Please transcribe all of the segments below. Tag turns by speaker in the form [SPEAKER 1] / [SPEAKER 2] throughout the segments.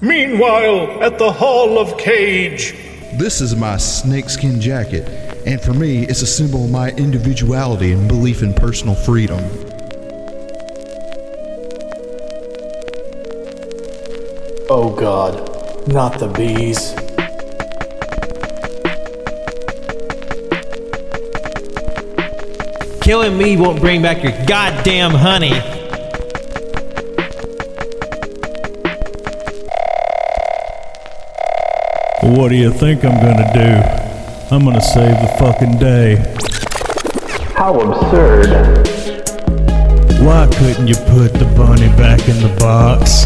[SPEAKER 1] Meanwhile, at the Hall of Cage.
[SPEAKER 2] This is my snakeskin jacket, and for me, it's a symbol of my individuality and belief in personal freedom.
[SPEAKER 3] Oh god, not the bees.
[SPEAKER 4] Killing me won't bring back your goddamn honey.
[SPEAKER 5] What do you think I'm gonna do? I'm gonna save the fucking day.
[SPEAKER 6] How absurd.
[SPEAKER 5] Why couldn't you put the bunny back in the box?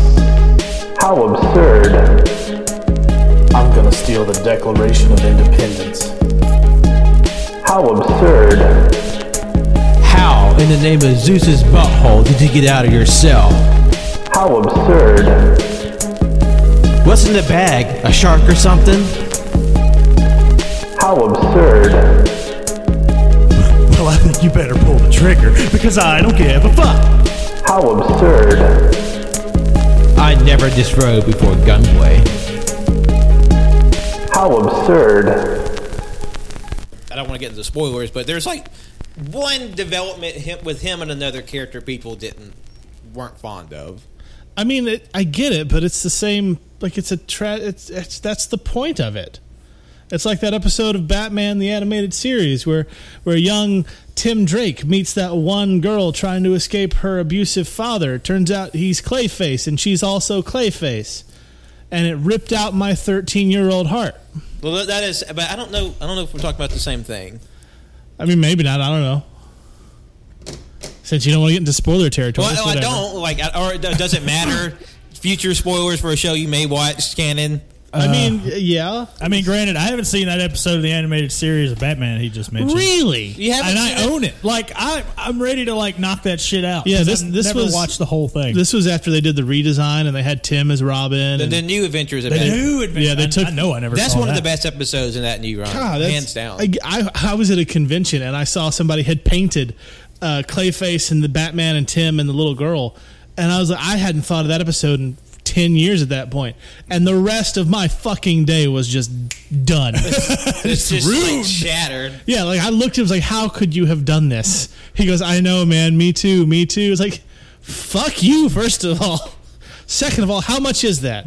[SPEAKER 6] How absurd.
[SPEAKER 3] I'm gonna steal the Declaration of Independence.
[SPEAKER 6] How absurd.
[SPEAKER 4] How, in the name of Zeus's butthole, did you get out of your cell?
[SPEAKER 6] How absurd.
[SPEAKER 4] What's in the bag? A shark or something?
[SPEAKER 6] How absurd.
[SPEAKER 5] Well, I think you better pull the trigger because I don't give a fuck.
[SPEAKER 6] How absurd.
[SPEAKER 4] I never disrobe before gunplay.
[SPEAKER 6] How absurd.
[SPEAKER 7] I don't want to get into spoilers, but there's like one development him, with him and another character people didn't weren't fond of.
[SPEAKER 8] I mean, it, I get it, but it's the same. Like it's a tra- it's, it's that's the point of it. It's like that episode of Batman the animated series where where young Tim Drake meets that one girl trying to escape her abusive father. Turns out he's Clayface and she's also Clayface. And it ripped out my 13-year-old heart.
[SPEAKER 7] Well, that is, but I don't know. I don't know if we're talking about the same thing.
[SPEAKER 8] I mean, maybe not, I don't know. Since you don't want to get into spoiler territory.
[SPEAKER 7] Well,
[SPEAKER 8] it's
[SPEAKER 7] I
[SPEAKER 8] whatever.
[SPEAKER 7] don't like, I- or it doesn't matter. Future spoilers for a show you may watch, Canon.
[SPEAKER 8] I mean, yeah.
[SPEAKER 5] Uh, I mean, granted, I haven't seen that episode of the animated series of Batman he just mentioned.
[SPEAKER 8] Really?
[SPEAKER 7] You
[SPEAKER 5] and
[SPEAKER 7] haven't seen
[SPEAKER 5] I
[SPEAKER 7] it?
[SPEAKER 5] own it. Like I, I'm ready to like knock that shit out.
[SPEAKER 8] Yeah,
[SPEAKER 5] 'cause
[SPEAKER 8] this-
[SPEAKER 5] I've
[SPEAKER 8] this
[SPEAKER 5] never
[SPEAKER 8] was-
[SPEAKER 5] watched the whole thing.
[SPEAKER 8] This was after they did the redesign and they had Tim as Robin.
[SPEAKER 7] The,
[SPEAKER 8] and-
[SPEAKER 7] the new Adventures of
[SPEAKER 5] the
[SPEAKER 7] Batman.
[SPEAKER 5] new adventure.
[SPEAKER 8] Yeah, they
[SPEAKER 5] I-
[SPEAKER 8] took-
[SPEAKER 5] I know I never.
[SPEAKER 7] That's
[SPEAKER 5] saw
[SPEAKER 7] one of
[SPEAKER 5] that.
[SPEAKER 7] the best episodes in that new run,
[SPEAKER 8] God, that's-
[SPEAKER 7] hands down.
[SPEAKER 8] I, I, I was at a convention and I saw somebody had painted uh, Clayface and the Batman and Tim and the little girl, and I was like, I hadn't thought of that episode in ten years at that point, and the rest of my fucking day was just done.
[SPEAKER 7] it's just like shattered.
[SPEAKER 8] yeah, like I looked at him was like, how could you have done this? He goes, I know, man. Me too. Me too. It's like, fuck you. First of all. Second of all, how much is that?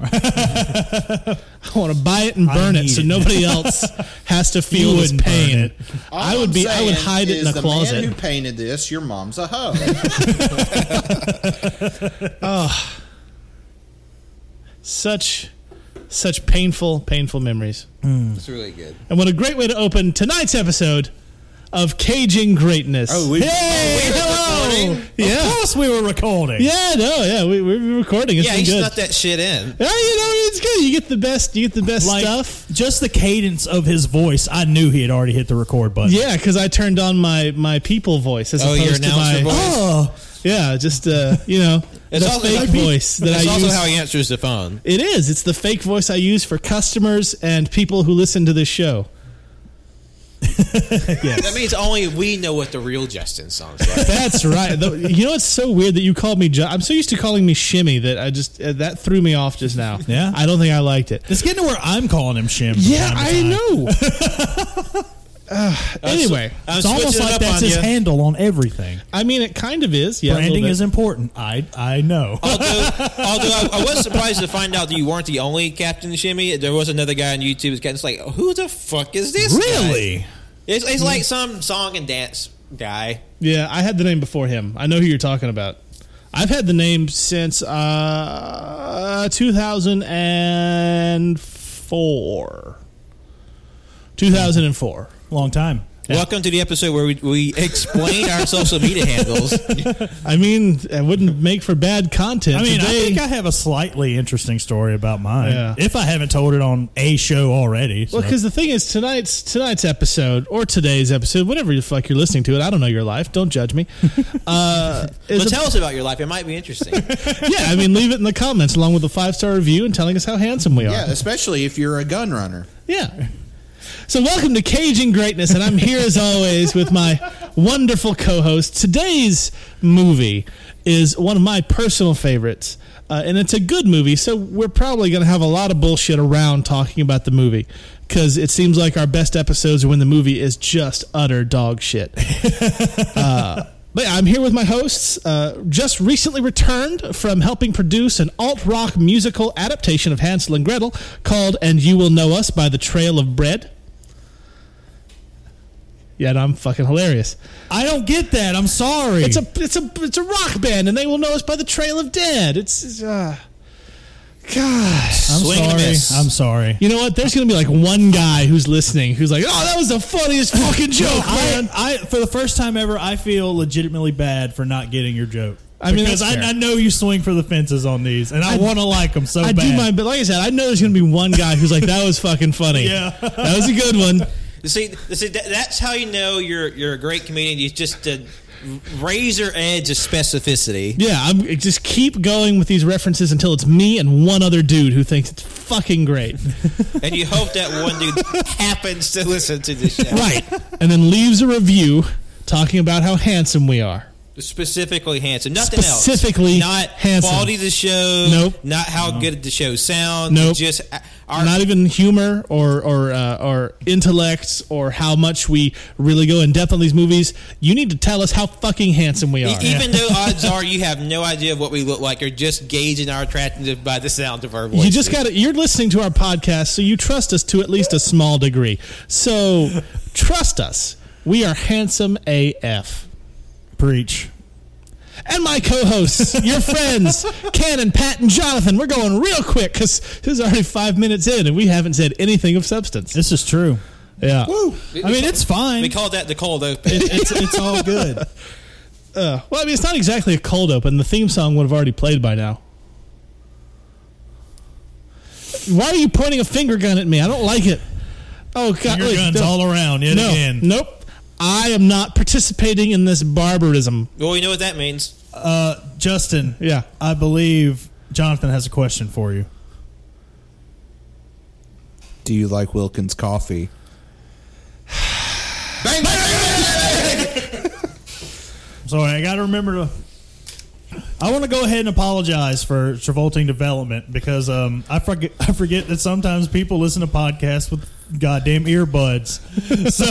[SPEAKER 8] I want to buy it and burn it
[SPEAKER 5] need
[SPEAKER 8] so
[SPEAKER 5] it.
[SPEAKER 8] nobody else has to feel this
[SPEAKER 5] wouldn't burn
[SPEAKER 8] pain.
[SPEAKER 5] it.
[SPEAKER 9] All
[SPEAKER 8] I would
[SPEAKER 9] I'm
[SPEAKER 8] be. I would
[SPEAKER 9] saying
[SPEAKER 8] hide it in
[SPEAKER 9] is
[SPEAKER 8] a
[SPEAKER 9] the
[SPEAKER 8] closet.
[SPEAKER 9] man who painted this, your mom's a hoe.
[SPEAKER 8] such, such painful, painful memories.
[SPEAKER 5] Hmm.
[SPEAKER 7] It's really good.
[SPEAKER 8] And what a great way to open tonight's episode of Caging Greatness.
[SPEAKER 9] Oh,
[SPEAKER 5] We, hey,
[SPEAKER 7] hello!
[SPEAKER 5] Yeah. Of course, we were recording.
[SPEAKER 8] yeah, no, yeah, we, we're recording. It's
[SPEAKER 7] Yeah,
[SPEAKER 8] been
[SPEAKER 7] he
[SPEAKER 8] good.
[SPEAKER 7] snuck that shit in.
[SPEAKER 8] Yeah, you know, it's good. You get the best. You get the best
[SPEAKER 5] Like,
[SPEAKER 8] stuff.
[SPEAKER 5] Just the cadence of his voice, I knew he had already hit the record button.
[SPEAKER 8] Yeah, because I turned on my my people voice as
[SPEAKER 7] Oh, your
[SPEAKER 8] opposed to my
[SPEAKER 7] announcer voice.
[SPEAKER 5] Oh,
[SPEAKER 8] yeah, just uh, you know,
[SPEAKER 7] It's
[SPEAKER 8] the
[SPEAKER 7] also-
[SPEAKER 8] fake voice that
[SPEAKER 7] That's
[SPEAKER 8] I
[SPEAKER 7] also
[SPEAKER 8] use.
[SPEAKER 7] how he answers the phone.
[SPEAKER 8] it is. It's the fake voice I use for customers and people who listen to this show.
[SPEAKER 7] That means only we know what the real Justin sounds like.
[SPEAKER 8] That's right. The- you know, it's so weird that you called me. Ju- I'm so used to calling me Shimmy that I just uh, that threw me off just now.
[SPEAKER 5] Yeah?
[SPEAKER 8] I don't think I liked it.
[SPEAKER 5] it's getting to where I'm calling him Shim. from
[SPEAKER 8] Yeah,
[SPEAKER 5] time to
[SPEAKER 8] I
[SPEAKER 5] time.
[SPEAKER 8] know. Uh, anyway,
[SPEAKER 7] I'm
[SPEAKER 5] It's almost
[SPEAKER 7] switching it
[SPEAKER 5] like
[SPEAKER 7] up
[SPEAKER 5] that's
[SPEAKER 7] on
[SPEAKER 5] his
[SPEAKER 7] you.
[SPEAKER 5] handle on everything.
[SPEAKER 8] I mean it kind of is. Yeah, a little
[SPEAKER 5] Branding
[SPEAKER 8] bit.
[SPEAKER 5] is important. I I know.
[SPEAKER 7] although, although I, I was surprised to find out that you weren't the only Captain Shimmy. There was another guy on YouTube. who's Captain. It's like, who the fuck is this? guy?
[SPEAKER 5] really?
[SPEAKER 7] It's, it's like
[SPEAKER 8] Mm-hmm.
[SPEAKER 7] some song and dance guy.
[SPEAKER 8] Yeah, I had the name before him. I know who you're talking about. I've had the name since uh, 2004. 2004.
[SPEAKER 5] Long time.
[SPEAKER 7] Welcome to the episode where we, we explain our social media handles.
[SPEAKER 8] I mean, it wouldn't make for bad content.
[SPEAKER 5] I mean, I
[SPEAKER 8] Today-
[SPEAKER 5] think I have a slightly interesting story about mine.
[SPEAKER 8] Yeah.
[SPEAKER 5] If I haven't told it on a show already. So.
[SPEAKER 8] Well, because the thing is, tonight's tonight's episode or today's episode, whatever the fuck you're listening to it, I don't know your life. Don't judge me. Uh, is
[SPEAKER 7] But
[SPEAKER 8] a-
[SPEAKER 7] tell us about your life. It might be interesting.
[SPEAKER 8] yeah, I mean, leave it in the comments along with a five star review and telling us how handsome we are.
[SPEAKER 9] yeah, especially if you're a gun runner.
[SPEAKER 8] Yeah. So welcome to Cajun Greatness, and I'm here as always with my wonderful co-host. Today's movie is one of my personal favorites, uh, and it's a good movie. So we're probably going to have a lot of bullshit around talking about the movie because it seems like our best episodes are when the movie is just utter dog shit. But yeah, I'm here with my hosts, uh, just recently returned from helping produce an alt rock musical adaptation of Hansel and Gretel called And You Will Know Us by the Trail of Bread. Yeah, no, I'm fucking hilarious.
[SPEAKER 5] I don't get that. I'm sorry.
[SPEAKER 8] It's a it's a it's a rock band, and they will know us by the Trail of Dead. It's, it's, uh, God,
[SPEAKER 5] I'm
[SPEAKER 7] Swing and a
[SPEAKER 5] sorry.
[SPEAKER 7] miss.
[SPEAKER 5] I'm sorry.
[SPEAKER 8] you know what? There's gonna be like one guy who's listening who's like, "Oh, that was the funniest fucking joke, man."
[SPEAKER 5] I, I for the first time ever, I feel legitimately bad for not getting your joke.
[SPEAKER 8] I mean,
[SPEAKER 5] because
[SPEAKER 8] that's fair.
[SPEAKER 5] I, I know you swing for the fences on these, and I,
[SPEAKER 8] I-
[SPEAKER 5] want to like them so
[SPEAKER 8] I
[SPEAKER 5] bad.
[SPEAKER 8] do my, but like I said, I know there's gonna be one guy who's like, "That was fucking funny."
[SPEAKER 5] Yeah.
[SPEAKER 8] that was a good one.
[SPEAKER 7] See, see that, that's how you know you're you're a great comedian. You just the razor edge of specificity.
[SPEAKER 8] Yeah, I'm just keep going with these references until it's me and one other dude who thinks it's fucking great,
[SPEAKER 7] and you hope that one dude happens to listen to this show.
[SPEAKER 8] right? And then leaves a review talking about how handsome we are.
[SPEAKER 7] Specifically handsome. Nothing
[SPEAKER 8] Specifically
[SPEAKER 7] else. Not
[SPEAKER 8] handsome.
[SPEAKER 7] quality of the show.
[SPEAKER 8] Nope.
[SPEAKER 7] Not how good the show sounds.
[SPEAKER 8] Nope.
[SPEAKER 7] Just uh, our,
[SPEAKER 8] Not even humor or or uh, or intellect or how much we really go in depth on these movies. You need to tell us how fucking handsome we
[SPEAKER 7] e-
[SPEAKER 8] are.
[SPEAKER 7] even though odds are you have no idea of what we look like, or just gauging our attractiveness by the sound of our voice.
[SPEAKER 8] You just got to You're listening to our podcast, so you trust us to at least a small degree. So trust us. We are handsome AF.
[SPEAKER 5] preach.
[SPEAKER 8] and my co-hosts, your friends, Cannon, Pat, and Jonathan. We're going real quick because this is already five minutes in, and we haven't said anything of substance.
[SPEAKER 5] This is true.
[SPEAKER 8] Yeah.
[SPEAKER 5] I mean, it's fine.
[SPEAKER 7] We call that the cold open.
[SPEAKER 5] it's, it's all good.
[SPEAKER 8] Uh, well, I mean, it's not exactly a cold open. The theme song would have already played by now. Why are you pointing a finger gun at me? I don't like it. Oh God!
[SPEAKER 5] Finger
[SPEAKER 8] wait,
[SPEAKER 5] guns
[SPEAKER 8] no.
[SPEAKER 5] all around yet
[SPEAKER 8] no,
[SPEAKER 5] again.
[SPEAKER 8] nope. I am not participating in this barbarism.
[SPEAKER 7] well, you know what that means.
[SPEAKER 5] Uh, Justin.
[SPEAKER 8] Yeah.
[SPEAKER 5] I believe Jonathan has a question for you.
[SPEAKER 2] Do you like Wilkins coffee? Bang, bang, bang, bang, bang.
[SPEAKER 5] Sorry, I got to remember to. I want to go ahead and apologize for Travolting Development because um, I forget I forget that sometimes people listen to podcasts with goddamn earbuds. So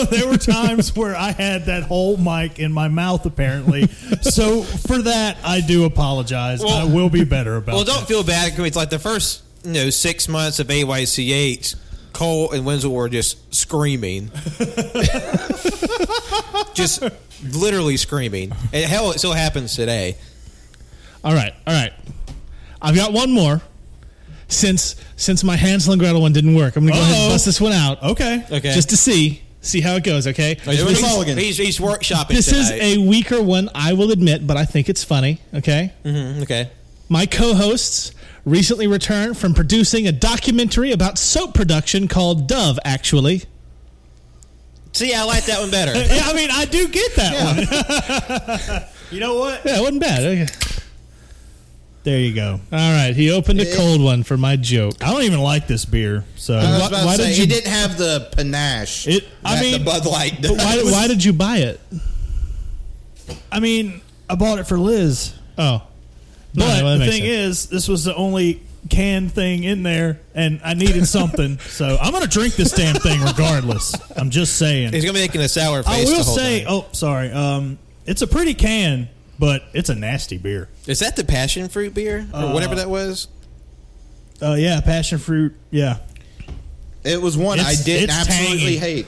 [SPEAKER 5] there were times where I had that whole mic in my mouth apparently. So for that I do apologize. I
[SPEAKER 7] Well-
[SPEAKER 5] will be better about
[SPEAKER 7] Well,
[SPEAKER 5] it.
[SPEAKER 7] don't feel bad. 'cause It's like the first you know six months of AYCH. Cole and Winslow were just screaming, just literally screaming. And hell, it still happens today.
[SPEAKER 8] All right, all right. I've got one more. Since since my Hansel and Gretel one didn't work, I'm gonna go ahead and
[SPEAKER 5] Uh-oh.
[SPEAKER 8] bust this one out.
[SPEAKER 5] Okay.
[SPEAKER 7] Okay,
[SPEAKER 8] just to see see how it goes. Okay,
[SPEAKER 7] he's,
[SPEAKER 2] Miss Mulligan.
[SPEAKER 7] he's, he's workshopping.
[SPEAKER 8] this is
[SPEAKER 7] tonight.
[SPEAKER 8] a weaker one, I will admit, but I think it's funny. Okay,
[SPEAKER 5] Mm-hmm.
[SPEAKER 7] Mhm, okay.
[SPEAKER 8] my co-hosts recently returned from producing a documentary about soap production called Dove. Actually,
[SPEAKER 7] See, I like that one better.
[SPEAKER 5] Yeah, I mean I do get that one. you know what?
[SPEAKER 8] yeah, it wasn't bad. Okay.
[SPEAKER 5] There you go.
[SPEAKER 8] All right, he opened a cold one for my joke.
[SPEAKER 5] I don't even like this beer. So
[SPEAKER 2] I was about
[SPEAKER 8] why
[SPEAKER 2] to say,
[SPEAKER 8] did you-
[SPEAKER 2] it didn't have the panache.
[SPEAKER 5] It- I
[SPEAKER 2] that
[SPEAKER 5] mean,
[SPEAKER 2] the Bud Light. does.
[SPEAKER 8] Why, why did you buy it?
[SPEAKER 5] I mean, I bought it for Liz.
[SPEAKER 8] Oh, No,
[SPEAKER 5] But
[SPEAKER 8] well, that
[SPEAKER 5] the
[SPEAKER 8] makes
[SPEAKER 5] thing
[SPEAKER 8] sense.
[SPEAKER 5] is, this was the only canned thing in there, and I needed something, so I'm gonna drink this damn thing regardless. I'm just saying.
[SPEAKER 7] He's gonna be making a sour
[SPEAKER 5] I
[SPEAKER 7] face.
[SPEAKER 5] will
[SPEAKER 7] the whole
[SPEAKER 5] say,
[SPEAKER 7] time.
[SPEAKER 5] oh, sorry. Um, it's a pretty can, but it's a nasty beer.
[SPEAKER 8] uh,
[SPEAKER 7] is that the passion fruit beer or whatever that was?
[SPEAKER 5] Uh, yeah, passion fruit. Yeah,
[SPEAKER 2] It was one I
[SPEAKER 5] It's-
[SPEAKER 2] didn't
[SPEAKER 5] it's
[SPEAKER 2] absolutely
[SPEAKER 5] tangy.
[SPEAKER 2] hate.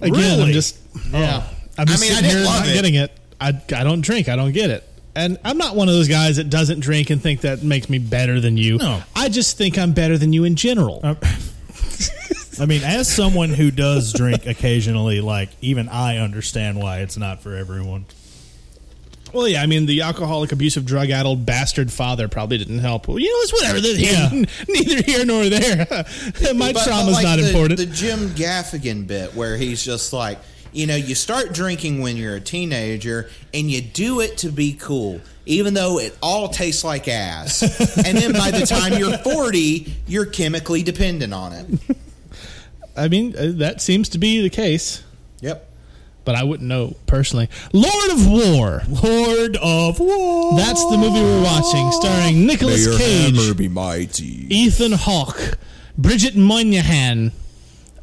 [SPEAKER 8] again, I'm
[SPEAKER 5] Really?
[SPEAKER 8] just oh,
[SPEAKER 5] yeah.
[SPEAKER 8] I'm just
[SPEAKER 2] I mean, I
[SPEAKER 8] sitting
[SPEAKER 2] didn't
[SPEAKER 8] here
[SPEAKER 2] love
[SPEAKER 8] not
[SPEAKER 2] it.
[SPEAKER 8] getting it. I, I don't drink. I don't get it. And I'm not one of those guys that doesn't drink and think that makes me better than you.
[SPEAKER 5] No. Uh,
[SPEAKER 8] I just think I'm better than you in general.
[SPEAKER 5] I mean, as someone who does drink occasionally, like even I understand why it's not for everyone.
[SPEAKER 8] well, yeah, I mean, the alcoholic, abusive, drug addled bastard father probably didn't help. Well, you know, it's whatever. Yeah.
[SPEAKER 5] Yeah.
[SPEAKER 8] Neither here nor there. My
[SPEAKER 2] But- but
[SPEAKER 8] trauma's
[SPEAKER 2] like
[SPEAKER 8] not
[SPEAKER 2] the,
[SPEAKER 8] important.
[SPEAKER 2] The Jim Gaffigan bit where he's just like, you know, you start drinking when you're a teenager and you do it to be cool, even though it all tastes like ass. and then by the time you're 40, you're chemically dependent on it.
[SPEAKER 8] uh, I mean, uh, that seems to be the case.
[SPEAKER 2] Yep.
[SPEAKER 8] but I wouldn't know personally. Lord of War.
[SPEAKER 5] Lord of War.
[SPEAKER 8] That's the movie we're watching, starring Nicolas Cage,
[SPEAKER 7] be mighty.
[SPEAKER 8] Ethan Hawke, Bridget Moynihan,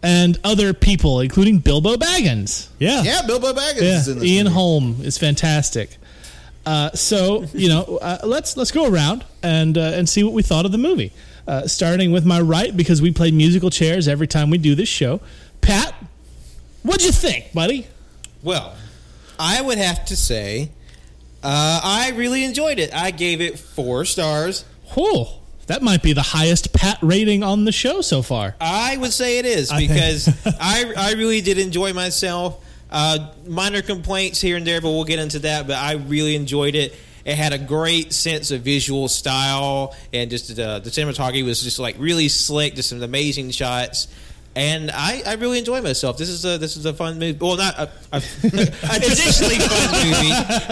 [SPEAKER 8] and other people, including Bilbo Baggins.
[SPEAKER 5] Yeah.
[SPEAKER 7] Yeah, Bilbo Baggins
[SPEAKER 8] Yeah,
[SPEAKER 7] is in this.
[SPEAKER 8] Ian
[SPEAKER 7] movie.
[SPEAKER 8] Holm is fantastic. Uh, so you know, uh, let's let's go around and uh, and see what we thought of the movie. Uh, starting with my right because we play musical chairs every time we do this show. Pat, what'd you think, buddy?
[SPEAKER 4] Well, I would have to say, uh, I really enjoyed it. I gave it four stars.
[SPEAKER 8] Whoa, that might be the highest Pat rating on the show so far.
[SPEAKER 4] I would say it is
[SPEAKER 5] think-
[SPEAKER 4] because I I really did enjoy myself. Uh, minor complaints here and there, but we'll get into that. But I really enjoyed it. It had a great sense of visual style, and just uh, the, the cinematography was just like really slick. Just some amazing shots, and I, I really enjoyed myself. This is a this is a fun movie. Well, not a, a, a traditionally fun movie,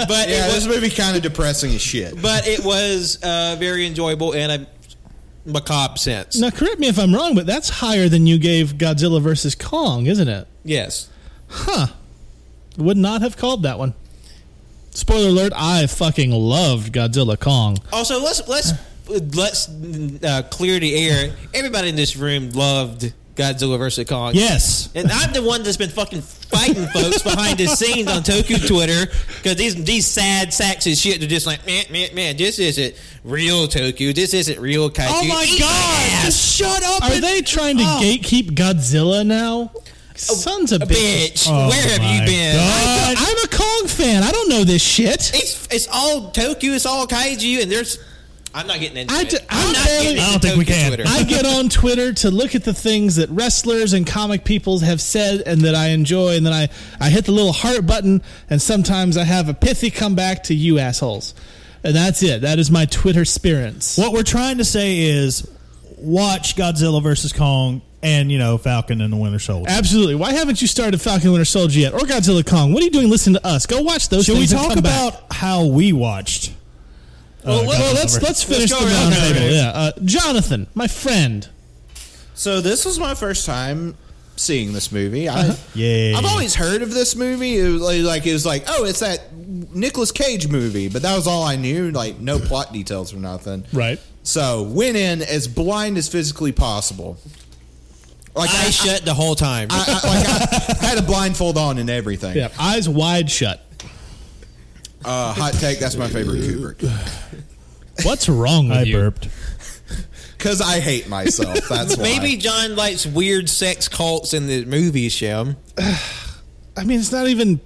[SPEAKER 4] but
[SPEAKER 7] Yeah,
[SPEAKER 4] it was
[SPEAKER 7] this movie kind of depressing as shit.
[SPEAKER 4] but it was uh, very enjoyable in a macabre sense.
[SPEAKER 8] Now, correct me if I'm wrong, but that's higher than you gave Godzilla versus Kong, isn't it?
[SPEAKER 4] Yes.
[SPEAKER 8] Huh. Would not have called that one. Spoiler alert, I fucking loved Godzilla Kong.
[SPEAKER 4] Also, let's let's let's uh, clear the air. Everybody in this room loved Godzilla vs Kong.
[SPEAKER 5] Yes.
[SPEAKER 4] And I'm the one that's been fucking fighting folks behind the scenes on Toku Twitter because these these sad sacks of shit are just like man man man this isn't real Toku this isn't real Kaiju.
[SPEAKER 5] Oh my
[SPEAKER 4] Eat
[SPEAKER 5] God!
[SPEAKER 4] ass,
[SPEAKER 5] Just shut up.
[SPEAKER 8] Are
[SPEAKER 5] and-
[SPEAKER 8] they trying to
[SPEAKER 5] Oh.
[SPEAKER 8] gatekeep Godzilla now? Sons of bitches.
[SPEAKER 4] bitch!
[SPEAKER 5] Oh
[SPEAKER 4] Where have
[SPEAKER 5] my
[SPEAKER 4] you been?
[SPEAKER 5] God.
[SPEAKER 8] I'm a Kong fan. I don't know this shit.
[SPEAKER 4] It's it's all Tokyo. It's all kaiju, and there's. I'm not getting into
[SPEAKER 8] I
[SPEAKER 4] it.
[SPEAKER 8] d- I
[SPEAKER 4] I'm not
[SPEAKER 8] barely-
[SPEAKER 4] getting into
[SPEAKER 5] I don't think we
[SPEAKER 4] Tokyo
[SPEAKER 5] can.
[SPEAKER 4] Twitter.
[SPEAKER 8] I get on Twitter to look at the things that wrestlers and comic people have said and that I enjoy, and then I, I hit the little heart button, and sometimes I have a pithy comeback to you assholes. And that's it. That is my Twitter spirits.
[SPEAKER 5] What we're trying to say is watch Godzilla versus Kong and, you know, Falcon and the Winter Soldier.
[SPEAKER 8] Absolutely. Why haven't you started Falcon Winter Soldier yet? Or Godzilla Kong? What are you doing listening to us? Go watch those
[SPEAKER 5] Should we
[SPEAKER 8] things and
[SPEAKER 5] talk
[SPEAKER 8] come back. Uh,
[SPEAKER 5] about how we watched?
[SPEAKER 8] Well, let- well,
[SPEAKER 5] Godzilla
[SPEAKER 8] let's
[SPEAKER 5] versus-
[SPEAKER 8] let's finish
[SPEAKER 4] go
[SPEAKER 8] the
[SPEAKER 4] around the
[SPEAKER 8] roundtable.
[SPEAKER 4] room.
[SPEAKER 8] Yeah, uh, Jonathan, my friend.
[SPEAKER 7] So this was my first time seeing this movie. I,
[SPEAKER 5] Yeah.
[SPEAKER 7] I've always heard of this movie. It was like, like- it was like, oh, it's that Nicolas Cage movie, but that was all I knew. Like no plot details or nothing.
[SPEAKER 8] Right.
[SPEAKER 7] So went in as blind as physically possible. Like
[SPEAKER 4] I
[SPEAKER 7] I,
[SPEAKER 4] shut the whole time.
[SPEAKER 7] I, I, like I had a blindfold on and everything.
[SPEAKER 8] Yeah, eyes wide shut.
[SPEAKER 7] Uh, hot take. That's my favorite Kubrick
[SPEAKER 8] What's wrong with
[SPEAKER 5] I
[SPEAKER 8] you?
[SPEAKER 5] burped.
[SPEAKER 7] because I hate myself. That's why.
[SPEAKER 4] Maybe John likes weird sex cults in the movies, Shem.
[SPEAKER 8] I mean, it's not even.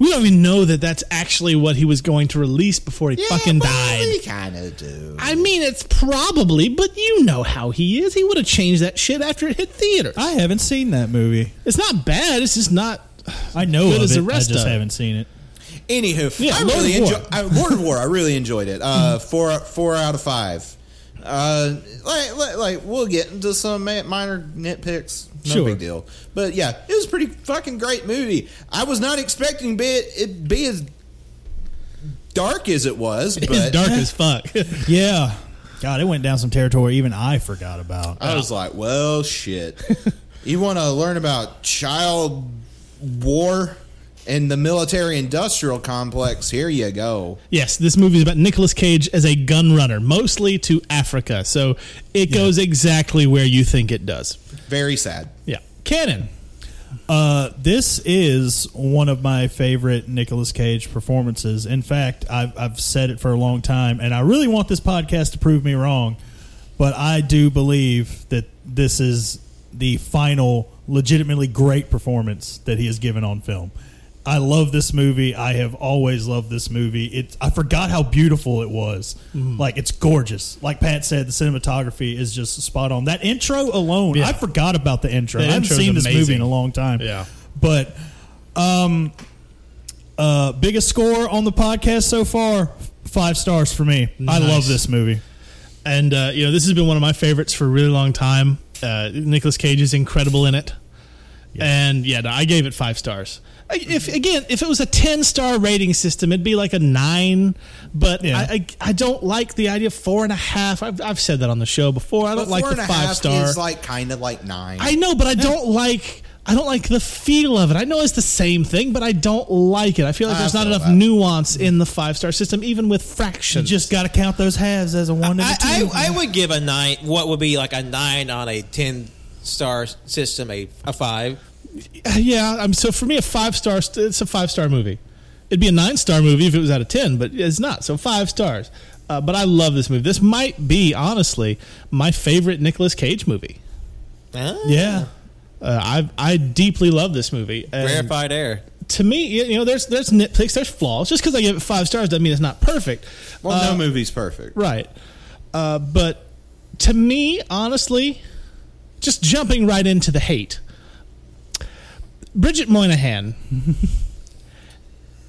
[SPEAKER 8] We don't even know that that's actually what he was going to release before he fucking died.
[SPEAKER 7] kind of do.
[SPEAKER 8] I mean, it's probably, but you know how he is. He would have changed that shit after it hit theater.
[SPEAKER 5] I haven't seen that movie.
[SPEAKER 8] It's not bad. It's just not.
[SPEAKER 5] I know
[SPEAKER 8] Good
[SPEAKER 5] of
[SPEAKER 8] as
[SPEAKER 5] it.
[SPEAKER 8] the rest
[SPEAKER 5] I just
[SPEAKER 8] of it.
[SPEAKER 5] haven't seen it.
[SPEAKER 7] Anywho,
[SPEAKER 8] Yeah,
[SPEAKER 7] I
[SPEAKER 8] Lord
[SPEAKER 7] really
[SPEAKER 8] of War. Mm-hmm.
[SPEAKER 7] enjoy I, Lord of War. I really enjoyed it. Uh, four four out of five. Uh, like, like like we'll get into some ma- minor nitpicks. No
[SPEAKER 8] Sure.
[SPEAKER 7] big deal. But yeah, it was a pretty fucking great movie. I was not expecting be it, it be as dark as it was, but
[SPEAKER 8] It's dark as fuck.
[SPEAKER 5] Yeah. God, it went down some territory even I forgot about.
[SPEAKER 8] Uh,
[SPEAKER 7] I was like, well, shit. you want to learn about child war and the military industrial complex? Here you go.
[SPEAKER 8] Yes, this movie is about Nicolas Cage as a gun runner, mostly to Africa. So it goes exactly where you think it does.
[SPEAKER 7] Very sad.
[SPEAKER 8] Yeah. Cannon.
[SPEAKER 5] Uh, this is one of my favorite Nicolas Cage performances. In fact, I've, I've said it for a long time, and I really want this podcast to prove me wrong, but I do believe that this is the final legitimately great performance that he has given on film. I love this movie. I have always loved this movie. It I forgot how beautiful it was.
[SPEAKER 8] Mm-hmm.
[SPEAKER 5] Like it's gorgeous. Like Pat said, the cinematography is just spot on. That intro alone,
[SPEAKER 8] Yeah.
[SPEAKER 5] I forgot about the intro.
[SPEAKER 8] The
[SPEAKER 5] I haven't
[SPEAKER 8] intro's
[SPEAKER 5] seen this movie
[SPEAKER 8] amazing.
[SPEAKER 5] in a long time.
[SPEAKER 8] Yeah.
[SPEAKER 5] But um uh biggest score on the podcast so far, five stars for me. I
[SPEAKER 8] Nice.
[SPEAKER 5] love this movie.
[SPEAKER 8] And, uh, you know, this has been one of my favorites for a really long time. Uh, Nicolas Cage is incredible in it. And, yeah, no, I gave it five stars. I- If Again, if it was a 10 star rating system, it'd be like a nine. But
[SPEAKER 5] Yeah.
[SPEAKER 8] I, I, I don't like the idea of four and a half. I've, I've said that on the show before. I don't
[SPEAKER 7] But
[SPEAKER 8] like
[SPEAKER 7] four
[SPEAKER 8] the
[SPEAKER 7] and a
[SPEAKER 8] five
[SPEAKER 7] half
[SPEAKER 8] star.
[SPEAKER 7] is like kind of like nine.
[SPEAKER 8] I know, but I don't like
[SPEAKER 5] I don't like the feel of it. I know it's the same thing, but I don't like it. I feel like
[SPEAKER 7] I
[SPEAKER 5] there's not
[SPEAKER 7] feel
[SPEAKER 5] enough
[SPEAKER 7] that.
[SPEAKER 5] nuance in the five star system, even with
[SPEAKER 8] You
[SPEAKER 5] fractions.
[SPEAKER 8] just got to count those halves as a one and a two.
[SPEAKER 4] I, I, I would give a nine. What would be like a nine on a ten star system? A a five.
[SPEAKER 5] yeah. I'm, so for me, a five star, st- it's a five star movie. It'd be a nine star movie if it was out of ten, but it's not. So five stars. Uh, but I love this movie. This might be honestly my favorite Nicolas Cage movie.
[SPEAKER 4] Huh?
[SPEAKER 8] yeah.
[SPEAKER 5] Uh, I I deeply love this movie. and-
[SPEAKER 4] Rarefied air.
[SPEAKER 5] to me, you you know, there's there's nitpicks, there's flaws. Just because I give it five stars doesn't mean it's not perfect,
[SPEAKER 7] Well, no movie's perfect.
[SPEAKER 5] right? Uh, but to me, honestly, just jumping right into the hate, Bridget Moynihan.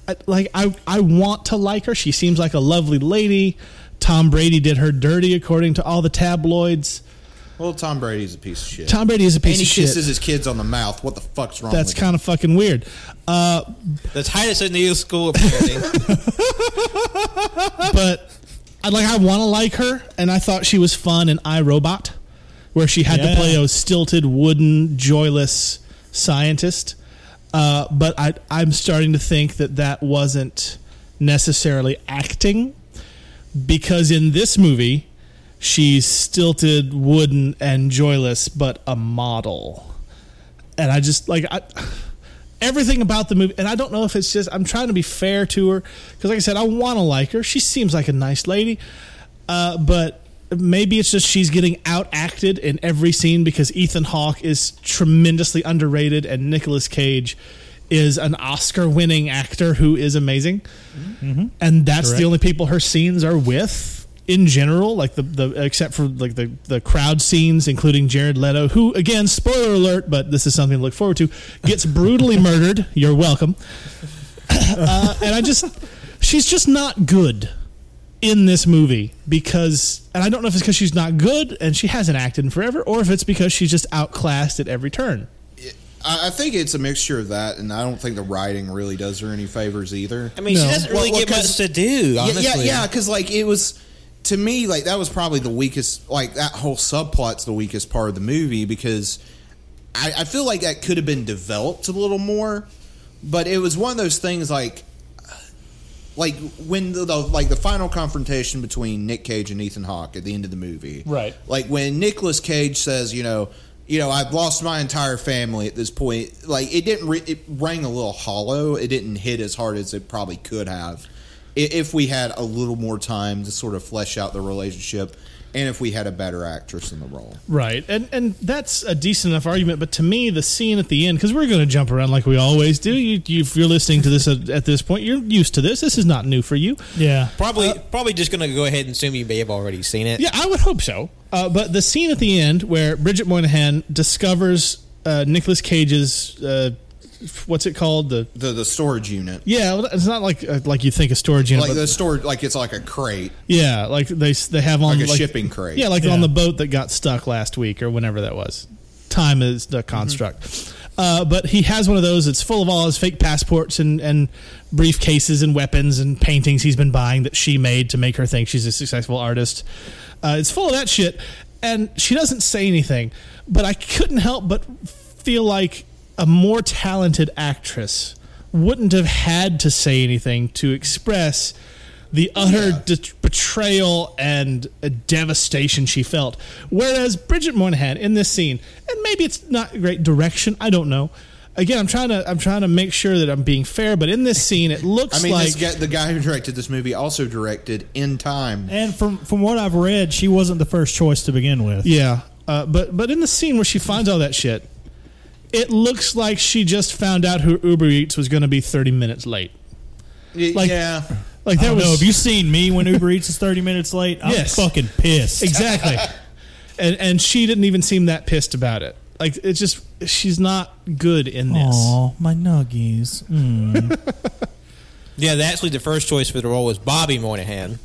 [SPEAKER 5] I- like I, I want to like her. She seems like a lovely lady. Tom Brady did her dirty, according to all the tabloids.
[SPEAKER 7] Well, Tom Brady's a piece of shit.
[SPEAKER 5] Tom Brady is a piece
[SPEAKER 7] and he
[SPEAKER 5] of shit.
[SPEAKER 7] kisses his kids on the mouth. What the fuck's wrong?
[SPEAKER 5] That's
[SPEAKER 7] with
[SPEAKER 5] kind of fucking weird. Uh,
[SPEAKER 4] The tightest in the youth school. Apparently.
[SPEAKER 5] but I like I want to like her, and I thought she was fun in iRobot, where she had to
[SPEAKER 8] Yeah.
[SPEAKER 5] play a stilted, wooden, joyless scientist. Uh, but I, I'm starting to think that that wasn't necessarily acting, because in this movie, she's stilted, wooden, and joyless, but a model and I just like I, everything about the movie. And I don't know if it's just I'm trying to be fair to her because, like I said, I want to like her. She seems like a nice lady, uh, but maybe it's just she's getting out acted in every scene because Ethan Hawke is tremendously underrated and Nicolas Cage is an Oscar winning actor who is amazing, and that's the only people her scenes are with. In general, like the, the except for like the, the crowd scenes, including Jared Leto, who again, spoiler alert, but this is something to look forward to, gets brutally murdered. You're welcome. Uh, and I just, she's just not good in this movie because, and I don't know if it's because she's not good and she hasn't acted in forever, or if it's because she's just outclassed at every turn.
[SPEAKER 7] I, I think it's a mixture of that, and I don't think the writing really does her any favors either.
[SPEAKER 4] I mean, she
[SPEAKER 5] No.
[SPEAKER 4] doesn't really
[SPEAKER 7] Well, well,
[SPEAKER 4] get much
[SPEAKER 7] 'cause-
[SPEAKER 4] to do.
[SPEAKER 7] Yeah,
[SPEAKER 4] Honestly.
[SPEAKER 7] yeah, yeah. Because like it was to me, like that was probably the weakest. Like that whole subplot's the weakest part of the movie because I, I feel like that could have been developed a little more. But it was one of those things like, like when the, the like the final confrontation between Nick Cage and Ethan Hawke at the end of the movie,
[SPEAKER 5] Right.
[SPEAKER 7] Like when Nicolas Cage says, you know. You know, I've lost my entire family at this point. Like, it didn't, re- it rang a little hollow. It didn't hit as hard as it probably could have i- if we had a little more time to sort of flesh out the relationship and if we had a better actress in the role.
[SPEAKER 5] Right, and and that's a decent enough argument. But to me, the scene at the end, because we're going to jump around like we always do. You, you, if you're listening to this at, at this point, you're used to this. This is not new for you. Uh,
[SPEAKER 8] Yeah.
[SPEAKER 4] Probably, probably just gonna go ahead and assume you may have already seen it.
[SPEAKER 5] Yeah, I would hope so. Uh, but the scene at the end where Bridget Moynihan discovers uh, Nicolas Cage's uh, what's it called? The
[SPEAKER 7] The the storage unit.
[SPEAKER 5] yeah, well, it's not like uh, like you think a storage unit.
[SPEAKER 7] Like
[SPEAKER 5] but-
[SPEAKER 7] the storage like it's like a crate.
[SPEAKER 5] yeah, like they they have on
[SPEAKER 7] Like a shipping crate.
[SPEAKER 5] Yeah, like
[SPEAKER 8] Yeah.
[SPEAKER 5] on the boat that got stuck last week or whenever that was. Time is
[SPEAKER 8] Mm-hmm.
[SPEAKER 5] the construct. Uh, but he has one of those that's full of all his fake passports and, and briefcases and weapons and paintings he's been buying that she made to make her think she's a successful artist. Uh, it's full of that shit. And she doesn't say anything. But I couldn't help but feel like a more talented actress wouldn't have had to say anything to express the utter det- betrayal and uh, devastation she felt. Whereas Bridget Moynihan in this scene, and maybe it's not great direction, I don't know. Again, I'm trying to I'm trying to make sure that I'm being fair, but in this scene, it looks
[SPEAKER 7] I mean
[SPEAKER 5] like
[SPEAKER 7] this guy, the guy who directed this movie also directed In Time.
[SPEAKER 8] And from from what I've read, she wasn't the first choice to begin with.
[SPEAKER 5] yeah. Uh, but but in the scene where she finds all that shit, it looks like she just found out who Uber Eats was going to be 30 minutes late.
[SPEAKER 7] Y-
[SPEAKER 5] like-
[SPEAKER 7] yeah.
[SPEAKER 5] Like
[SPEAKER 8] I
[SPEAKER 5] that
[SPEAKER 8] don't
[SPEAKER 5] was
[SPEAKER 8] know. Have you seen me when Uber Eats is 30 minutes late? I'm
[SPEAKER 5] Yes.
[SPEAKER 8] fucking pissed.
[SPEAKER 5] Exactly. and and she didn't even seem that pissed about it. Like it's just she's not good in this.
[SPEAKER 8] Aw, my nuggies.
[SPEAKER 5] Hmm.
[SPEAKER 4] yeah. Actually, the first choice for the role was Bobby Moynihan.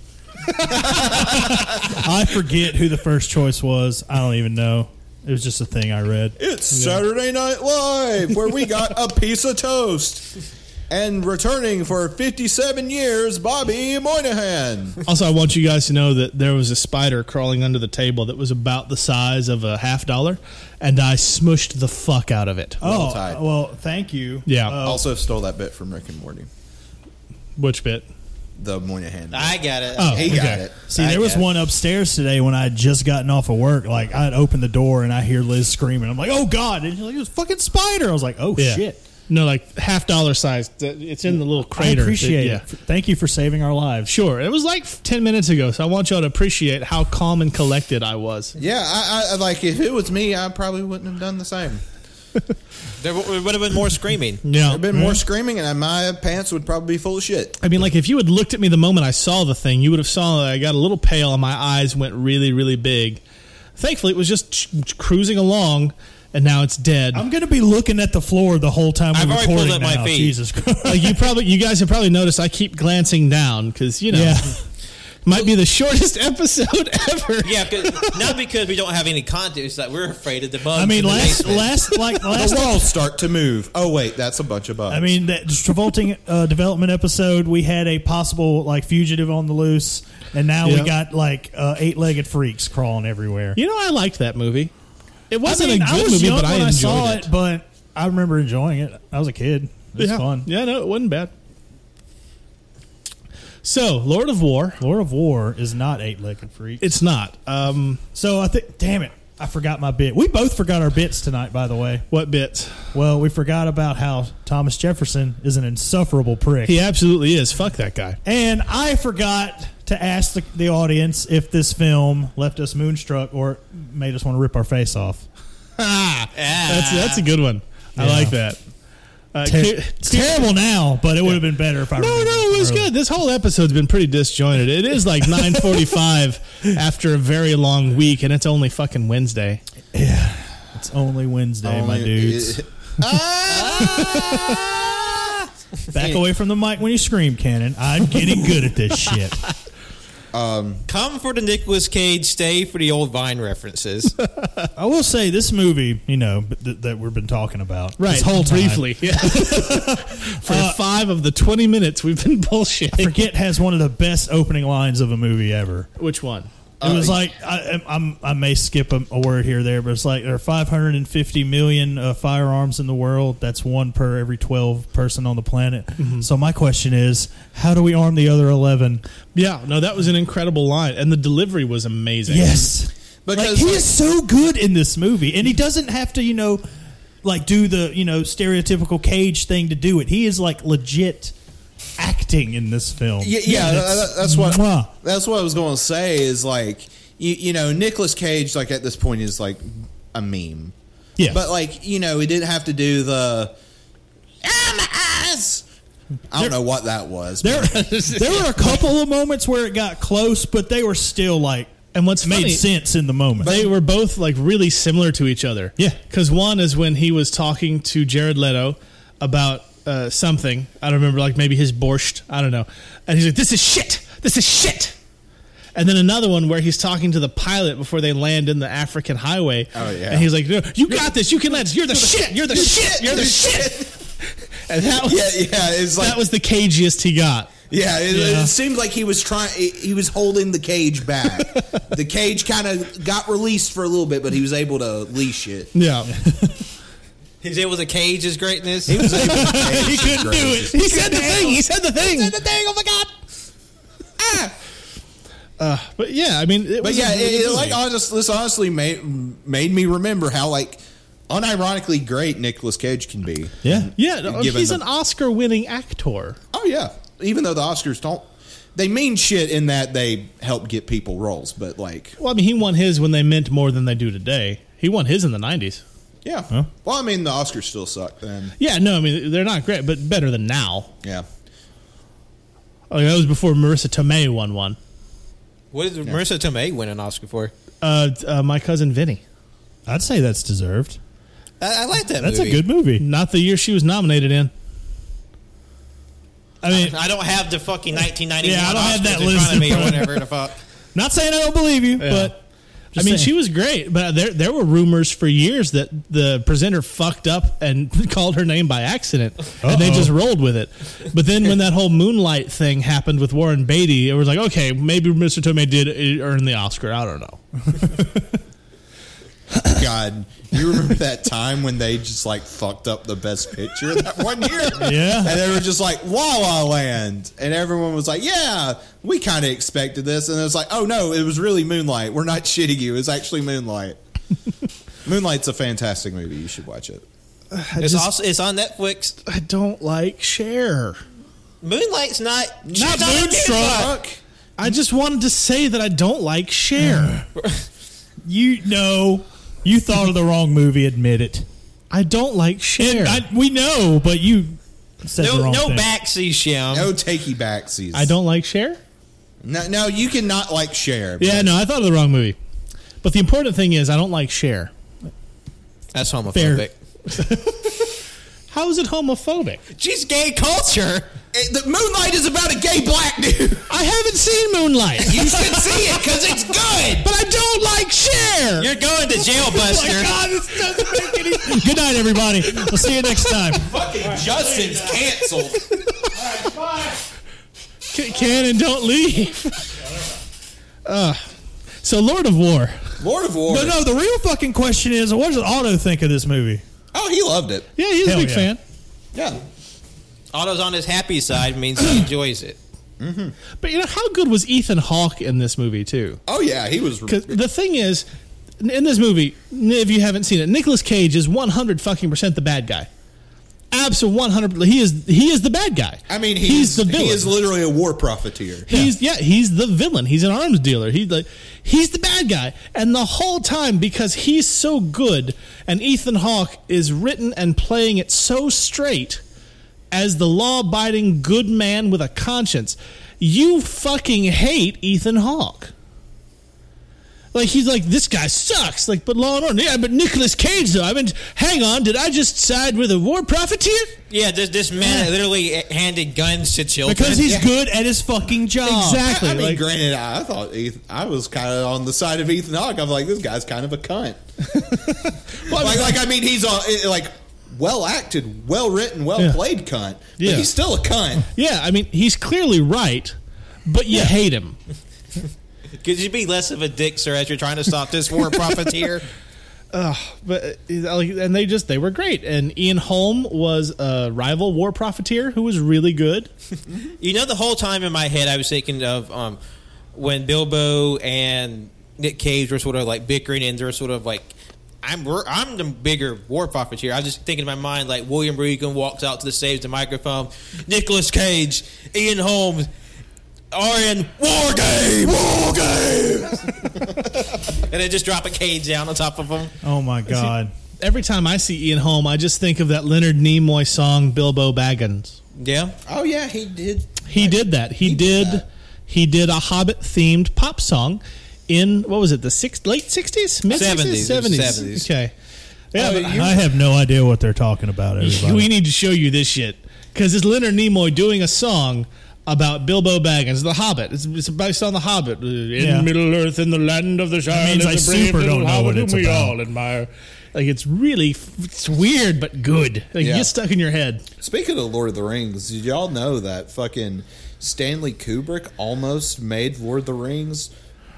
[SPEAKER 8] I forget who the first choice was. I don't even know. It was just a thing I read.
[SPEAKER 7] It's Saturday Night Live where we got a piece of toast. And returning for 57 years, Bobby Moynihan.
[SPEAKER 8] Oh.
[SPEAKER 5] Also, I want you guys to know that there was a spider crawling under the table that was about the size of a half dollar, and I smushed the fuck out of it.
[SPEAKER 8] Oh,
[SPEAKER 7] tied.
[SPEAKER 8] well, thank you. Uh,
[SPEAKER 5] Yeah.
[SPEAKER 7] also stole that bit from Rick and Morty.
[SPEAKER 5] Which bit?
[SPEAKER 7] The Moynihan. bit.
[SPEAKER 4] I got it.
[SPEAKER 5] Oh,
[SPEAKER 7] he got
[SPEAKER 5] okay.
[SPEAKER 7] it.
[SPEAKER 8] See,
[SPEAKER 7] I
[SPEAKER 8] there was
[SPEAKER 7] got it.
[SPEAKER 8] one upstairs today when I had just gotten off of work. Like, I'd opened the door and I hear Liz screaming. I'm like, oh, God. And she's like, it was a fucking spider. I was like, oh,
[SPEAKER 5] Yeah.
[SPEAKER 8] shit.
[SPEAKER 5] No, like half dollar size. It's in the little
[SPEAKER 8] I
[SPEAKER 5] crater.
[SPEAKER 8] appreciate
[SPEAKER 5] Yeah.
[SPEAKER 8] it. Thank you for saving our lives.
[SPEAKER 5] Sure. It was like 10 minutes ago, so I want y'all to appreciate how calm and collected I was.
[SPEAKER 7] Yeah, I, I like if it was me, I probably wouldn't have done the same.
[SPEAKER 4] There w- would have been more screaming.
[SPEAKER 8] Oh,
[SPEAKER 5] Yeah.
[SPEAKER 7] There'd been more screaming, and my pants would probably be full of shit.
[SPEAKER 5] I mean, like if you had looked at me the moment I saw the thing, you would have saw that I got a little pale and my eyes went really, really big. Thankfully, it was just ch- ch- cruising along, and now it's dead.
[SPEAKER 8] I'm going to be looking at the floor the whole time
[SPEAKER 4] I've
[SPEAKER 8] we're
[SPEAKER 4] already
[SPEAKER 8] recording
[SPEAKER 4] pulled up my
[SPEAKER 8] now.
[SPEAKER 4] feet.
[SPEAKER 8] Jesus Christ.
[SPEAKER 5] like you probably, you guys have probably noticed, I keep glancing down because you know,
[SPEAKER 8] Yeah.
[SPEAKER 5] might be the shortest episode ever.
[SPEAKER 4] Yeah, 'cause- not because we don't have any content. It's like we're afraid of the bugs.
[SPEAKER 8] I mean,
[SPEAKER 4] in the
[SPEAKER 8] last,
[SPEAKER 4] basement.
[SPEAKER 8] last, like,
[SPEAKER 7] The
[SPEAKER 8] last
[SPEAKER 7] walls start to move. Oh wait, that's a bunch of bugs.
[SPEAKER 8] I mean, that revolting uh, development episode, we had a possible like fugitive on the loose, and now
[SPEAKER 5] Yeah.
[SPEAKER 8] we got like uh, eight-legged freaks crawling everywhere.
[SPEAKER 5] You know, I liked that movie. It wasn't
[SPEAKER 8] mean,
[SPEAKER 5] a good
[SPEAKER 8] was
[SPEAKER 5] movie,
[SPEAKER 8] young
[SPEAKER 5] but I
[SPEAKER 8] when
[SPEAKER 5] enjoyed
[SPEAKER 8] saw
[SPEAKER 5] it.
[SPEAKER 8] But I remember enjoying it. I was a kid. It was
[SPEAKER 5] yeah.
[SPEAKER 8] fun.
[SPEAKER 5] Yeah, no, it wasn't bad. So, Lord of War,
[SPEAKER 8] Lord of War is not eight-legged freak.
[SPEAKER 5] it's not. Um,
[SPEAKER 8] So I think, damn it, I forgot my bit. We both forgot our bits tonight, by the way.
[SPEAKER 5] what bits?
[SPEAKER 8] Well, we forgot about how Thomas Jefferson is an insufferable prick.
[SPEAKER 5] He absolutely is. Fuck that guy.
[SPEAKER 8] And I forgot to ask the, the audience if this film left us moonstruck or made us want to rip our face off.
[SPEAKER 5] Ah, that's that's a good one. I
[SPEAKER 8] Yeah.
[SPEAKER 5] like that. Uh,
[SPEAKER 8] Ter-
[SPEAKER 5] Ki-
[SPEAKER 8] it's terrible now, but it would have been better if I.
[SPEAKER 5] no,
[SPEAKER 8] remembered
[SPEAKER 5] no, it was
[SPEAKER 8] earlier.
[SPEAKER 5] good. This whole episode's been pretty disjointed. It is like nine forty-five after a very long week, and it's only fucking Wednesday.
[SPEAKER 8] It's only Wednesday, my
[SPEAKER 7] Only-
[SPEAKER 8] dudes. Back away from the mic when you scream, Cannon. I'm getting good at this shit.
[SPEAKER 4] come for the Nicolas Cage, stay for the old Vine references.
[SPEAKER 8] I will say this movie, you know, th- that we've been talking about this whole time.
[SPEAKER 5] briefly. Yeah. For five of the twenty minutes we've been bullshitting.
[SPEAKER 8] Uh, Forget has one of the best opening lines of a movie ever.
[SPEAKER 5] Which one?
[SPEAKER 8] It
[SPEAKER 5] Uh,
[SPEAKER 8] was like I, I'm, I may skip a, a word here or there, but it's like there are 550 million uh, firearms in the world. That's one per every 12 person on the planet.
[SPEAKER 5] Mm-hmm.
[SPEAKER 8] So my question is, how do we arm the other 11?
[SPEAKER 5] Yeah, Oh, no, that was an incredible line, and the delivery was amazing.
[SPEAKER 8] Yes,
[SPEAKER 7] Because,
[SPEAKER 8] like, he
[SPEAKER 7] like-
[SPEAKER 8] is so good in this movie, and he doesn't have to, you know, like do the you know stereotypical Cage thing to do it. He is like legit acting in this film.
[SPEAKER 7] yeah, yeah,
[SPEAKER 8] And
[SPEAKER 7] tha-
[SPEAKER 8] it's-
[SPEAKER 7] tha- that's what
[SPEAKER 8] Mwah.
[SPEAKER 7] that's what I was going to say is like you, you know Nicolas Cage like at this point is like a meme.
[SPEAKER 8] Yeah.
[SPEAKER 7] but like you know he didn't have to do the ah, my eyes. I don't know what that was.
[SPEAKER 8] There, there were a couple of moments where it got close, but they were still like
[SPEAKER 5] And what's
[SPEAKER 8] made
[SPEAKER 5] funny,
[SPEAKER 8] sense in the moment.
[SPEAKER 5] they were both like really similar to each other.
[SPEAKER 8] Yeah.
[SPEAKER 5] because one is when he was talking to Jared Leto about uh, something. I don't remember, like maybe his borscht. I don't know. And he's like, "This is shit. This is shit." And then another one where he's talking to the pilot before they land in the African highway.
[SPEAKER 7] Oh, yeah.
[SPEAKER 5] and he's like, "No, you got this. You can land. You're the shit. You're the shit. You're the shit." And that was
[SPEAKER 7] yeah, yeah, it's like
[SPEAKER 5] that was the cagiest he got.
[SPEAKER 7] Yeah, it,
[SPEAKER 5] Yeah.
[SPEAKER 7] it seemed like he was trying. He was holding the cage back. the cage kind of got released for a little bit, but he was able to leash it.
[SPEAKER 5] Yeah,
[SPEAKER 4] He's able to cage his greatness.
[SPEAKER 7] he couldn't do it.
[SPEAKER 5] he said the thing. He said the thing.
[SPEAKER 7] The thing, oh my god!
[SPEAKER 5] But yeah, I mean, it
[SPEAKER 7] But
[SPEAKER 5] was a
[SPEAKER 7] yeah,
[SPEAKER 5] really
[SPEAKER 7] it,
[SPEAKER 5] good
[SPEAKER 7] it, like
[SPEAKER 5] movie.
[SPEAKER 7] honest, this honestly made made me remember how like unironically great Nicolas Cage can be.
[SPEAKER 8] yeah.
[SPEAKER 5] Yeah, no,
[SPEAKER 7] given
[SPEAKER 5] he's
[SPEAKER 7] the-
[SPEAKER 5] an Oscar-winning actor.
[SPEAKER 7] Oh yeah, even though the Oscars don't, they mean shit in that they help get people roles, but like
[SPEAKER 5] Well, I mean, he won his when they meant more than they do today. He won his in the '90s.
[SPEAKER 7] yeah. Well, I mean the Oscars still suck then.
[SPEAKER 5] Yeah, no, I mean they're not great, but better than now.
[SPEAKER 7] Yeah.
[SPEAKER 8] Oh,
[SPEAKER 5] Like, that was before Marissa Tomei won one.
[SPEAKER 4] what did Marissa Tomei win an Oscar for?
[SPEAKER 5] Uh, uh, my cousin Vinny.
[SPEAKER 8] I'd say that's deserved.
[SPEAKER 4] I, I like that.
[SPEAKER 8] That's
[SPEAKER 4] movie.
[SPEAKER 8] a good movie.
[SPEAKER 5] Not the year she was nominated in. I mean,
[SPEAKER 4] I don't have the fucking 1991.
[SPEAKER 8] Yeah, I don't have
[SPEAKER 4] Oscars
[SPEAKER 8] that
[SPEAKER 4] in
[SPEAKER 8] list
[SPEAKER 4] front of me
[SPEAKER 8] in
[SPEAKER 4] or
[SPEAKER 8] front of-
[SPEAKER 4] whatever the fuck.
[SPEAKER 8] Not saying I don't believe you,
[SPEAKER 5] Yeah.
[SPEAKER 8] but I
[SPEAKER 10] Just
[SPEAKER 8] mean,
[SPEAKER 10] saying.
[SPEAKER 8] she was great, but there there were rumors for years that the presenter fucked up and called her name by accident, and they
[SPEAKER 10] Uh-oh.
[SPEAKER 8] just rolled with it. But then when that whole Moonlight thing happened with Warren Beatty, it was like, okay, maybe Mr. Tomei did earn the Oscar. I don't know.
[SPEAKER 7] God, you remember that time when they just like fucked up the best picture that one year?
[SPEAKER 10] Yeah.
[SPEAKER 7] And they were just like, La La Land. And everyone was like, yeah, we kind of expected this. And it was like, oh no, it was really Moonlight. We're not shitting you. It's actually Moonlight. Moonlight's a fantastic movie. You should watch it.
[SPEAKER 5] It's also it's on Netflix.
[SPEAKER 8] I don't like Cher.
[SPEAKER 5] Moonlight's not she's
[SPEAKER 8] Not
[SPEAKER 5] a
[SPEAKER 8] Moonstruck. I just wanted to say that I don't like Cher.
[SPEAKER 10] You know, you thought of the wrong movie. Admit it.
[SPEAKER 8] I don't like Cher.
[SPEAKER 10] And I, we know, but you said the
[SPEAKER 5] No,
[SPEAKER 10] wrong
[SPEAKER 5] no
[SPEAKER 10] thing.
[SPEAKER 5] backseat shim.
[SPEAKER 7] No takey back season.
[SPEAKER 8] Um, I don't like Cher.
[SPEAKER 7] No, no, you cannot like share.
[SPEAKER 8] Yeah, no, I thought of the wrong movie. But the important thing is, I don't like Cher.
[SPEAKER 5] That's homophobic.
[SPEAKER 8] Fair. How is it homophobic?
[SPEAKER 5] She's gay culture.
[SPEAKER 7] It- Eh, the Moonlight is about a gay black dude.
[SPEAKER 8] I haven't seen Moonlight,
[SPEAKER 7] You should see it because it's good.
[SPEAKER 8] but I don't like Cher. Oh
[SPEAKER 5] You're going to jail, Buster.
[SPEAKER 8] Good night, everybody. We'll see you next time.
[SPEAKER 7] Justin's canceled.
[SPEAKER 8] C- Can and don't leave. Uh, so, Lord of War.
[SPEAKER 7] Lord of War.
[SPEAKER 10] But no, the real fucking question is, what does Otto think of this movie?
[SPEAKER 7] Oh, he loved it.
[SPEAKER 8] Yeah, he's
[SPEAKER 10] Hell
[SPEAKER 8] a big
[SPEAKER 10] yeah.
[SPEAKER 8] fan.
[SPEAKER 7] Yeah.
[SPEAKER 5] Otto's on his happy side means he enjoys it.
[SPEAKER 8] Mm-hmm. But you know how good was Ethan Hawke in this movie too?
[SPEAKER 7] Oh yeah, he was.
[SPEAKER 8] Because the thing is, n- in this movie, n- if you haven't seen it, Nicolas Cage is one hundred fucking percent the bad guy. Absolutely one hundred. He is he is the bad guy.
[SPEAKER 7] I mean, he's,
[SPEAKER 8] the villain.
[SPEAKER 7] He is literally a war profiteer.
[SPEAKER 8] He's yeah, he's the villain. He's an arms dealer. He's like he's the bad guy. And the whole time because he's so good and Ethan Hawke is written and playing it so straight as the law-abiding good man with a conscience, you fucking hate Ethan Hawke. Like he's like this guy sucks. Like, but Law and Order. Yeah, but Nicolas Cage though. I mean, hang on. Did I just side with a war profiteer?
[SPEAKER 5] Yeah, this, this man literally handed guns to children.
[SPEAKER 10] Because he's good at his fucking job.
[SPEAKER 8] Exactly.
[SPEAKER 7] I mean,
[SPEAKER 8] like,
[SPEAKER 7] granted, I, I thought Ethan, I was kind of on the side of Ethan Hawke. I'm like, this guy's kind of a cunt.
[SPEAKER 8] well, I mean,
[SPEAKER 7] Like, like I mean, he's all, eh, like well acted, well written, well played cunt. But
[SPEAKER 8] Yeah.
[SPEAKER 7] he's still a cunt.
[SPEAKER 8] Yeah, I mean, he's clearly right, but you hate him.
[SPEAKER 5] Could you be less of a dick, sir, as you're trying to stop this war profiteer?
[SPEAKER 8] But uh, he's like, and they just they were great. And Ian Holm was a rival war profiteer who was really good.
[SPEAKER 5] You know, the whole time in my head, I was thinking of um, when Bilbo and Nick Cage were sort of like bickering, and they're sort of like, "I'm we're, I'm the bigger war profiteer." I was just thinking in my mind like William Regan walks out to the stage, the microphone, Nicholas Cage, Ian Holmes. Are in war game, war game, and they just drop a cage down on top of them.
[SPEAKER 10] Oh my god.
[SPEAKER 8] Every time I see Ian Holm, I just think of that Leonard Nimoy song Bilbo Baggins.
[SPEAKER 5] Yeah,
[SPEAKER 7] Oh yeah, he did.
[SPEAKER 8] He did that. He, did. He did a Hobbit themed pop song in what was it? The six, late sixties, mid sixties,
[SPEAKER 5] 70s, it was
[SPEAKER 8] seventies.
[SPEAKER 5] 70s.
[SPEAKER 8] Okay. Yeah, but
[SPEAKER 10] I have no idea what they're talking about. Everybody.
[SPEAKER 8] we need to show you this shit because it's Leonard Nimoy doing a song about Bilbo Baggins, The Hobbit. It's, it's based on The Hobbit. Uh, In
[SPEAKER 10] Yeah.
[SPEAKER 8] Middle Earth, in the land of the Shire,
[SPEAKER 10] means I
[SPEAKER 8] lives a brave
[SPEAKER 10] super
[SPEAKER 8] little
[SPEAKER 10] don't know
[SPEAKER 8] hobbit
[SPEAKER 10] what
[SPEAKER 8] whom
[SPEAKER 10] it's
[SPEAKER 8] we
[SPEAKER 10] about.
[SPEAKER 8] all admire. Like it's really f- it's weird but good. Like you
[SPEAKER 7] Yeah.
[SPEAKER 8] get stuck in your head.
[SPEAKER 7] Speaking of Lord of the Rings, did y'all know that fucking Stanley Kubrick almost made Lord of the Rings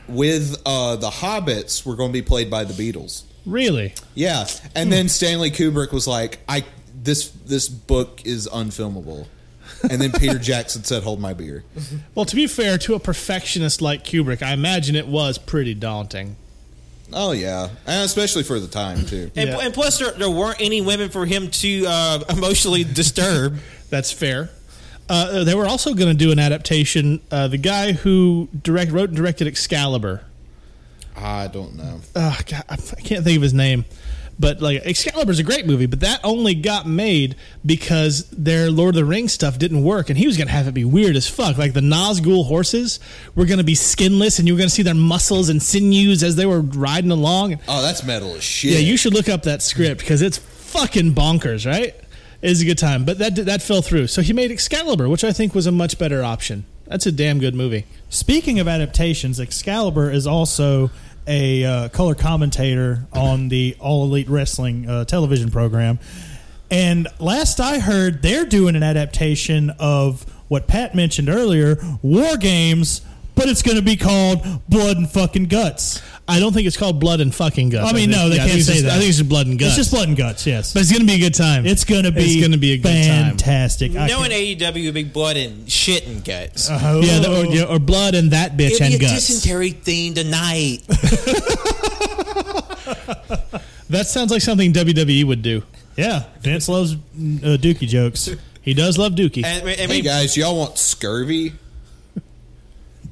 [SPEAKER 7] with uh, the Hobbits were going to be played by the Beatles.
[SPEAKER 8] Really,
[SPEAKER 7] Yeah, and
[SPEAKER 8] Hmm.
[SPEAKER 7] then Stanley Kubrick was like, "I this this book is unfilmable," and then Peter Jackson said, "Hold my beer."
[SPEAKER 8] well, to be fair, to a perfectionist like Kubrick, I imagine it was pretty daunting.
[SPEAKER 7] Oh yeah, and especially for the time too.
[SPEAKER 5] and,
[SPEAKER 8] Yeah.
[SPEAKER 5] and plus there, there weren't any women for him to uh, emotionally disturb.
[SPEAKER 8] That's fair. Uh, they were also going to do an adaptation. Uh, the guy who direct wrote and directed Excalibur,
[SPEAKER 7] I don't know.
[SPEAKER 8] oh god, I f- I can't think of his name. But like Excalibur's a great movie, but that only got made because their Lord of the Rings stuff didn't work, and he was gonna have it be weird as fuck. Like the Nazgul horses were gonna be skinless, and you were gonna see their muscles and sinews as they were riding along.
[SPEAKER 7] Oh, that's metal as shit.
[SPEAKER 8] Yeah, you should look up that script because it's fucking bonkers, right? It's a good time, but that that fell through. So he made Excalibur, which I think was a much better option. That's a damn good movie.
[SPEAKER 10] Speaking of adaptations, Excalibur is also a uh, color commentator on the All Elite Wrestling uh, television program. And last I heard, they're doing an adaptation of what Pat mentioned earlier, War Games, but it's going to be called Blood and Fucking Guts.
[SPEAKER 8] I don't think it's called Blood and Fucking Guts.
[SPEAKER 10] I mean,
[SPEAKER 8] think-
[SPEAKER 10] no, they
[SPEAKER 8] yeah, I
[SPEAKER 10] can't
[SPEAKER 8] think it's
[SPEAKER 10] say
[SPEAKER 8] just-
[SPEAKER 10] that.
[SPEAKER 8] I think it's just Blood and Guts.
[SPEAKER 10] It's just Blood and Guts, yes.
[SPEAKER 8] but it's gonna be a good time.
[SPEAKER 10] it's going to be
[SPEAKER 8] It's gonna be a good time.
[SPEAKER 10] fantastic. I
[SPEAKER 5] Knowing
[SPEAKER 10] can-
[SPEAKER 4] E
[SPEAKER 5] AEW, big blood and shit and guts.
[SPEAKER 10] Oh.
[SPEAKER 8] yeah, the, or, yeah, or blood and that bitch
[SPEAKER 5] It'll
[SPEAKER 8] and
[SPEAKER 5] be a
[SPEAKER 8] guts.
[SPEAKER 5] dysentery thing tonight.
[SPEAKER 8] that sounds like something WWE would do.
[SPEAKER 10] yeah, Vince loves mm, uh, dookie jokes.
[SPEAKER 8] He does love Dookie.
[SPEAKER 5] and, I
[SPEAKER 7] Hey
[SPEAKER 5] mean,
[SPEAKER 7] guys, y'all want scurvy?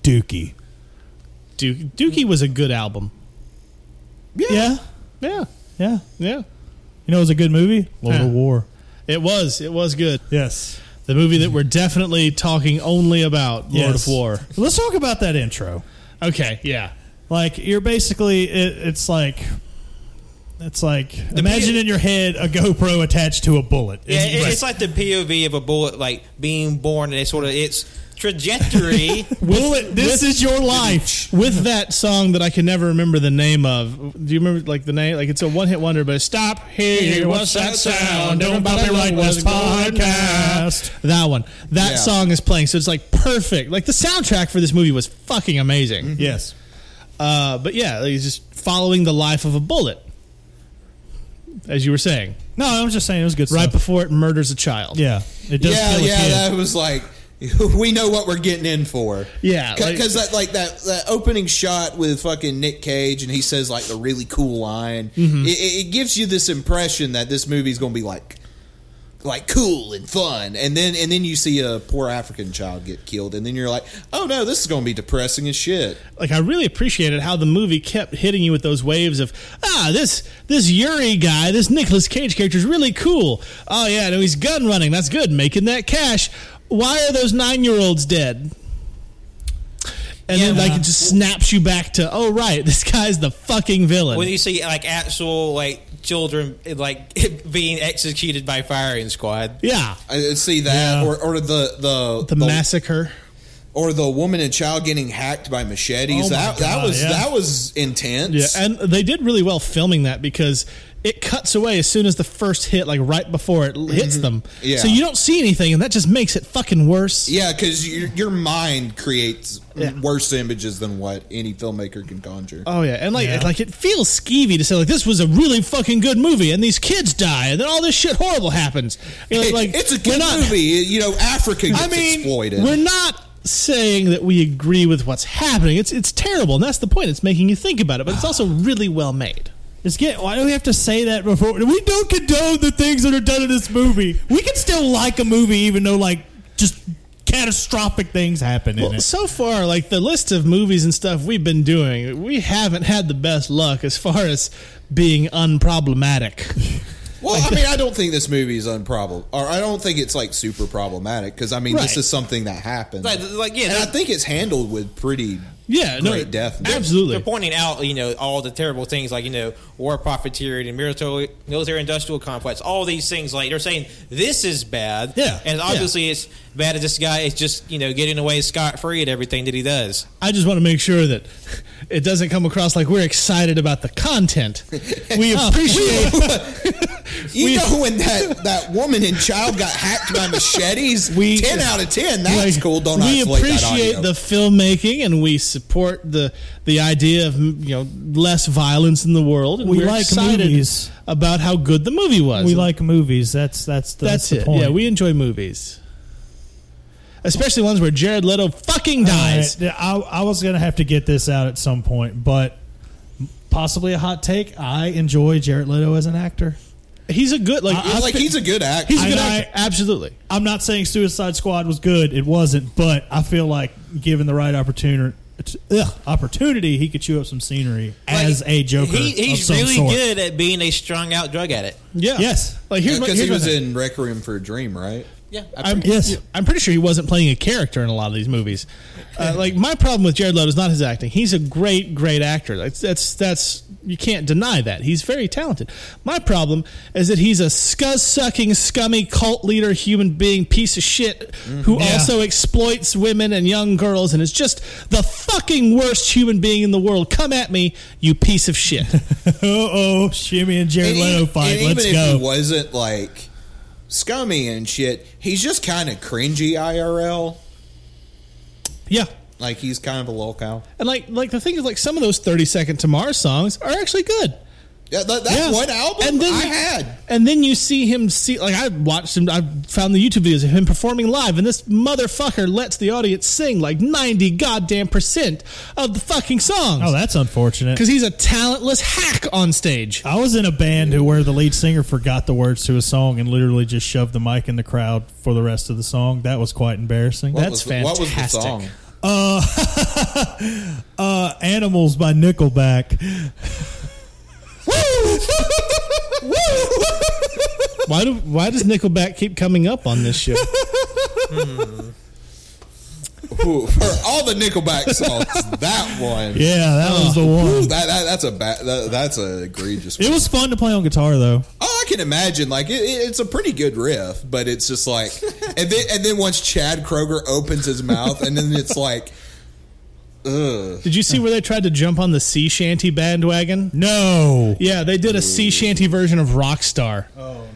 [SPEAKER 10] Dookie.
[SPEAKER 8] Doo- Dookie was a good album.
[SPEAKER 10] Yeah.
[SPEAKER 8] Yeah,
[SPEAKER 10] Yeah.
[SPEAKER 8] yeah,
[SPEAKER 10] You know, it was a good movie. Lord
[SPEAKER 8] Yeah.
[SPEAKER 10] of War.
[SPEAKER 8] it was. It was good.
[SPEAKER 10] Yes.
[SPEAKER 8] The movie that we're definitely talking only about, Lord
[SPEAKER 10] Yes.
[SPEAKER 8] of War.
[SPEAKER 10] Let's talk about that intro.
[SPEAKER 8] Okay, yeah.
[SPEAKER 10] Like you're basically, it, it's like, it's like imagine
[SPEAKER 5] P-
[SPEAKER 10] in your head a GoPro attached to a bullet.
[SPEAKER 5] yeah, it- it's like the POV of a bullet, like being born, and it's sort of its trajectory.
[SPEAKER 10] bullet. This is your life.
[SPEAKER 8] With that song that I can never remember the name of. Do you remember like the name? Like it's a one hit wonder, but it's, stop here. What's that sound?
[SPEAKER 10] Don't copyright
[SPEAKER 8] know what's
[SPEAKER 10] this
[SPEAKER 8] going
[SPEAKER 10] podcast.
[SPEAKER 8] on. That one. That
[SPEAKER 7] Yeah.
[SPEAKER 8] song is playing, so it's like perfect. Like the soundtrack for this movie was fucking amazing.
[SPEAKER 10] Yes.
[SPEAKER 8] Uh, but yeah, like, he's just following the life of a bullet, as you were saying,
[SPEAKER 10] No, I'm just saying it was good
[SPEAKER 8] right
[SPEAKER 10] stuff.
[SPEAKER 8] before it murders a child.
[SPEAKER 10] yeah, it does
[SPEAKER 7] yeah,
[SPEAKER 10] kill a
[SPEAKER 7] yeah,
[SPEAKER 10] kid.
[SPEAKER 7] that was like we know what we're getting in for.
[SPEAKER 8] Yeah, like-
[SPEAKER 7] because that like that that opening shot with fucking Nick Cage and he says like the really cool line. It, it, it gives you this impression that this movie's going to be like like cool and fun, and then and then you see a poor African child get killed, and then you're like, oh no, this is going to be depressing as shit.
[SPEAKER 8] like I really appreciated how the movie kept hitting you with those waves of ah this this Yuri guy this Nicolas Cage character is really cool oh yeah no he's gun running that's good making that cash why are those nine year olds dead and then like it just snaps you back to oh right this guy's the fucking villain
[SPEAKER 5] when you see like actual like children like being executed by firing squad.
[SPEAKER 8] yeah
[SPEAKER 7] I I see that, or or the the
[SPEAKER 8] the massacre
[SPEAKER 7] or the woman and child getting hacked by machetes.
[SPEAKER 10] Oh my
[SPEAKER 7] that that
[SPEAKER 10] God,
[SPEAKER 7] was
[SPEAKER 10] yeah.
[SPEAKER 7] that was intense.
[SPEAKER 8] yeah and they did really well filming that because it cuts away as soon as the first hit like right before it hits them
[SPEAKER 7] Yeah.
[SPEAKER 8] so you don't see anything and that just makes it fucking worse
[SPEAKER 7] Yeah, because your, your mind creates worse images than what any filmmaker can conjure.
[SPEAKER 8] Oh yeah, and like like it feels skeevy to say like this was a really fucking good movie, and these kids die, and then all this shit horrible happens. You know,
[SPEAKER 7] It-
[SPEAKER 8] like
[SPEAKER 7] it's a
[SPEAKER 8] we're
[SPEAKER 7] good
[SPEAKER 8] not-
[SPEAKER 7] movie. You know, Africa gets
[SPEAKER 8] I mean,
[SPEAKER 7] exploited.
[SPEAKER 8] we're not saying that we agree with what's happening. It's it's terrible, and that's the point. It's making you think about it, but it's also really well made.
[SPEAKER 10] It's get. Why do we have to say that before? We don't condone the things that are done in this movie. We can still like a movie, even though like just catastrophic things happen in
[SPEAKER 8] Well,
[SPEAKER 10] it.
[SPEAKER 8] so far, like the list of movies and stuff we've been doing, we haven't had the best luck as far as being unproblematic.
[SPEAKER 7] well, I mean, I don't think this movie is unproblem, or I don't think it's like super problematic because I mean, this
[SPEAKER 8] Right.
[SPEAKER 7] is something that happened.
[SPEAKER 5] Like, like yeah,
[SPEAKER 7] and
[SPEAKER 5] they're,
[SPEAKER 7] I think it's handled with pretty.
[SPEAKER 8] Yeah, no,
[SPEAKER 7] Great death.
[SPEAKER 8] absolutely.
[SPEAKER 5] they're pointing out you know all the terrible things like you know war profiteering and military military industrial complex, all these things. Like they're saying this is bad.
[SPEAKER 8] Yeah,
[SPEAKER 5] and
[SPEAKER 8] yeah.
[SPEAKER 5] obviously it's bad as this guy is just you know getting away scot free at everything that he does.
[SPEAKER 8] I just want to make sure that it doesn't come across like we're excited about the content. We appreciate
[SPEAKER 7] You know, when that, that woman and child got hacked by machetes,
[SPEAKER 8] We-
[SPEAKER 7] ten out of ten. That's
[SPEAKER 8] like,
[SPEAKER 7] cool. Don't
[SPEAKER 8] we
[SPEAKER 7] isolate that
[SPEAKER 8] appreciate
[SPEAKER 7] audio.
[SPEAKER 8] the filmmaking and we support the the idea of you know less violence in the world. And
[SPEAKER 10] We
[SPEAKER 8] we're
[SPEAKER 10] like
[SPEAKER 8] excited
[SPEAKER 10] movies.
[SPEAKER 8] about how good the movie was.
[SPEAKER 10] we like movies. That's that's the, that's,
[SPEAKER 8] that's,
[SPEAKER 10] the
[SPEAKER 8] it.
[SPEAKER 10] point.
[SPEAKER 8] Yeah, we enjoy movies, especially ones where Jared Leto fucking dies.
[SPEAKER 10] All right, I, I was gonna have to get this out at some point, but possibly a hot take. I enjoy Jared Leto as an actor.
[SPEAKER 8] He's a good like.
[SPEAKER 7] It's like he's a good actor.
[SPEAKER 8] He's a good
[SPEAKER 10] I-
[SPEAKER 8] actor. Absolutely.
[SPEAKER 10] I'm not saying Suicide Squad was good; it wasn't. But I feel like, given the right opportunity, ugh, opportunity, he could chew up some scenery as
[SPEAKER 5] Like,
[SPEAKER 10] a Joker.
[SPEAKER 5] he,
[SPEAKER 10] of
[SPEAKER 5] he's
[SPEAKER 10] some
[SPEAKER 5] really
[SPEAKER 10] sort.
[SPEAKER 5] good at being a strung out drug addict.
[SPEAKER 8] Yeah.
[SPEAKER 10] Yes.
[SPEAKER 8] Like here's my
[SPEAKER 7] because
[SPEAKER 8] here's
[SPEAKER 7] he
[SPEAKER 8] my
[SPEAKER 7] was
[SPEAKER 8] thing.
[SPEAKER 7] in Requiem for a Dream, right?
[SPEAKER 5] Yeah,
[SPEAKER 8] I'm, yes. I'm pretty sure he wasn't playing a character in a lot of these movies. Uh, like my problem with Jared Leto is not his acting. He's a great, great actor. That's, that's that's you can't deny that. He's very talented. My problem is that he's a scuzz sucking, scummy cult leader, human being, piece of shit
[SPEAKER 10] Mm-hmm.
[SPEAKER 8] who also exploits women and young girls and is just the fucking worst human being in the world. Come at me, you piece of shit.
[SPEAKER 10] oh, Shimmy and Jared
[SPEAKER 7] And
[SPEAKER 10] Leto
[SPEAKER 7] even-
[SPEAKER 10] fight.
[SPEAKER 7] and
[SPEAKER 10] Let's
[SPEAKER 7] even if he
[SPEAKER 10] go.
[SPEAKER 7] wasn't like scummy and shit, he's just kind of cringy IRL.
[SPEAKER 8] yeah.
[SPEAKER 7] Like he's kind of a low cow.
[SPEAKER 8] And like like the thing is like some of those 30 second to Mars songs are actually good.
[SPEAKER 7] Yeah, that, that's
[SPEAKER 8] Yeah.
[SPEAKER 7] one album I
[SPEAKER 8] you-
[SPEAKER 7] had.
[SPEAKER 8] And then you see him see like I watched him I found the YouTube videos of him performing live and this motherfucker lets the audience sing like 90 goddamn percent of the fucking songs.
[SPEAKER 10] Oh, that's unfortunate.
[SPEAKER 8] Cuz he's a talentless hack on stage.
[SPEAKER 10] I was in a band who where the lead singer forgot the words to a song and literally just shoved the mic in the crowd for the rest of the song. That was quite embarrassing.
[SPEAKER 7] What
[SPEAKER 10] That
[SPEAKER 7] was
[SPEAKER 8] That's
[SPEAKER 7] the- What was the
[SPEAKER 8] fantastic.
[SPEAKER 7] song?
[SPEAKER 10] uh, "Animals" by Nickelback.
[SPEAKER 8] Why do why does Nickelback keep coming up on this show?
[SPEAKER 7] Ooh, for all the Nickelback songs, that one.
[SPEAKER 10] Yeah, that was the
[SPEAKER 8] Oh.
[SPEAKER 7] Ooh,
[SPEAKER 10] one.
[SPEAKER 7] that, that that's a bad. That, that's a egregious.
[SPEAKER 10] It
[SPEAKER 7] one.
[SPEAKER 10] was fun to play on guitar though.
[SPEAKER 7] Oh, I can imagine. Like it, it- it's a pretty good riff, but it's just like, and then and then once Chad Kroger opens his mouth, and then it's like, ugh.
[SPEAKER 8] Did you see where they tried to jump on the sea shanty bandwagon?
[SPEAKER 10] No.
[SPEAKER 8] Yeah, they did a sea shanty version of Rockstar.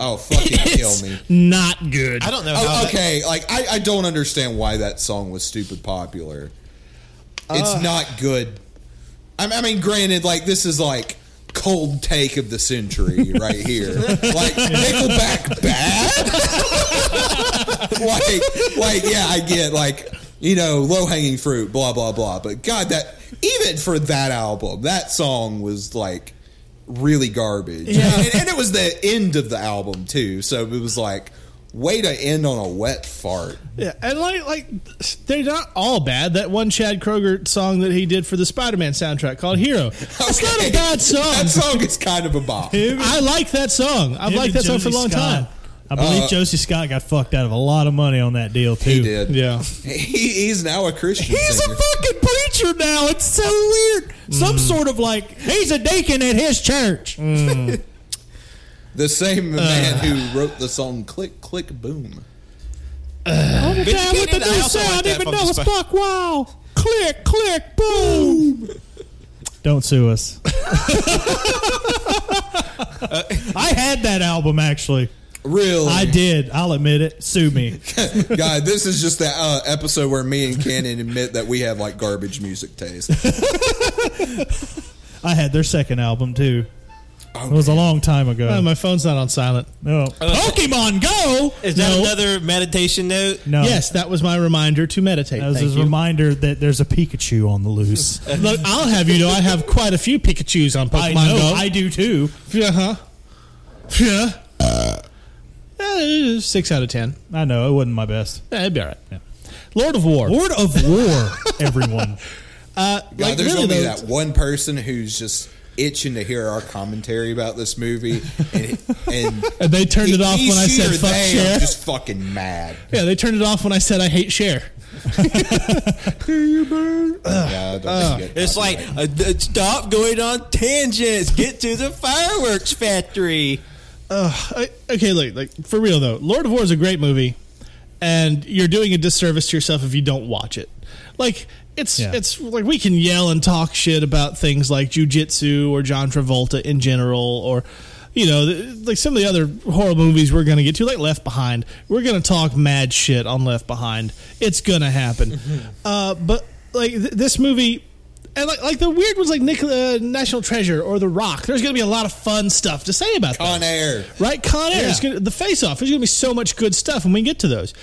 [SPEAKER 7] Oh, fucking kill me.
[SPEAKER 8] Not good.
[SPEAKER 5] I don't know.
[SPEAKER 7] Oh,
[SPEAKER 5] how that-
[SPEAKER 7] okay, like I, I don't understand why that song was stupid popular. It's not good. I, I mean, granted, like this is like cold take of the century right here. like Nickelback bad. like, like yeah, I get like you know low hanging fruit, blah blah blah. But God, that even for that album, that song was like really garbage. And, and it was the end of the album too, so it was like way to end on a wet fart.
[SPEAKER 8] Yeah, and like like they're not all bad. That one Chad Kroger song that he did for the Spider-Man soundtrack called "Hero." That's not
[SPEAKER 7] Okay.
[SPEAKER 8] a bad
[SPEAKER 7] That
[SPEAKER 8] song.
[SPEAKER 7] song is kind of a bop.
[SPEAKER 8] I like that song. I've
[SPEAKER 10] Him
[SPEAKER 8] liked
[SPEAKER 10] and
[SPEAKER 8] that song for a
[SPEAKER 10] Josie
[SPEAKER 8] long
[SPEAKER 10] Scott.
[SPEAKER 8] time.
[SPEAKER 10] I believe Josie Scott got fucked out of a lot of money on that deal too.
[SPEAKER 7] Uh, He did.
[SPEAKER 8] Yeah,
[SPEAKER 7] He, he's now a Christian.
[SPEAKER 10] He's a
[SPEAKER 7] singer.
[SPEAKER 10] fucking preacher now. It's so weird. Some
[SPEAKER 5] Mm.
[SPEAKER 10] sort of like he's a deacon at his church.
[SPEAKER 7] the
[SPEAKER 8] Uh,
[SPEAKER 7] same man who wrote the song "Click Click Boom."
[SPEAKER 10] All the
[SPEAKER 5] But you
[SPEAKER 10] time
[SPEAKER 5] can't
[SPEAKER 10] with the
[SPEAKER 5] even- I
[SPEAKER 10] new
[SPEAKER 5] also like
[SPEAKER 10] sound,
[SPEAKER 5] that
[SPEAKER 10] even
[SPEAKER 5] from
[SPEAKER 10] though
[SPEAKER 5] the
[SPEAKER 10] it's
[SPEAKER 5] Spi-
[SPEAKER 10] fuck wow. Click, click, boom. Don't sue us. I had that album actually.
[SPEAKER 7] Really,
[SPEAKER 10] I did. I'll admit it. Sue me.
[SPEAKER 7] God, this is just that uh, episode where me and Cannon admit that we have like garbage music taste.
[SPEAKER 10] I had their second album too. It was a long time ago.
[SPEAKER 8] Oh, my phone's not on silent.
[SPEAKER 10] no. Pokemon Go.
[SPEAKER 5] Is that
[SPEAKER 10] no.
[SPEAKER 5] another meditation note?
[SPEAKER 10] No.
[SPEAKER 8] Yes, that was my reminder to meditate.
[SPEAKER 10] That was
[SPEAKER 8] Thank
[SPEAKER 10] his
[SPEAKER 8] you.
[SPEAKER 10] reminder that there's a Pikachu on the loose.
[SPEAKER 8] Look, I'll have you know I have quite a few Pikachu's on Pokemon
[SPEAKER 10] I know.
[SPEAKER 8] Go.
[SPEAKER 10] I do too.
[SPEAKER 8] yeah, huh? Yeah. Eh, six out of ten.
[SPEAKER 10] I know. It wasn't my best.
[SPEAKER 8] Yeah, it'd be all right. Lord of War. Uh,
[SPEAKER 10] Lord of War, everyone.
[SPEAKER 7] God,
[SPEAKER 8] Like,
[SPEAKER 7] there's
[SPEAKER 8] really,
[SPEAKER 7] only
[SPEAKER 8] though,
[SPEAKER 7] that one person who's just itching to hear our commentary about this movie, and and,
[SPEAKER 8] And they turned it off
[SPEAKER 7] he's
[SPEAKER 8] when I
[SPEAKER 7] here,
[SPEAKER 8] said fuck
[SPEAKER 7] they are
[SPEAKER 8] share.
[SPEAKER 7] Just fucking mad.
[SPEAKER 8] Yeah, they turned it off when I said I hate share.
[SPEAKER 7] Yeah, I don't think it-
[SPEAKER 5] It's like uh, d- stop going on tangents. Get to the fireworks factory.
[SPEAKER 8] I, okay, look, like for real though, Lord of War is a great movie, and you're doing a disservice to yourself if you don't watch it. Like it's
[SPEAKER 10] Yeah.
[SPEAKER 8] it's like we can yell and talk shit about things like jujitsu or John Travolta in general, or you know, th- like some of the other horror movies we're gonna get to, like Left Behind. We're gonna talk mad shit on Left Behind. It's gonna happen. uh, but like th- this movie. And like, like the weird ones like Nick, uh, National Treasure or The Rock, there's going to be a lot of fun stuff to say about that
[SPEAKER 7] on air.
[SPEAKER 8] right? Con Air,
[SPEAKER 10] Yeah.
[SPEAKER 8] is gonna, the Face Off. There's going to be so much good stuff when we get to those.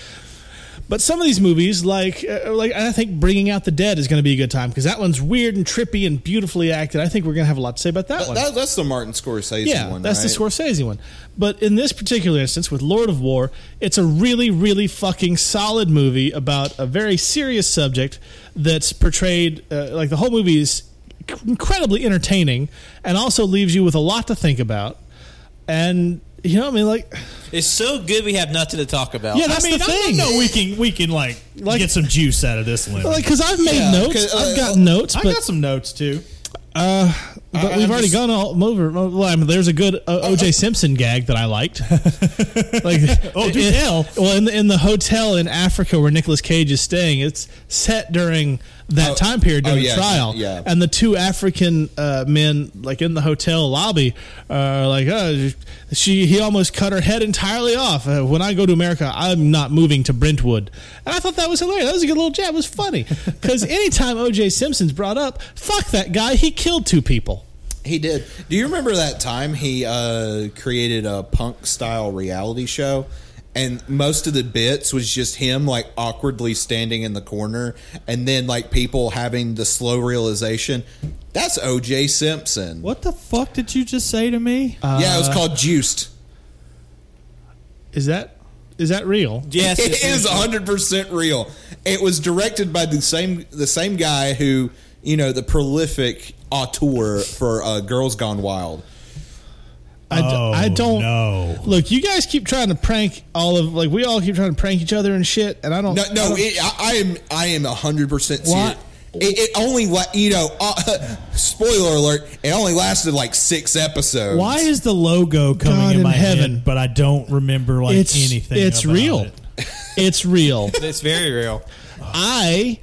[SPEAKER 8] But some of these movies, like uh, like I think Bringing Out the Dead is going to be a good time because that one's weird and trippy and beautifully acted. I think we're going to have a lot to say about that one.
[SPEAKER 7] That, that's the Martin Scorsese
[SPEAKER 8] yeah,
[SPEAKER 7] one.
[SPEAKER 8] that's
[SPEAKER 7] right?
[SPEAKER 8] the Scorsese one. But in this particular instance with Lord of War, it's a really, really fucking solid movie about a very serious subject that's portrayed uh, like the whole movie is incredibly entertaining and also leaves you with a lot to think about. And You know, what I mean, like,
[SPEAKER 5] It's so good we have nothing to talk about.
[SPEAKER 8] yeah, that's
[SPEAKER 10] I mean,
[SPEAKER 8] the
[SPEAKER 10] I don't
[SPEAKER 8] thing.
[SPEAKER 10] know we can we can like,
[SPEAKER 8] Like-
[SPEAKER 10] get some juice out of this one.
[SPEAKER 8] Like, because I've made
[SPEAKER 7] Yeah, 'cause,
[SPEAKER 8] notes,
[SPEAKER 7] uh,
[SPEAKER 8] I've got notes,
[SPEAKER 10] I
[SPEAKER 8] but
[SPEAKER 10] got some notes too.
[SPEAKER 8] uh, but
[SPEAKER 7] I-
[SPEAKER 8] we've
[SPEAKER 7] I'm
[SPEAKER 8] already
[SPEAKER 7] just-
[SPEAKER 8] gone all over. Well, I mean, there's a good uh, OJ Simpson gag that I liked. like,
[SPEAKER 10] Oh, do
[SPEAKER 8] in-
[SPEAKER 10] tell.
[SPEAKER 8] Well, in the, in the hotel in Africa where Nicolas Cage is staying, it's set during that
[SPEAKER 7] Oh,
[SPEAKER 8] time period
[SPEAKER 7] oh,
[SPEAKER 8] during
[SPEAKER 7] yeah,
[SPEAKER 8] the trial.
[SPEAKER 7] yeah.
[SPEAKER 8] And the two African uh, men, like in the hotel lobby, are like, oh, she he almost cut her head entirely off. Uh, when I go to America, I'm not moving to Brentwood. And I thought that was hilarious. That was a good little jab. It was funny because anytime OJ Simpson's brought up, fuck that guy. He killed two people.
[SPEAKER 7] He did. Do you remember that time he uh, created a punk style reality show? And most of the bits was just him like awkwardly standing in the corner and then like people having the slow realization that's OJ Simpson.
[SPEAKER 10] What the fuck did you just say to me?
[SPEAKER 8] Uh,
[SPEAKER 7] yeah, it was called Juiced.
[SPEAKER 8] Is that is that real?
[SPEAKER 5] Yes,
[SPEAKER 7] it is
[SPEAKER 5] on.
[SPEAKER 7] hundred percent real. It was directed by the same the same guy who you know the prolific auteur for uh, Girls Gone Wild.
[SPEAKER 8] I, d-
[SPEAKER 10] Oh,
[SPEAKER 8] I don't
[SPEAKER 10] no.
[SPEAKER 8] Look, you guys keep trying to prank all of like we all keep trying to prank each other and shit, and I don't.
[SPEAKER 7] No,
[SPEAKER 8] I
[SPEAKER 7] no,
[SPEAKER 8] don't-
[SPEAKER 7] it, I, I am I am hundred percent
[SPEAKER 8] Why-
[SPEAKER 7] serious. It, it only la- you know uh, spoiler alert. It only lasted like six episodes.
[SPEAKER 10] Why is the logo coming
[SPEAKER 8] God
[SPEAKER 10] in,
[SPEAKER 8] in
[SPEAKER 10] my
[SPEAKER 8] heaven.
[SPEAKER 10] head, but I don't remember like
[SPEAKER 8] it's
[SPEAKER 10] anything?
[SPEAKER 8] It's
[SPEAKER 10] about
[SPEAKER 8] real.
[SPEAKER 10] it?
[SPEAKER 8] It's real.
[SPEAKER 5] It's very real.
[SPEAKER 8] I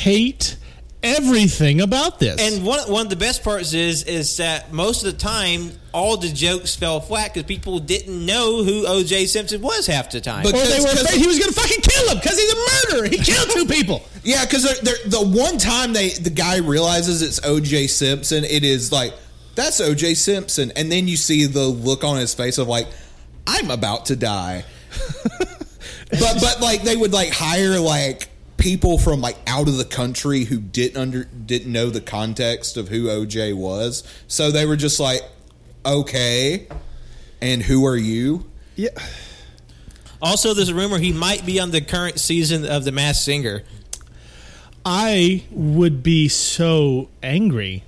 [SPEAKER 8] hate everything about this.
[SPEAKER 5] And one one of the best parts is is that most of the time all the jokes fell flat because people didn't know who O.J. Simpson was half the time.
[SPEAKER 7] But-
[SPEAKER 8] or they were
[SPEAKER 7] Because-
[SPEAKER 8] afraid he was going to fucking kill him because he's a murderer. He killed two people.
[SPEAKER 7] Yeah, because the one time they the guy realizes it's O.J. Simpson, it is like that's O.J. Simpson, and then you see the look on his face of like I'm about to die. but but like they would like hire like people from like out of the country who didn't under didn't know the context of who O.J. was, so they were just like okay, and who are you?
[SPEAKER 8] Yeah.
[SPEAKER 5] also, there's a rumor he might be on the current season of The Masked Singer.
[SPEAKER 8] I would be so angry.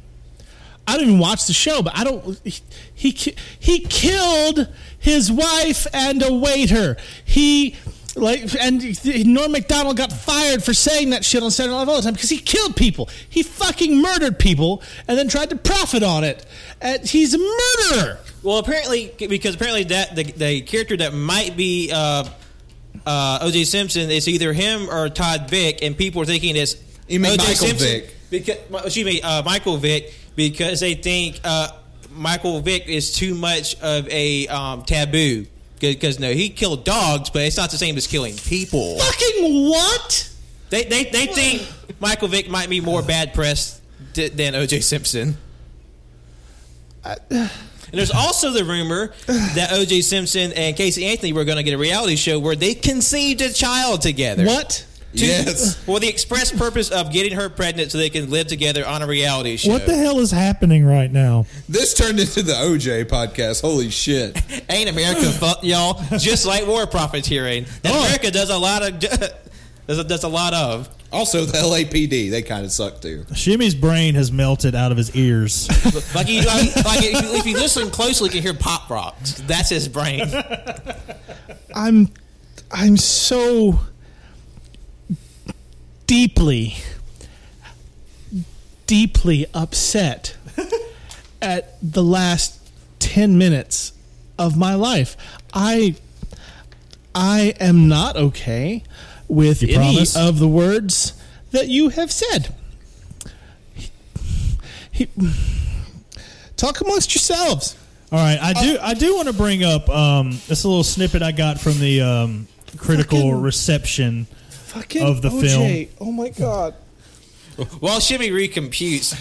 [SPEAKER 8] I didn't even watch the show, but I don't. He he, ki- he killed his wife and a waiter. He like and Norm Macdonald got fired for saying that shit on Saturday Night Live all the time because he killed people. He fucking murdered people and then tried to profit on it. And he's a murderer.
[SPEAKER 5] Well, apparently, because apparently that the, the character that might be uh, uh, O.J. Simpson is either him or Todd Vick, and people are thinking it's
[SPEAKER 7] You mean
[SPEAKER 5] O.J.
[SPEAKER 7] Michael
[SPEAKER 5] Simpson
[SPEAKER 7] Vick.
[SPEAKER 5] because well, excuse me, uh, Michael Vick, because they think uh, Michael Vick is too much of a um, taboo. Because no, he killed dogs, but it's not the same as killing people.
[SPEAKER 8] Fucking what?
[SPEAKER 5] They they, they think Michael Vick might be more bad pressed d- than O.J. Simpson. And there's also the rumor that O.J. Simpson and Casey Anthony were going to get a reality show where they conceived a child together.
[SPEAKER 8] What?
[SPEAKER 5] To-
[SPEAKER 7] Yes.
[SPEAKER 5] For the express purpose of getting her pregnant so they can live together on a reality show.
[SPEAKER 10] What the hell is happening right now?
[SPEAKER 7] This turned into the OJ podcast. Holy shit!
[SPEAKER 5] Ain't America fuck y'all? Just like war profiteering. That America does a lot of. Does a, does a lot of.
[SPEAKER 7] Also, the LAPD they kind of suck too.
[SPEAKER 10] Shimmy's brain has melted out of his ears.
[SPEAKER 5] Like, you, like, like if, you, if you listen closely, you can hear pop rocks. That's his brain.
[SPEAKER 8] I'm I'm so deeply deeply upset at the last 10 minutes of my life. I I am not okay with any
[SPEAKER 10] promise?
[SPEAKER 8] of the words that you have said. He- he- talk amongst yourselves.
[SPEAKER 10] All right, I do I do want to bring up um, this little snippet I got from the um, critical
[SPEAKER 8] Fucking-
[SPEAKER 10] reception.
[SPEAKER 8] Fucking
[SPEAKER 10] Of the
[SPEAKER 8] OJ. Oh my god.
[SPEAKER 5] Well, Shimmy recomputes.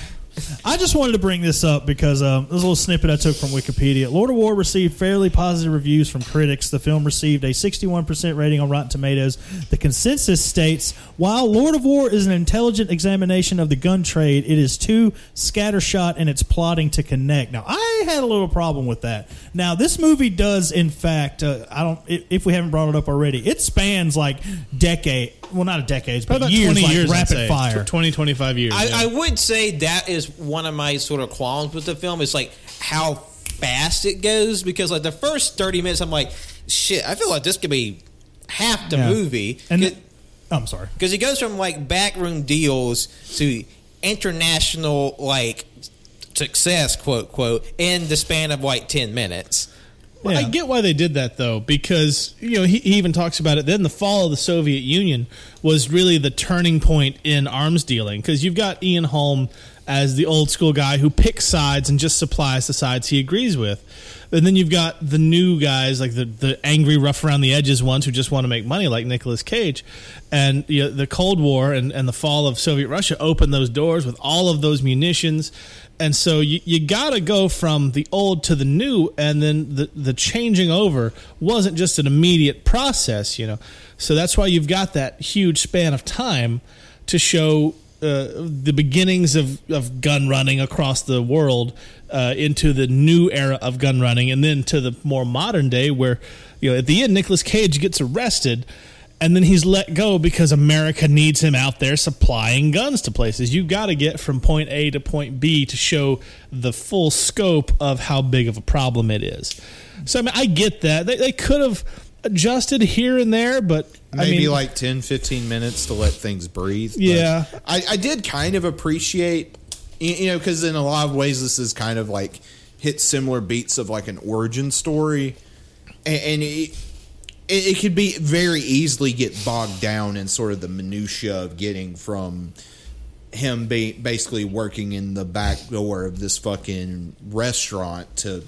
[SPEAKER 10] I just wanted to bring this up because um, this little snippet I took from Wikipedia. Lord of War received fairly positive reviews from critics. The film received a 61% rating on Rotten Tomatoes. The consensus states while Lord of War is an intelligent examination of the gun trade, it is too scattershot in its plotting to connect. Now, I had a little problem with that. Now, this movie does, in fact, uh, I don't. i- If we haven't brought it up already, it spans like decade. Well, not a decade, but years, like rapid fire.
[SPEAKER 8] 20, 25 years.
[SPEAKER 5] I, I would say that is one of my sort of qualms with the film. It's like how fast it goes because like the first thirty minutes, I'm like, shit, I feel like this could be half the
[SPEAKER 10] Yeah.
[SPEAKER 5] movie.
[SPEAKER 10] And oh,
[SPEAKER 5] Cause-
[SPEAKER 10] I'm sorry.
[SPEAKER 5] because he goes from like backroom deals to international like success, quote quote, in the span of like ten minutes.
[SPEAKER 8] Well, I
[SPEAKER 10] Yeah.
[SPEAKER 8] get why they did that though, because you know he, he even talks about it. Then the fall of the Soviet Union was really the turning point in arms dealing, because you've got Ian Holm as the old school guy who picks sides and just supplies the sides he agrees with, and then you've got the new guys like the the angry, rough around the edges ones who just want to make money, like Nicolas Cage, and you know, the Cold War and and the fall of Soviet Russia opened those doors with all of those munitions and so you, you got to go from the old to the new and then the, the changing over wasn't just an immediate process you know so that's why you've got that huge span of time to show uh, the beginnings of, of gun running across the world uh, into the new era of gun running and then to the more modern day where you know at the end Nicolas Cage gets arrested and then he's let go because America needs him out there supplying guns to places. You got to get from point A to point B to show the full scope of how big of a problem it is. So I mean, I get that they, they could have adjusted here and there, but
[SPEAKER 7] maybe
[SPEAKER 8] I mean,
[SPEAKER 7] like 10 15 minutes to let things breathe but
[SPEAKER 8] Yeah.
[SPEAKER 7] I, I did kind of appreciate you, you know because in a lot of ways this is kind of like hit similar beats of like an origin story and, and it, it, it could be very easily get bogged down in sort of the minutia of getting from him be, basically working in the back door of this fucking restaurant to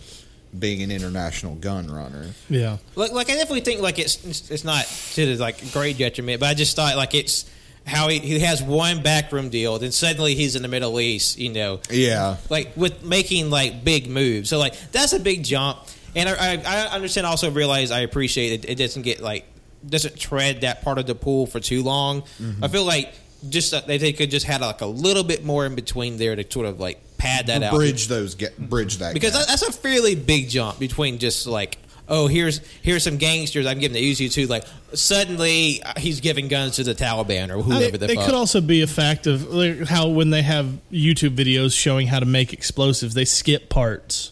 [SPEAKER 7] being an international gun runner
[SPEAKER 8] yeah.
[SPEAKER 5] Like, like I definitely think like it's it's- it's not to the, like great detriment, but I just thought like it's how he, he has one backroom deal, then suddenly he's in the Middle East, you know,
[SPEAKER 7] yeah
[SPEAKER 5] like with making like big moves. So like that's a big jump, and I, I, I understand. Also realize I appreciate it. It doesn't get like doesn't tread that part of the pool for too long.
[SPEAKER 7] Mm-hmm.
[SPEAKER 5] I feel like just that they, they could just had like a little bit more in between there to sort of like pad that out
[SPEAKER 7] bridge those get bridge that
[SPEAKER 5] because
[SPEAKER 7] gap.
[SPEAKER 5] that, that's a fairly big jump between just like oh here's here's some gangsters I'm giving the easy to like suddenly uh, he's giving guns to the Taliban or
[SPEAKER 8] I-
[SPEAKER 5] whoever the
[SPEAKER 8] they
[SPEAKER 5] fuck.
[SPEAKER 8] could also be a fact of like, how when they have YouTube videos showing how to make explosives, they skip parts.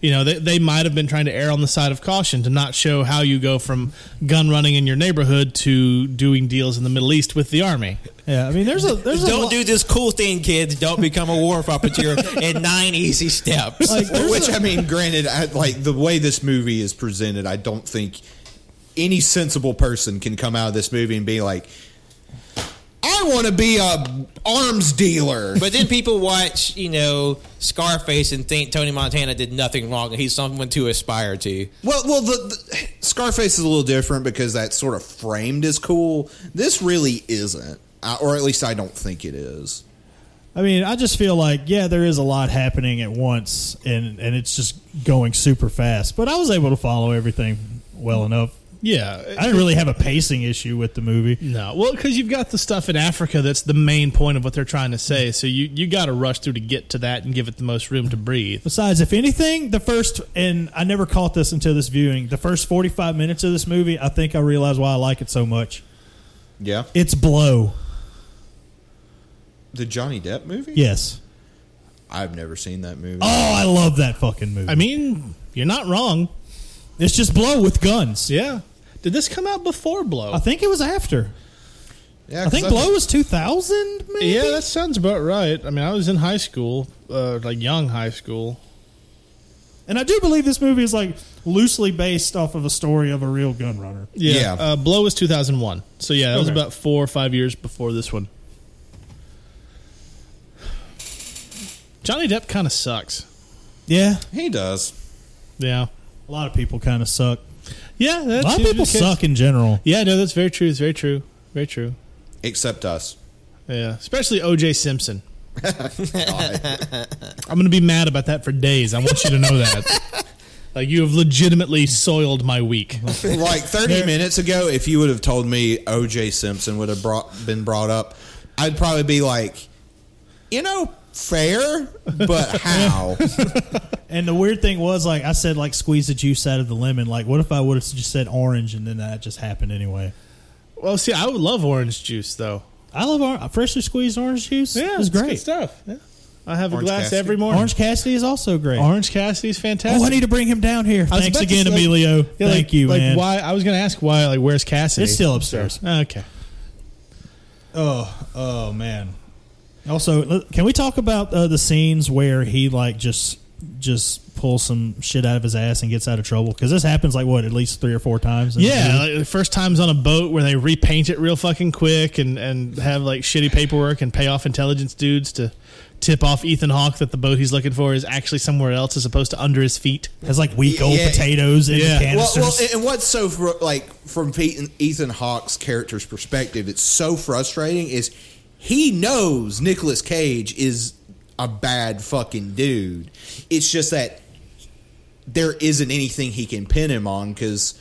[SPEAKER 8] You know, they, they might have been trying to err on the side of caution to not show how you go from gun running in your neighborhood to doing deals in the Middle East with the army.
[SPEAKER 10] Yeah, I mean, there's a there's a
[SPEAKER 5] don't
[SPEAKER 10] lo-
[SPEAKER 5] do this cool thing, kids. Don't become a war puppeteer in nine easy steps.
[SPEAKER 10] like there's
[SPEAKER 7] Which
[SPEAKER 10] a-
[SPEAKER 7] I mean, granted, I, like the way this movie is presented, I don't think any sensible person can come out of this movie and be like, "I want to be a arms dealer."
[SPEAKER 5] but then people watch, you know, Scarface and think Tony Montana did nothing wrong and he's someone to aspire to.
[SPEAKER 7] well, well, the, the Scarface is a little different because that's sort of framed as cool. This really isn't, I, or at least I don't think it is.
[SPEAKER 10] I mean, I just feel like yeah, there is a lot happening at once, and and it's just going super fast. But I was able to follow everything well enough.
[SPEAKER 8] Yeah.
[SPEAKER 10] I didn't really have a pacing issue with the movie.
[SPEAKER 8] no. Well, because you've got the stuff in Africa that's the main point of what they're trying to say. So you, you got to rush through to get to that and give it the most room to breathe.
[SPEAKER 10] Besides, if anything, the first and I never caught this until this viewing. The first forty five minutes of this movie, I think I realized why I like it so much.
[SPEAKER 7] Yeah,
[SPEAKER 10] It's blow.
[SPEAKER 7] the Johnny Depp movie.
[SPEAKER 10] Yes.
[SPEAKER 7] I've never seen that movie.
[SPEAKER 10] Oh, I love that fucking movie.
[SPEAKER 8] I mean, you're not wrong.
[SPEAKER 10] it's just blow with guns.
[SPEAKER 8] Yeah. Did this come out before Blow?
[SPEAKER 10] I think it was after.
[SPEAKER 7] yeah,
[SPEAKER 10] I
[SPEAKER 7] 'cause
[SPEAKER 10] think Blow was 2000, maybe?
[SPEAKER 8] Yeah, that sounds about right. I mean, I was in high school, uh, like young high school.
[SPEAKER 10] And I do believe this movie is like loosely based off of a story of a real gun runner.
[SPEAKER 7] Yeah.
[SPEAKER 8] Uh, Blow was 2001. So, yeah, that was
[SPEAKER 10] Okay.
[SPEAKER 8] about four or five years before this one. Johnny Depp kind of sucks.
[SPEAKER 10] Yeah.
[SPEAKER 7] he does.
[SPEAKER 8] Yeah.
[SPEAKER 10] A lot of people kind of suck.
[SPEAKER 8] Yeah, that's
[SPEAKER 10] A lot of people suck in general.
[SPEAKER 8] Yeah, no, that's very true. It's very true. Very true.
[SPEAKER 7] Except us.
[SPEAKER 8] Yeah. Especially OJ Simpson. I'm going to be mad about that for days. I want you to know that. like, you have legitimately soiled my week.
[SPEAKER 7] like 30 minutes ago, if you would have told me OJ Simpson would have brought, been brought up, I'd probably be like, you know, fair, but how?
[SPEAKER 10] And the weird thing was, like, I said, like, squeeze the juice out of the lemon. Like, what if I would have just said orange and then that just happened anyway?
[SPEAKER 8] Well, see, I would love orange juice though.
[SPEAKER 10] I love our, freshly squeezed orange juice.
[SPEAKER 8] Yeah,
[SPEAKER 10] it's
[SPEAKER 8] it's good
[SPEAKER 10] great.
[SPEAKER 8] stuff. Yeah.
[SPEAKER 5] I have a
[SPEAKER 7] Orange
[SPEAKER 5] glass
[SPEAKER 7] Cassidy.
[SPEAKER 5] every morning.
[SPEAKER 8] Orange Cassidy is also great.
[SPEAKER 5] Orange Cassidy's fantastic.
[SPEAKER 8] Oh, I need to bring him down here.
[SPEAKER 5] I was
[SPEAKER 8] Thanks
[SPEAKER 5] about to
[SPEAKER 8] again,
[SPEAKER 5] say-
[SPEAKER 8] Emilio.
[SPEAKER 5] Yeah,
[SPEAKER 8] Thank
[SPEAKER 5] like-
[SPEAKER 8] you,
[SPEAKER 5] like
[SPEAKER 8] man.
[SPEAKER 5] Why? I was going to ask why. Like, where's Cassidy?
[SPEAKER 8] It's still upstairs.
[SPEAKER 5] okay.
[SPEAKER 8] Oh, oh man. Also, l- can we talk about uh, the scenes where he like just just pulls some shit out of his ass and gets out of trouble? Because this happens like what at least three or four times. in the
[SPEAKER 5] Yeah,
[SPEAKER 8] movie.
[SPEAKER 5] like the first times on a boat where they repaint it real fucking quick and and have like shitty paperwork and pay off intelligence dudes to tip off Ethan Hawke that the boat he's looking for is actually somewhere else as opposed to under his feet.
[SPEAKER 8] has like weak old
[SPEAKER 7] Yeah.
[SPEAKER 8] potatoes in
[SPEAKER 5] Yeah.
[SPEAKER 8] the
[SPEAKER 7] Well,
[SPEAKER 8] canisters.
[SPEAKER 7] well, and what's so fr- like from Pete and Ethan Hawke's character's perspective, it's so frustrating. Is he knows Nicolas Cage is a bad fucking dude. It's just that there isn't anything he can pin him on because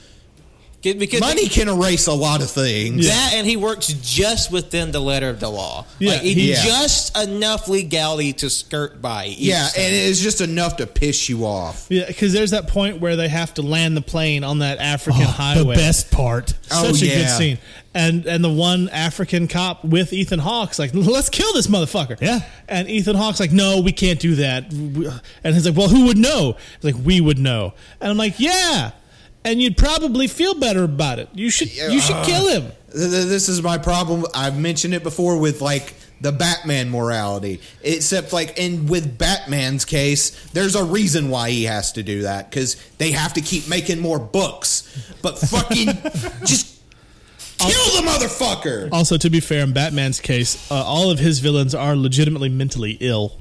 [SPEAKER 4] Good- Because
[SPEAKER 7] money can erase a lot of things.
[SPEAKER 4] That and he works just within the letter of the law.
[SPEAKER 5] Yeah,
[SPEAKER 4] like, he,
[SPEAKER 7] yeah.
[SPEAKER 4] just enough legality to skirt by. each
[SPEAKER 7] Yeah,
[SPEAKER 4] time.
[SPEAKER 7] and it's just enough to piss you off.
[SPEAKER 5] Yeah, because there's that point where they have to land the plane on that African
[SPEAKER 8] Oh, the
[SPEAKER 5] highway.
[SPEAKER 8] best part.
[SPEAKER 7] Oh,
[SPEAKER 5] Such a good
[SPEAKER 7] yeah.
[SPEAKER 5] scene. And and the one African cop with Ethan Hawke's like, let's kill this motherfucker.
[SPEAKER 8] Yeah.
[SPEAKER 5] And Ethan Hawke's like, no, we can't do that. We- And he's like, well, who would know? He's like, we would know. And I'm like, yeah. And you'd probably feel better about it. You should you should kill him.
[SPEAKER 7] Th- th- This is my problem. I've mentioned it before with like the Batman morality. Except like, and with Batman's case, there's a reason why he has to do that because they have to keep making more books. But fucking just kill the motherfucker.
[SPEAKER 5] Also, to be fair, in Batman's case, uh, all of his villains are legitimately mentally ill.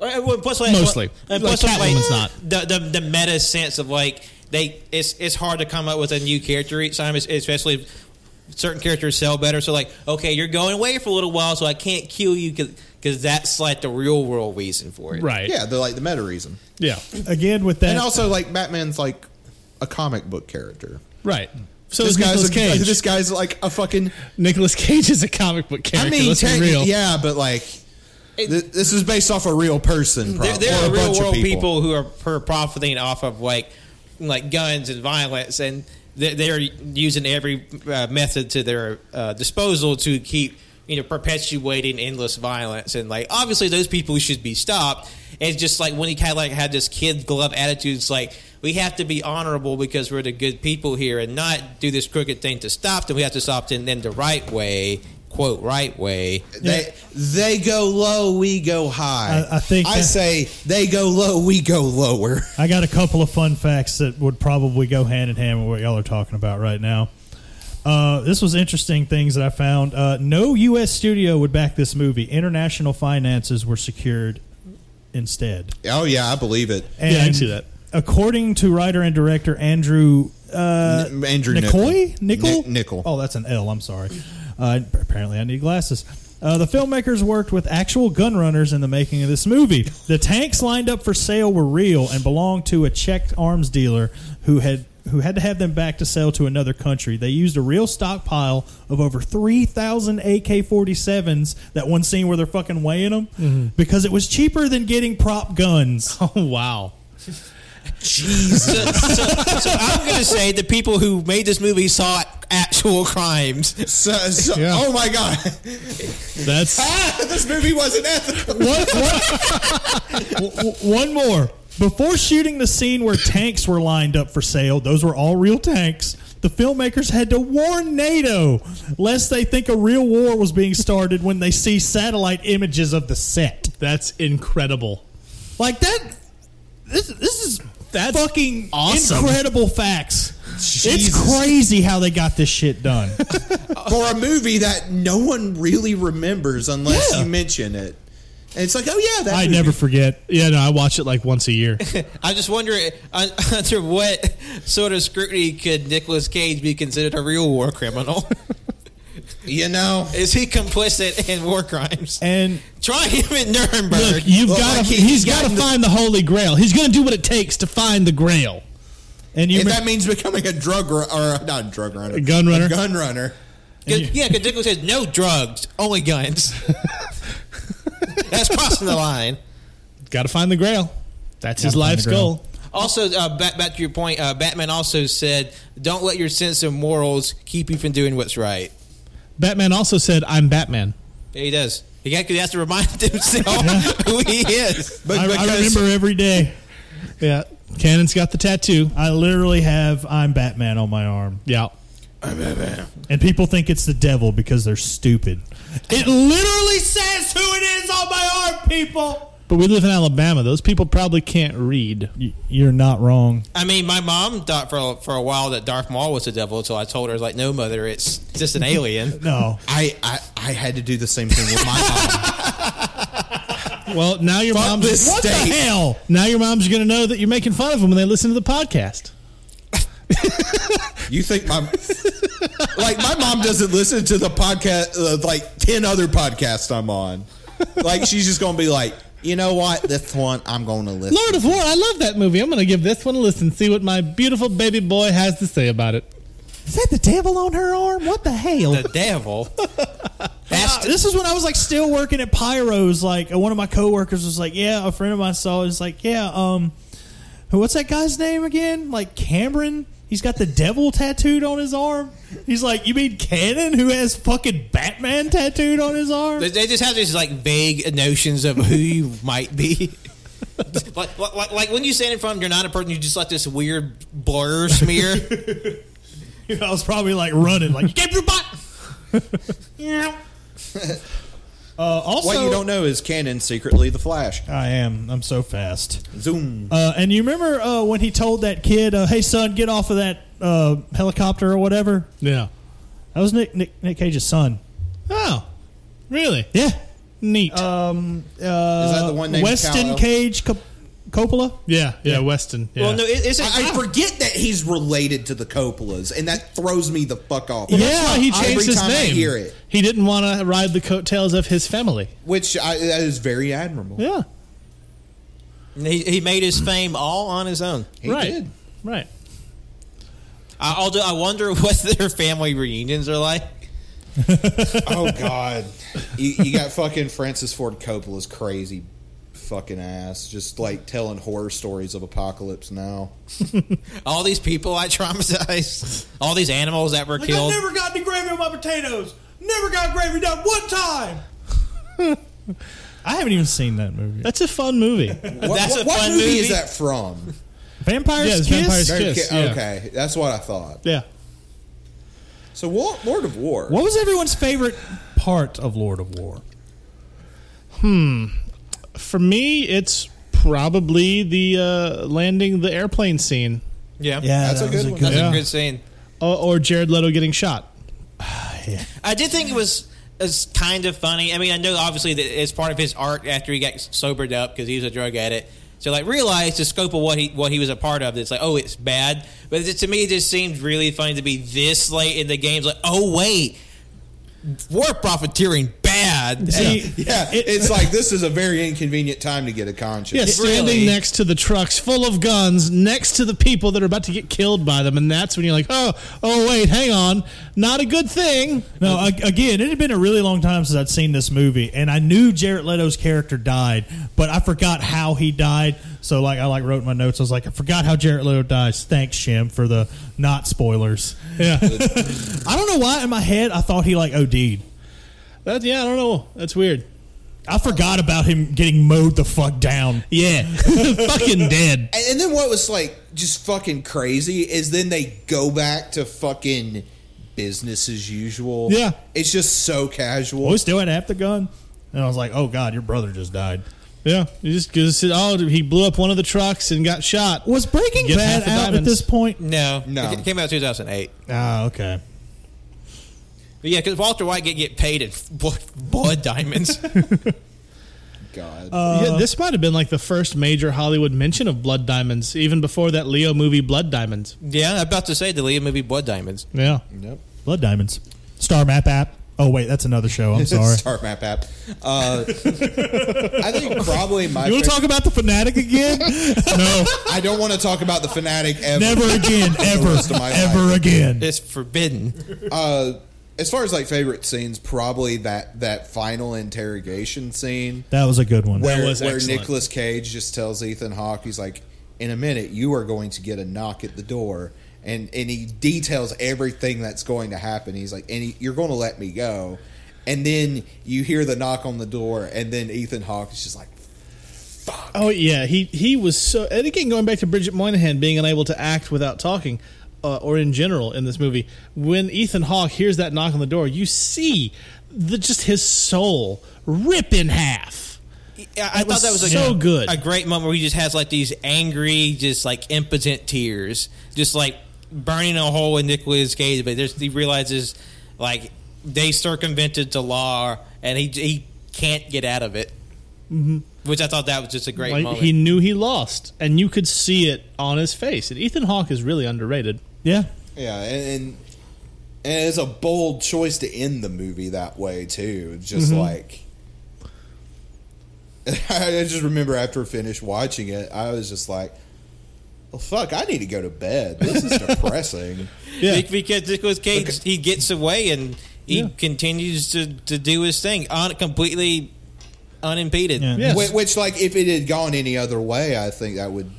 [SPEAKER 4] Uh, well, plus, like,
[SPEAKER 5] Mostly.
[SPEAKER 4] and
[SPEAKER 5] Like,
[SPEAKER 4] plus, like,
[SPEAKER 5] Catwoman's not.
[SPEAKER 4] the, the the meta sense of like they it's it's hard to come up with a new character each time, es- especially if certain characters sell better. So like, okay, you're going away for a little while, so I can't kill you because that's like the real world reason for it.
[SPEAKER 5] Right.
[SPEAKER 7] yeah, they're like the meta reason,
[SPEAKER 5] Yeah.
[SPEAKER 8] Again with that,
[SPEAKER 7] and also like Batman's like a comic book character.
[SPEAKER 5] Right. So
[SPEAKER 7] This
[SPEAKER 5] is
[SPEAKER 7] guy's
[SPEAKER 5] Nicolas
[SPEAKER 7] a,
[SPEAKER 5] Cage.
[SPEAKER 7] this guy's like a fucking.
[SPEAKER 5] Nicolas Cage is a comic book
[SPEAKER 7] I
[SPEAKER 5] character.
[SPEAKER 7] mean,
[SPEAKER 5] let's be
[SPEAKER 7] techni-
[SPEAKER 5] real.
[SPEAKER 7] yeah, but like. th- this is based off a real person.
[SPEAKER 4] There,
[SPEAKER 7] prob-
[SPEAKER 4] there
[SPEAKER 7] or
[SPEAKER 4] are
[SPEAKER 7] a
[SPEAKER 4] real
[SPEAKER 7] bunch of
[SPEAKER 4] world people. who are who are profiting off of like like guns and violence, and they- they're using every uh, method to their uh, disposal to keep you know perpetuating endless violence. And like obviously, those people should be stopped. It's just like when he kind of like had this kid glove attitude. It's like we have to be honorable because we're the good people here, and not do this crooked thing to stop them. We have to stop them in the right way, quote right way.
[SPEAKER 7] They they go low, we go high.
[SPEAKER 8] I- I think
[SPEAKER 7] I
[SPEAKER 8] that-
[SPEAKER 7] say they go low, we go lower.
[SPEAKER 8] I got a couple of fun facts that would probably go hand in hand with what y'all are talking about right now. Uh, this was interesting things that I found. Uh, no U.S. studio would back this movie. International finances were secured instead.
[SPEAKER 7] Oh yeah, I believe it.
[SPEAKER 8] And
[SPEAKER 5] Yeah, I can see that.
[SPEAKER 8] According to writer and director Andrew uh,
[SPEAKER 7] N- Andrew
[SPEAKER 8] Nicoy
[SPEAKER 7] Nichol.
[SPEAKER 8] Nickel
[SPEAKER 7] Ni- Nichol.
[SPEAKER 8] Oh, that's an L. I'm sorry. Uh, apparently, I need glasses. Uh, the filmmakers worked with actual gun runners in the making of this movie. The tanks lined up for sale were real and belonged to a Czech arms dealer who had who had to have them back to sell to another country. They used a real stockpile of over three thousand AK-47s. That one scene where they're fucking weighing them because it was cheaper than getting prop guns.
[SPEAKER 5] Mm-hmm. Oh, wow.
[SPEAKER 4] so, so, so I'm going to say the people who made this movie saw actual crimes.
[SPEAKER 7] So, so-
[SPEAKER 5] Yeah.
[SPEAKER 7] Oh my god,
[SPEAKER 5] That's
[SPEAKER 7] this movie wasn't ethical.
[SPEAKER 8] one, one- w- w- one more. Before shooting the scene where tanks were lined up for sale, those were all real tanks. The filmmakers had to warn NATO lest they think a real war was being started when they see satellite images of the set.
[SPEAKER 5] that's incredible.
[SPEAKER 8] Like that. This this is
[SPEAKER 5] That's
[SPEAKER 8] fucking
[SPEAKER 5] awesome.
[SPEAKER 8] incredible facts. It's crazy how they got this shit done.
[SPEAKER 7] For a movie that no one really remembers unless
[SPEAKER 8] Yeah.
[SPEAKER 7] you mention it. And it's like, oh yeah, that
[SPEAKER 8] I
[SPEAKER 7] movie.
[SPEAKER 8] never forget.
[SPEAKER 5] Yeah, no, I watch it like once a year.
[SPEAKER 4] I just wonder uh, under what sort of scrutiny could Nicolas Cage be considered a real war criminal?
[SPEAKER 7] You know,
[SPEAKER 4] Is he complicit in war crimes?
[SPEAKER 8] And
[SPEAKER 4] Try him in Nuremberg.
[SPEAKER 5] Look, you've
[SPEAKER 7] Well,
[SPEAKER 5] got
[SPEAKER 7] like
[SPEAKER 5] to.
[SPEAKER 7] he-
[SPEAKER 5] he's
[SPEAKER 7] he got
[SPEAKER 5] got to
[SPEAKER 7] in the-
[SPEAKER 5] find the Holy Grail. He's going to do what it takes to find the Grail.
[SPEAKER 8] and you
[SPEAKER 7] if
[SPEAKER 8] remember-
[SPEAKER 7] that means becoming a drug ru- or not a drug runner, a
[SPEAKER 5] gun runner.
[SPEAKER 7] gun runner.
[SPEAKER 4] 'Cause- yeah, because Nicholas says no drugs, only guns. That's crossing the line.
[SPEAKER 5] Got to find the Grail. That's his
[SPEAKER 8] Gotta find
[SPEAKER 5] life's
[SPEAKER 8] the Grail.
[SPEAKER 5] goal.
[SPEAKER 4] Also, uh, back, back to your point, uh, Batman also said, "Don't let your sense of morals keep you from doing what's right."
[SPEAKER 5] Batman also said, "I'm Batman."
[SPEAKER 4] Yeah, he does.
[SPEAKER 5] He, got, he has to remind himself who he is.
[SPEAKER 7] But
[SPEAKER 10] I, I
[SPEAKER 7] because-
[SPEAKER 10] remember every day.
[SPEAKER 8] Yeah. Cannon's got the tattoo.
[SPEAKER 10] I literally have I'm Batman on my arm.
[SPEAKER 8] Yeah.
[SPEAKER 10] And people think it's the devil because they're stupid.
[SPEAKER 7] It literally says who it is on my arm, people.
[SPEAKER 8] But we live in Alabama. Those people probably can't read.
[SPEAKER 10] Y- You're not wrong.
[SPEAKER 5] I mean, my mom thought for a, for a while that Darth Maul was the devil until I told her, like, no, mother, it's just an alien.
[SPEAKER 10] No.
[SPEAKER 7] I, I, I had to do the same thing with my
[SPEAKER 8] Well, now your
[SPEAKER 7] mom. Fuck
[SPEAKER 8] mom's
[SPEAKER 7] this
[SPEAKER 8] what the
[SPEAKER 7] state.
[SPEAKER 8] heck? now your mom's going to know that you're making fun of them when they listen to the podcast.
[SPEAKER 7] You think my like my mom doesn't listen to the podcast uh, like ten other podcasts I'm on. Like she's just gonna be like, you know what? This one I'm gonna listen.
[SPEAKER 8] Lord of War, I love that movie. I'm going to give this one a listen, see what my beautiful baby boy has to say about it.
[SPEAKER 10] Is that the devil on her arm? What the hell?
[SPEAKER 5] The devil.
[SPEAKER 10] Uh, this is when I was like still working at Pyro's. Like and one of my coworkers was like, "Yeah, a friend of mine saw." It's like, "Yeah, um, who- what's that guy's name again? Like Cameron. He's got the devil tattooed on his arm. He's like, you mean Cannon, who has fucking Batman tattooed on his arm?
[SPEAKER 5] They- They just have these like vague notions of who you might be. like, like, like when you stand in front of them, you're not a person. You just like this weird blur smear.
[SPEAKER 10] I was probably like running, like you can't do bot. Yeah. uh, also,
[SPEAKER 7] What you don't know is Canon secretly the Flash.
[SPEAKER 10] I am. I'm so fast.
[SPEAKER 7] Zoom.
[SPEAKER 10] Uh, and you remember uh, when he told that kid, uh, "Hey, son, get off of that uh, helicopter or whatever."
[SPEAKER 8] Yeah.
[SPEAKER 10] That was Nick Nick, Nick Cage's son.
[SPEAKER 8] Oh, really?
[SPEAKER 10] Yeah.
[SPEAKER 8] Neat.
[SPEAKER 10] Uh,
[SPEAKER 7] that the one named
[SPEAKER 10] Weston
[SPEAKER 7] Kyle?
[SPEAKER 10] Cage Cop- Coppola?
[SPEAKER 8] yeah, yeah, Weston. Yeah.
[SPEAKER 5] Well, no, it, it's
[SPEAKER 8] ah.
[SPEAKER 7] I, I forget that he's related to the Coppolas, and that throws me the fuck off.
[SPEAKER 8] Well, that's why he changed
[SPEAKER 7] Every
[SPEAKER 8] his
[SPEAKER 7] time
[SPEAKER 8] name.
[SPEAKER 7] I hear it,
[SPEAKER 8] He didn't want to ride the coattails of his family.
[SPEAKER 7] which I, that is very admirable.
[SPEAKER 8] Yeah.
[SPEAKER 5] he, he made his fame all on his own.
[SPEAKER 7] He
[SPEAKER 8] right.
[SPEAKER 7] did.
[SPEAKER 8] Right.
[SPEAKER 5] I, although I wonder what their family reunions are like.
[SPEAKER 7] Oh God, you, you got fucking Francis Ford Coppola's crazy fucking ass, just like telling horror stories of apocalypse now.
[SPEAKER 5] All these people I traumatized. All these animals that were killed.
[SPEAKER 10] got any gravy on my potatoes. Never got gravy done one time. I haven't even seen that movie.
[SPEAKER 8] That's a fun movie.
[SPEAKER 7] What,
[SPEAKER 5] That's a
[SPEAKER 7] what
[SPEAKER 5] fun
[SPEAKER 7] movie,
[SPEAKER 5] movie.
[SPEAKER 7] is that from?
[SPEAKER 10] Vampires
[SPEAKER 8] Yeah, it's
[SPEAKER 10] Kiss.
[SPEAKER 8] Vampire's
[SPEAKER 7] Very
[SPEAKER 8] Kiss.
[SPEAKER 7] ki-
[SPEAKER 8] yeah.
[SPEAKER 7] Okay, that's what I thought.
[SPEAKER 8] Yeah.
[SPEAKER 7] So Wa- Lord of War.
[SPEAKER 10] What was everyone's favorite part of Lord of War?
[SPEAKER 8] Hmm. For me, it's probably the uh, landing the airplane scene
[SPEAKER 5] yeah,
[SPEAKER 7] That's a
[SPEAKER 10] was
[SPEAKER 7] good one.
[SPEAKER 5] that's
[SPEAKER 8] Yeah.
[SPEAKER 5] a good scene.
[SPEAKER 8] or, or Jared Leto getting shot.
[SPEAKER 5] I did think it was. It's kind of funny. I mean, I know obviously that it's part of his art after he got sobered up because he was a drug addict. So like realize the scope of what he what he was a part of. It's like oh, it's bad. But it, to me, it just seems really funny to be this late in the game. It's like oh wait, war profiteering bad.
[SPEAKER 8] See,
[SPEAKER 7] Yeah,
[SPEAKER 8] It-
[SPEAKER 7] it's like this is a very inconvenient time to get a conscience.
[SPEAKER 8] Yeah, standing
[SPEAKER 5] really-
[SPEAKER 8] next to the trucks full of guns, next to the people that are about to get killed by them, and that's when you're like, oh, oh, wait, hang on, not a good thing.
[SPEAKER 10] No, ag- again, it had been a really long time since I'd seen this movie, and I knew Jared Leto's character died, but I forgot how he died. So, like, I like wrote in my notes. I was like, I forgot how Jared Leto dies. Thanks, Shim, for the not spoilers.
[SPEAKER 8] Yeah,
[SPEAKER 10] I don't know why in my head I thought he like OD'd.
[SPEAKER 8] that, yeah, I don't know, that's weird.
[SPEAKER 10] I forgot about him getting mowed the fuck down.
[SPEAKER 8] Yeah, fucking dead.
[SPEAKER 7] And, and then what was like just fucking crazy is then they go back to fucking business as usual.
[SPEAKER 8] Yeah.
[SPEAKER 7] It's just so casual.
[SPEAKER 10] Well, we still had half the gun, and I was like, oh god, your brother just died.
[SPEAKER 8] Yeah, you just because oh, he blew up one of the trucks and got shot.
[SPEAKER 10] Was Breaking
[SPEAKER 8] Get half
[SPEAKER 10] Bad
[SPEAKER 8] the
[SPEAKER 10] out at
[SPEAKER 8] diamonds.
[SPEAKER 10] this point?
[SPEAKER 5] No,
[SPEAKER 7] No.
[SPEAKER 5] It came out two thousand eight.
[SPEAKER 10] Ah, okay.
[SPEAKER 5] But yeah, because Walter White get get paid in blood, blood diamonds.
[SPEAKER 7] God.
[SPEAKER 10] Uh,
[SPEAKER 8] yeah, this might have been like the first major Hollywood mention of blood diamonds, even before that Leo movie Blood Diamonds.
[SPEAKER 5] yeah, I'm about to say the Leo movie Blood Diamonds.
[SPEAKER 8] Yeah,
[SPEAKER 7] Yep.
[SPEAKER 10] Blood Diamonds, Star Map app. Oh wait, that's another show. I'm sorry.
[SPEAKER 7] Star map app. Uh, I think probably my.
[SPEAKER 10] You want to
[SPEAKER 7] fav-
[SPEAKER 10] talk about the fanatic again? no,
[SPEAKER 7] I don't want to talk about the fanatic ever.
[SPEAKER 10] never again, ever,
[SPEAKER 7] rest of my
[SPEAKER 10] ever again.
[SPEAKER 5] It's forbidden.
[SPEAKER 7] Uh, as far as like favorite scenes, probably that that final interrogation scene
[SPEAKER 10] That was a good one.
[SPEAKER 7] where
[SPEAKER 8] was
[SPEAKER 7] where
[SPEAKER 8] excellent.
[SPEAKER 7] Nicolas Cage just tells Ethan Hawke, he's like, "In a minute, you are going to get a knock at the door." And, and he details everything that's going to happen. He's like, and he, you're going to let me go. and then you hear the knock on the door, and then Ethan Hawke is just like,
[SPEAKER 8] Oh yeah, he he was so. And again, going back to Bridget Moynihan being unable to act without talking, uh, or in general in this movie, when Ethan Hawke hears that knock on the door, you see the just his soul rip in half.
[SPEAKER 5] Yeah, I
[SPEAKER 8] It
[SPEAKER 5] thought
[SPEAKER 8] was
[SPEAKER 5] that was a,
[SPEAKER 8] so good.
[SPEAKER 5] a great moment where he just has like these angry, just like impotent tears, just like burning a hole in Nicolas Cage. But there's, he realizes like they circumvented the law, and he he can't get out of it. Mm-hmm. Which I thought that was just a great
[SPEAKER 8] Like,
[SPEAKER 5] moment.
[SPEAKER 8] he knew he lost, and you could see it on his face. And Ethan Hawke is really underrated.
[SPEAKER 10] Yeah.
[SPEAKER 7] yeah, and, and and it's a bold choice to end the movie that way too. It's just like. I just remember after I finished watching it, I was just like, "Well, fuck! I need to go to bed. This is depressing."
[SPEAKER 8] Yeah.
[SPEAKER 5] Be- because Nicolas Cage he gets away and he
[SPEAKER 8] Yeah.
[SPEAKER 5] continues to, to do his thing on completely unimpeded.
[SPEAKER 10] Yeah.
[SPEAKER 8] Yes,
[SPEAKER 7] Which, which, like, if it had gone any other way, I think that would.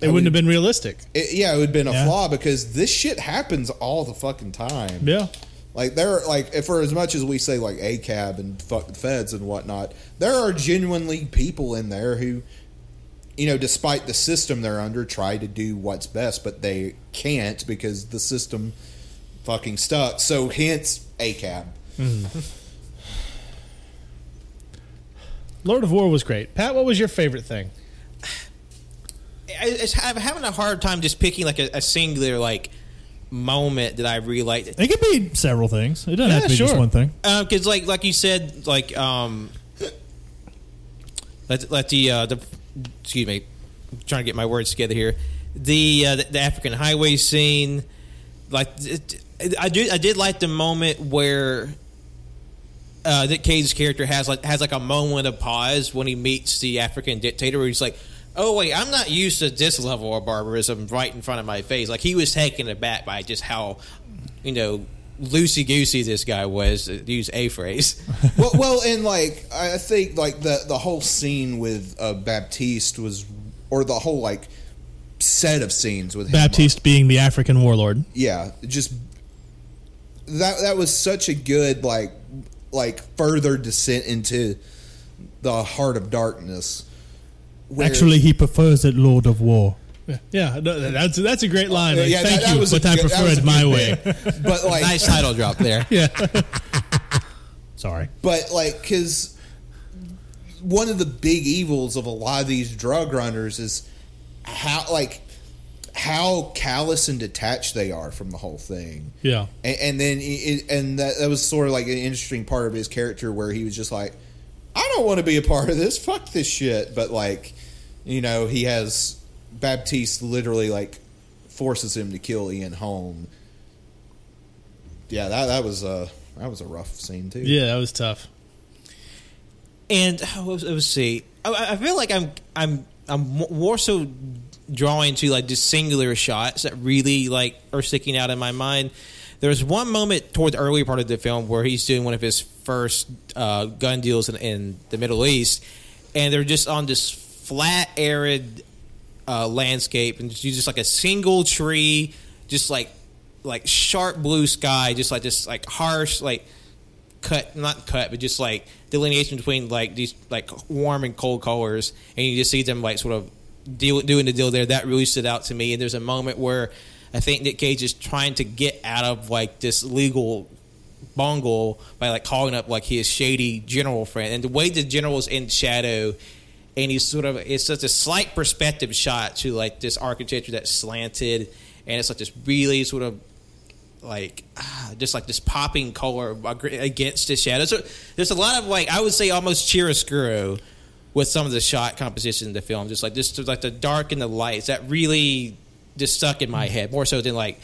[SPEAKER 8] it wouldn't have been realistic.
[SPEAKER 7] It, yeah, it would have been a
[SPEAKER 10] Yeah.
[SPEAKER 7] flaw because this shit happens all the fucking time.
[SPEAKER 8] Yeah,
[SPEAKER 7] Like there, like if for as much as we say like a cab and fuck the feds and whatnot, there are genuinely people in there who, you know, despite the system they're under, try to do what's best, but they can't because the system fucking stuck. So hence a cab.
[SPEAKER 8] Lord of War was great. Pat, what was your favorite thing?
[SPEAKER 5] I, it's, I'm having a hard time just picking like a, a singular like moment that I really liked.
[SPEAKER 10] It could be several things. It doesn't have to be just
[SPEAKER 8] sure.
[SPEAKER 10] one thing.
[SPEAKER 5] because Uh, like like you said like um let let the uh the excuse me I'm trying to get my words together here the uh, the, the African highway scene like it, I do I did like the moment where uh, Nick Cage's character has like has like a moment of pause when he meets the African dictator where he's like oh wait I'm not used to this level of barbarism right in front of my face like he was taken aback by just how you know loosey goosey this guy was to use a phrase
[SPEAKER 7] well, well, and like I think like the the whole scene with uh, Baptiste was, or the whole like set of scenes with him,
[SPEAKER 8] Baptiste being the African warlord.
[SPEAKER 7] yeah, just that that was such a good like like further descent into the heart of darkness. where-
[SPEAKER 10] Actually, he prefers it Lord of War.
[SPEAKER 8] Yeah, no, that's that's a great line. Like,
[SPEAKER 7] Yeah, that-
[SPEAKER 8] Thank
[SPEAKER 7] that
[SPEAKER 8] you,
[SPEAKER 7] was a
[SPEAKER 8] but I
[SPEAKER 7] good- that
[SPEAKER 8] prefer
[SPEAKER 7] was a
[SPEAKER 8] it my
[SPEAKER 7] good
[SPEAKER 8] way.
[SPEAKER 7] but like
[SPEAKER 5] nice title drop there
[SPEAKER 10] Sorry.
[SPEAKER 7] but like because one of the big evils of a lot of these drug runners is how like how callous and detached they are from the whole thing
[SPEAKER 8] Yeah.
[SPEAKER 7] and, and then it, and that, that was sort of like an interesting part of his character where he was just like i don't want to be a part of this fuck this shit but like you know he has baptiste literally like forces him to kill ian holm yeah that, that was a that was a rough scene too
[SPEAKER 8] Yeah, that was tough.
[SPEAKER 5] And oh, let's, let's see. I, I feel like I'm I'm I'm mo- more so drawing to like just singular shots that really like are sticking out in my mind. There's one moment toward the earlier part of the film where he's doing one of his first uh, gun deals in, in the Middle East, and they're just on this flat, arid uh, landscape, and just, just like a single tree, just like like sharp blue sky, just like this like harsh like cut not cut but just like delineation between like these like warm and cold colors and you just see them like sort of deal, doing the deal there that really stood out to me and there's a moment where i think nick cage is trying to get out of like this legal bungle by like calling up like his shady general friend and the way the general is in shadow and he's sort of it's such a slight perspective shot to like this architecture that's slanted and it's like this really sort of like ah, just like this popping color ag- against the shadow. So there's a lot of like I would say almost chiaroscuro with some of the shot composition in the film. Just like this, just like the dark and the lights that really just stuck in my head more so than like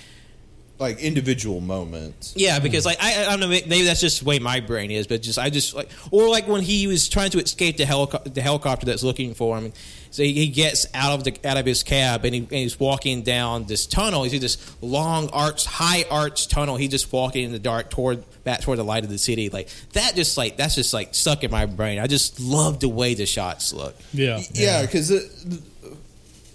[SPEAKER 7] like individual moments.
[SPEAKER 5] yeah because like I, I don't know maybe that's just the way my brain is but just I just like or like when he was trying to escape the helico- the helicopter that's looking for him so he, he gets out of the out of his cab and, he, and he's walking down this tunnel you see this long arch high arch tunnel he just walking in the dark toward back toward the light of the city like that just like that's just like stuck in my brain I just love the way the shots look
[SPEAKER 8] Yeah.
[SPEAKER 7] Yeah, because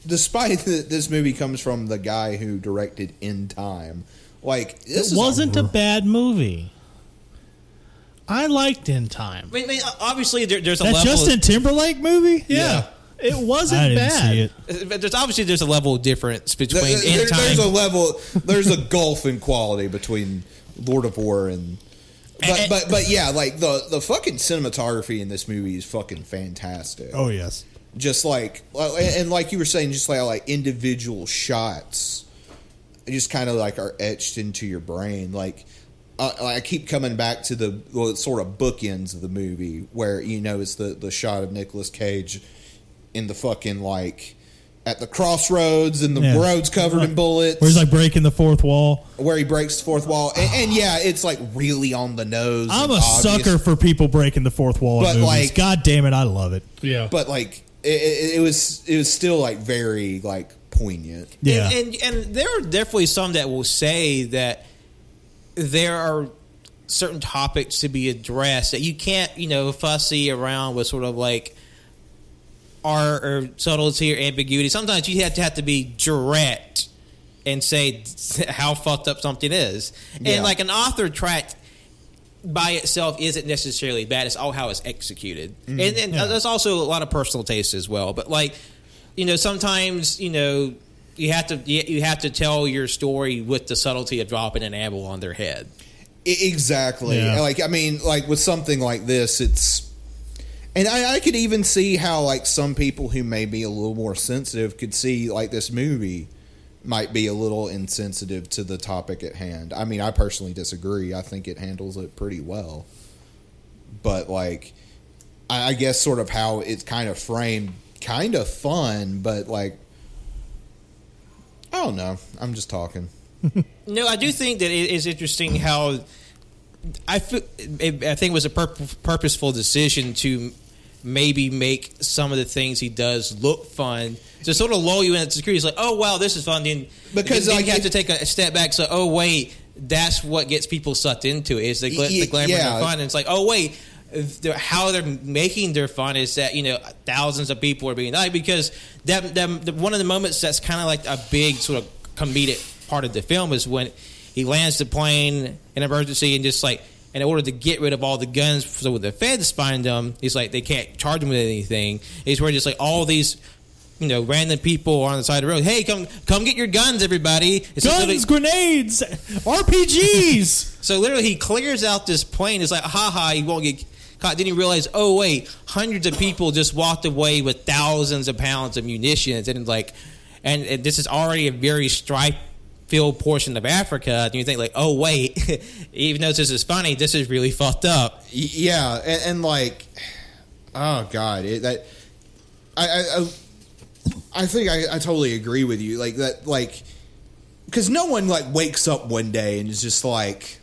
[SPEAKER 7] despite that this movie comes from the guy who directed In Time, like
[SPEAKER 10] It
[SPEAKER 7] this is
[SPEAKER 10] wasn't a bad movie.
[SPEAKER 8] I liked In Time.
[SPEAKER 5] I mean, I mean, obviously there, there's a
[SPEAKER 10] That
[SPEAKER 5] level.
[SPEAKER 10] Justin Timberlake movie?
[SPEAKER 8] Yeah, it wasn't
[SPEAKER 10] I didn't
[SPEAKER 8] bad.
[SPEAKER 10] see it.
[SPEAKER 5] but there's obviously there's a level of difference between
[SPEAKER 7] There-
[SPEAKER 5] in
[SPEAKER 7] there-
[SPEAKER 5] time.
[SPEAKER 7] There's a level. There's a gulf in quality between Lord of War and. But, but but yeah, like the the fucking cinematography in this movie is fucking fantastic.
[SPEAKER 10] Oh yes.
[SPEAKER 7] Just like well, and, and like you were saying, just like like individual shots, just kind of like are etched into your brain. Like I, I keep coming back to the well, it's sort of bookends of the movie where you know it's the the shot of Nicolas Cage in the fucking like at the crossroads and the
[SPEAKER 10] Yeah.
[SPEAKER 7] roads covered in bullets
[SPEAKER 10] Where he's like breaking the fourth wall.
[SPEAKER 7] where he breaks the fourth wall, and, and yeah, it's like really on the nose.
[SPEAKER 10] I'm
[SPEAKER 7] and
[SPEAKER 10] a
[SPEAKER 7] obvious,
[SPEAKER 10] sucker for people breaking the fourth wall
[SPEAKER 7] But,
[SPEAKER 10] in movies.
[SPEAKER 7] like-
[SPEAKER 10] God damn it, I love it.
[SPEAKER 8] Yeah,
[SPEAKER 7] but like it, it, it was, it was still like very like poignant.
[SPEAKER 10] Yeah.
[SPEAKER 5] And, and and there are definitely some that will say that there are certain topics to be addressed that you can't, you know, fussy around with sort of like art or subtlety or ambiguity. Sometimes you have to have to be direct and say how fucked up something is.
[SPEAKER 7] Yeah.
[SPEAKER 5] And like an author tract by itself isn't necessarily bad. It's all how it's executed, and, and uh, that's also a lot of personal taste as well. But like, you know, sometimes you know you have to you you have to tell your story with the subtlety of dropping an apple on their head.
[SPEAKER 7] I- E, exactly.
[SPEAKER 10] Yeah.
[SPEAKER 7] Like I mean, like with something like this, it's, and I, I could even see how like some people who may be a little more sensitive could see like this movie might be a little insensitive to the topic at hand. I mean, I personally disagree. I think it handles it pretty well. but like I, I guess sort of how it's kind of framed, kind of fun, but like I don't know. I'm just talking.
[SPEAKER 5] No, I do think that it is interesting how I feel, it, I think it was a pur- purposeful decision to maybe make some of the things he does look fun to sort of lull you into security. It's like, oh wow, this is fun. Then
[SPEAKER 7] Because,
[SPEAKER 5] then
[SPEAKER 7] like,
[SPEAKER 5] you have
[SPEAKER 7] it-
[SPEAKER 5] to take a step back. So oh wait, that's what gets people sucked into it, is the, gla-
[SPEAKER 7] Y-
[SPEAKER 5] the glamour
[SPEAKER 7] yeah.
[SPEAKER 5] and the fun. And it's like oh wait. if they're- How they're making their fun is that you know thousands of people are being like because that, that the- one of the moments that's kind of like a big sort of comedic part of the film is when he lands the plane in emergency and just like in order to get rid of all the guns so when the feds find them he's like they can't charge him with anything he's where just like all these you know random people are on the side of the road hey come come get your guns everybody It's like literally-
[SPEAKER 10] Guns, grenades, RPGs.
[SPEAKER 5] so literally, he clears out this plane. It's like, ha ha, he won't get caught. Then he realized, oh wait, hundreds of people just walked away with thousands of pounds of munitions, and like, and, and this is already a very strife filled portion of Africa. And you think like, oh wait, even though this is funny, this is really fucked up.
[SPEAKER 7] Y- yeah, and, and like oh god, it, that I I, I I think I, I totally agree with you. Like that, like because no one like wakes up one day and is just like,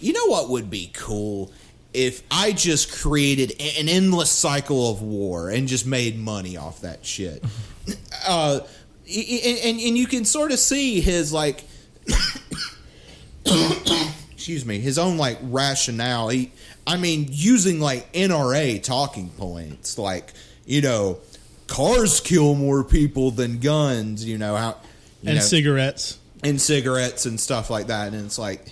[SPEAKER 7] you know what would be cool if I just created a- an endless cycle of war and just made money off that shit. uh, y- y- and, and and you can sort of see his like. Excuse me, his own like rationale. He, I mean, using like NRA talking points, like you know, cars kill more people than guns. You know how, you
[SPEAKER 8] and
[SPEAKER 7] know,
[SPEAKER 8] cigarettes.
[SPEAKER 7] and cigarettes and stuff like that. And it's like,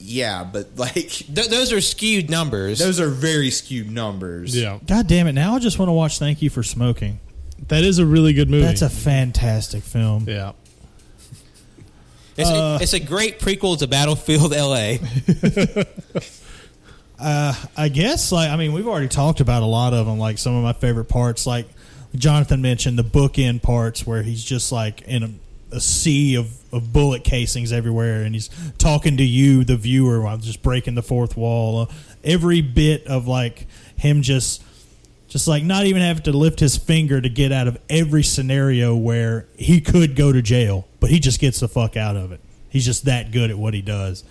[SPEAKER 7] yeah, but like
[SPEAKER 5] Th- those are skewed numbers.
[SPEAKER 7] those are very skewed numbers.
[SPEAKER 10] God damn it! Now I just want to watch Thank You for Smoking.
[SPEAKER 8] that is a really good movie.
[SPEAKER 10] That's a fantastic film.
[SPEAKER 8] yeah.
[SPEAKER 5] it's, it's a great prequel to Battlefield LA.
[SPEAKER 10] I guess like I mean we've already talked about a lot of them. Like some of my favorite parts, like Jonathan mentioned the bookend parts where he's just like in a, a sea of, of bullet casings everywhere, and he's talking to you, the viewer, while just breaking the fourth wall. Uh, every bit of like him just. Just like not even having to lift his finger to get out of every scenario where he could go to jail, but he just gets the fuck out of it. He's just that good at what he does.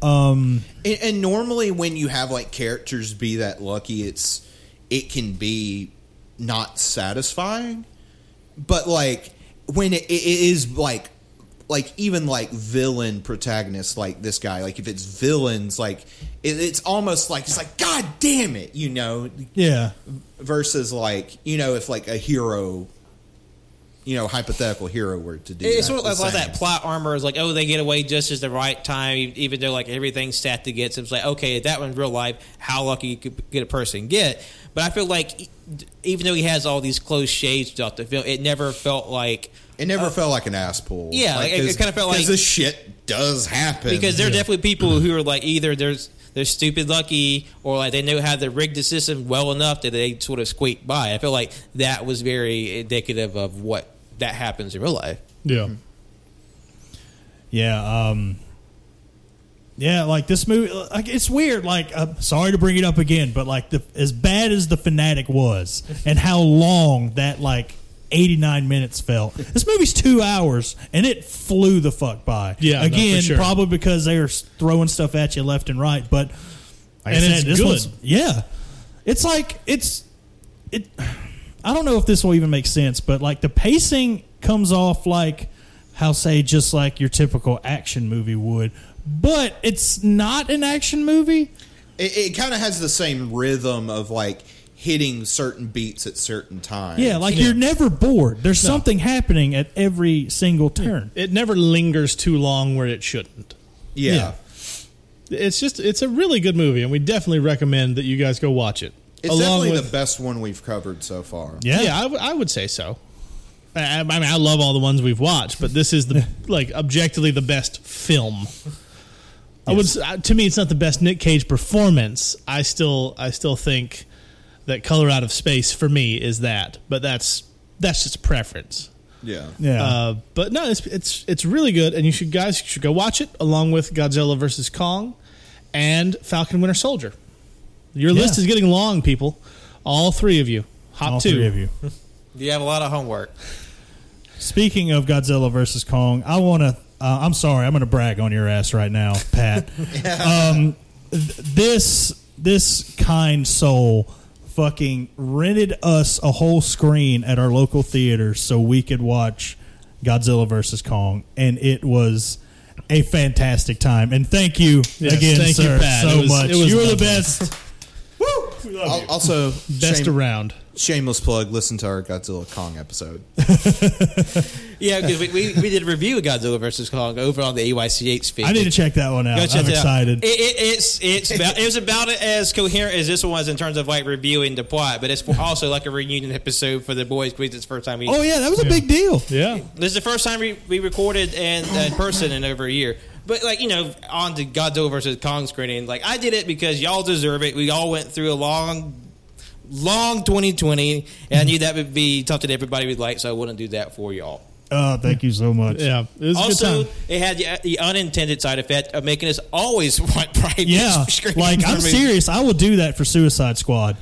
[SPEAKER 7] And, and normally, when you have like characters be that lucky, it's it can be not satisfying. But like when it, it is like like even like villain protagonists like this guy, like if it's villains, like it, it's almost like it's like God damn it, you know,
[SPEAKER 10] Yeah,
[SPEAKER 7] versus like you know if like a hero you know hypothetical hero were to do.
[SPEAKER 5] It's
[SPEAKER 7] that,
[SPEAKER 5] sort of
[SPEAKER 7] the
[SPEAKER 5] like, like
[SPEAKER 7] same.
[SPEAKER 5] that plot armor is like, oh, they get away just as the right time, e- even though like everything's stacked against them. It's like, okay, that one in real life, how lucky you could get a person get. But I feel like e- even though he has all these close shades throughout the film, it never felt like
[SPEAKER 7] It never felt like an ass pull.
[SPEAKER 5] uh, Yeah, like, it- it
[SPEAKER 7] 'cause-
[SPEAKER 5] kinda felt
[SPEAKER 7] 'cause
[SPEAKER 5] like-
[SPEAKER 7] this shit does happen
[SPEAKER 5] because there are definitely people who are like either there's they're stupid lucky or like they know how to rig the system well enough that they sort of squeak by. I feel like that was very indicative of what that happens in real life.
[SPEAKER 8] Yeah.
[SPEAKER 10] Hmm. Yeah, um Yeah, like this movie like it's weird like uh, sorry to bring it up again, but like the as bad as the fanatic was and how long that like 89 minutes felt. This movie's 2 hours and it flew the fuck by.
[SPEAKER 8] Yeah, no, for
[SPEAKER 10] again,
[SPEAKER 8] sure.
[SPEAKER 10] probably because they were s- throwing stuff at you left and right, but like I
[SPEAKER 8] And
[SPEAKER 10] said,
[SPEAKER 8] it's
[SPEAKER 10] this
[SPEAKER 8] good.
[SPEAKER 10] one's- yeah. It's like it's it I don't know if this will even make sense, but like the pacing comes off like how say just like your typical action movie would, but it's not an action movie.
[SPEAKER 7] It, it kind of has the same rhythm of like hitting certain beats at certain times.
[SPEAKER 10] Yeah, like you're never bored. There's something happening at every single turn.
[SPEAKER 8] It never lingers too long where it shouldn't.
[SPEAKER 7] yeah.
[SPEAKER 10] yeah.
[SPEAKER 8] It's just it's a really good movie, and we definitely recommend that you guys go watch it.
[SPEAKER 7] It's
[SPEAKER 8] Along
[SPEAKER 7] definitely
[SPEAKER 8] with
[SPEAKER 7] the best one we've covered so far.
[SPEAKER 8] yeah, I, w- I would say so. I, I mean, I love all the ones we've watched, but this is the like objectively the best film. I would s- I- to me, it's not the best Nick Cage performance. I still I still think that Color Out of Space for me is that, but that's that's just preference.
[SPEAKER 7] Yeah.
[SPEAKER 10] Yeah.
[SPEAKER 8] Uh, but no, it's it's it's really good, and you should guys should go watch it along with Godzilla vs Kong and Falcon Winter Soldier. Your list is getting long, people. All three of you, hop
[SPEAKER 10] all
[SPEAKER 8] two.
[SPEAKER 10] three of you.
[SPEAKER 5] You have a lot of homework.
[SPEAKER 10] Speaking of Godzilla versus Kong, I want to. Uh, I'm sorry, I'm going to brag on your ass right now, Pat. um, th- this this kind soul fucking rented us a whole screen at our local theater so we could watch Godzilla versus Kong, and it was a fantastic time. And thank you
[SPEAKER 8] Yes,
[SPEAKER 10] again,
[SPEAKER 8] thank you,
[SPEAKER 10] sir,
[SPEAKER 8] Pat.
[SPEAKER 10] so
[SPEAKER 8] It was-
[SPEAKER 10] much.
[SPEAKER 8] it was
[SPEAKER 10] you were the
[SPEAKER 8] lovely.
[SPEAKER 10] best.
[SPEAKER 7] Al- Also,
[SPEAKER 8] Best
[SPEAKER 7] shame-
[SPEAKER 8] around.
[SPEAKER 7] shameless plug. Listen to our Godzilla Kong episode.
[SPEAKER 5] Yeah, because we, we, we did a review of Godzilla versus Kong over on the EYCH feed.
[SPEAKER 10] I need to check that one out. I'm excited.
[SPEAKER 5] It, it, it's it's about, it was about it as coherent as this one was in terms of like reviewing the plot, but it's also like a reunion episode for the boys because it's the first time we.
[SPEAKER 10] Oh yeah, that was a big deal.
[SPEAKER 8] Yeah,
[SPEAKER 5] This is the first time we, we recorded and in person in over a year. But like you know, on to Godzilla versus Kong screening. Like I did it because y'all deserve it. We all went through a long, long 2020, and I knew that would be something everybody would like, so I wouldn't do that for y'all.
[SPEAKER 10] Oh, thank you so much.
[SPEAKER 8] yeah. It was a good
[SPEAKER 5] Also,
[SPEAKER 8] time.
[SPEAKER 5] it had the, the unintended side effect of making us always want private
[SPEAKER 10] Yeah,
[SPEAKER 5] screenings
[SPEAKER 10] like
[SPEAKER 5] for
[SPEAKER 10] I'm
[SPEAKER 5] movies.
[SPEAKER 10] serious. I will do that for Suicide Squad.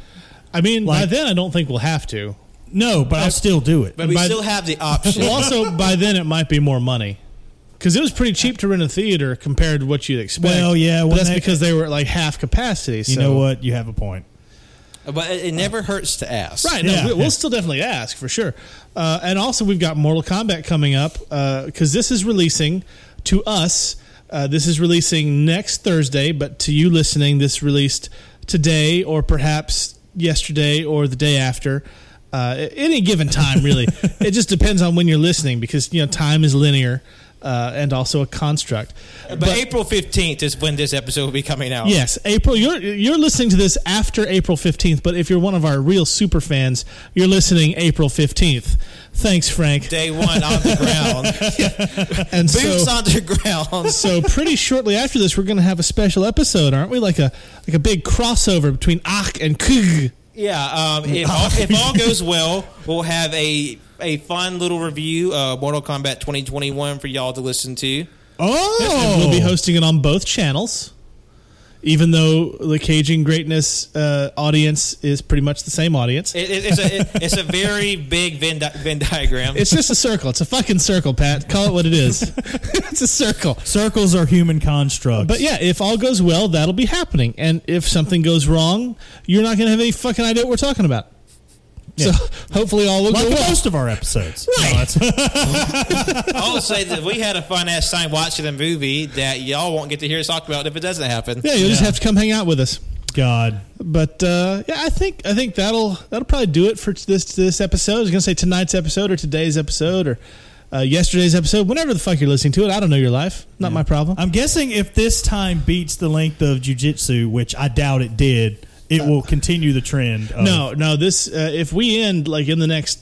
[SPEAKER 8] I mean, by
[SPEAKER 10] like-
[SPEAKER 8] then I don't think we'll have to.
[SPEAKER 10] No, but I'll still do it.
[SPEAKER 5] But we
[SPEAKER 8] By-
[SPEAKER 5] still have the option.
[SPEAKER 8] Well, also by then it might be more money because it was pretty cheap to rent a theater compared to what you'd expect.
[SPEAKER 10] Well, yeah,
[SPEAKER 8] But
[SPEAKER 10] when
[SPEAKER 8] that's
[SPEAKER 10] they-
[SPEAKER 8] because they were at like half capacity. So.
[SPEAKER 10] you know what? You have a point.
[SPEAKER 5] but it, it never hurts to ask.
[SPEAKER 8] Right. No,
[SPEAKER 10] Yeah.
[SPEAKER 8] we- we'll still definitely ask for sure. Uh, and also, we've got Mortal Kombat coming up because this is releasing to us. Uh, this is releasing next Thursday, but to you listening, this released today or perhaps yesterday or the day after. Uh, at any given time, really. it just depends on when you're listening because, you know, time is linear uh, and also a construct.
[SPEAKER 5] But, April 15th is when this episode will be coming out.
[SPEAKER 8] Yes, April. You're you're listening to this after April fifteenth, but if you're one of our real super fans, you're listening April fifteenth. Thanks, Frank.
[SPEAKER 5] Day one on the ground.
[SPEAKER 8] And
[SPEAKER 5] Boots
[SPEAKER 8] so,
[SPEAKER 5] on the ground.
[SPEAKER 8] so pretty shortly after this, we're going to have a special episode, aren't we? Like a like a big crossover between Ach and Kug.
[SPEAKER 5] Yeah, um, if, all, if all goes well, we'll have a a fun little review of Mortal Kombat 2021 for y'all to listen to.
[SPEAKER 8] Oh, we'll be hosting it on both channels. Even though the Caging Greatness uh, audience is pretty much the same audience,
[SPEAKER 5] It, it, it's, a, it- it's a very big Venn, di- Venn diagram.
[SPEAKER 8] it's just a circle. It's a fucking circle, Pat. Call it what it is. it's a circle.
[SPEAKER 10] Circles are human constructs.
[SPEAKER 8] But yeah, if all goes well, that'll be happening. And if something goes wrong, you're not going to have any fucking idea what we're talking about. So hopefully all will
[SPEAKER 10] like
[SPEAKER 8] go well.
[SPEAKER 10] most of our episodes.
[SPEAKER 5] I'll say that we had a fun ass time watching the movie that y'all won't get to hear us talk about if it doesn't happen.
[SPEAKER 8] yeah, you'll just have to come hang out with us.
[SPEAKER 10] God.
[SPEAKER 8] But uh, yeah, I think I think that'll that'll probably do it for this this episode. I was gonna say tonight's episode or today's episode or uh, yesterday's episode, whenever the fuck you're listening to it. I don't know your life, not my problem.
[SPEAKER 10] I'm guessing if this time beats the length of jujitsu, which I doubt it did, it will continue the trend. Of,
[SPEAKER 8] Uh, no, no. This uh, if we end like in the next.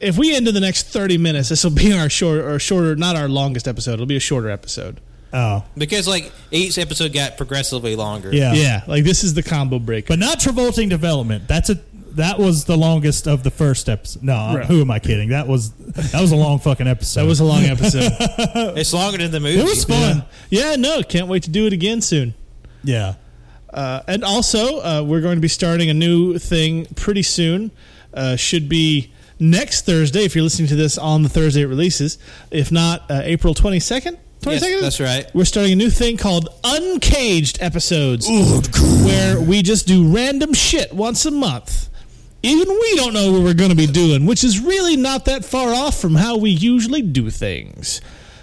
[SPEAKER 8] If we end in the next thirty minutes, this will be our short or shorter, not our longest episode. It'll be a shorter episode.
[SPEAKER 10] Oh,
[SPEAKER 5] Because like each episode got progressively longer.
[SPEAKER 10] yeah.
[SPEAKER 8] Yeah, like this is the combo break.
[SPEAKER 10] But not Travolting Development. That's a. That was the longest of the first episode. No,
[SPEAKER 8] Right.
[SPEAKER 10] who am I kidding? That was that was a long fucking episode.
[SPEAKER 8] that was a long episode.
[SPEAKER 5] It's longer than the movie.
[SPEAKER 10] It was fun.
[SPEAKER 8] yeah, no, can't wait to do it again soon.
[SPEAKER 10] Yeah.
[SPEAKER 8] Uh, and also, uh, we're going to be starting a new thing pretty soon. Uh, should be next Thursday if you're listening to this on the Thursday it releases. If not, uh, April 22nd? 22nd?
[SPEAKER 5] Yes, that's right.
[SPEAKER 8] We're starting a new thing called Uncaged Episodes, where we just do random shit once a month. Even we don't know what we're going to be doing, which is really not that far off from how we usually do things.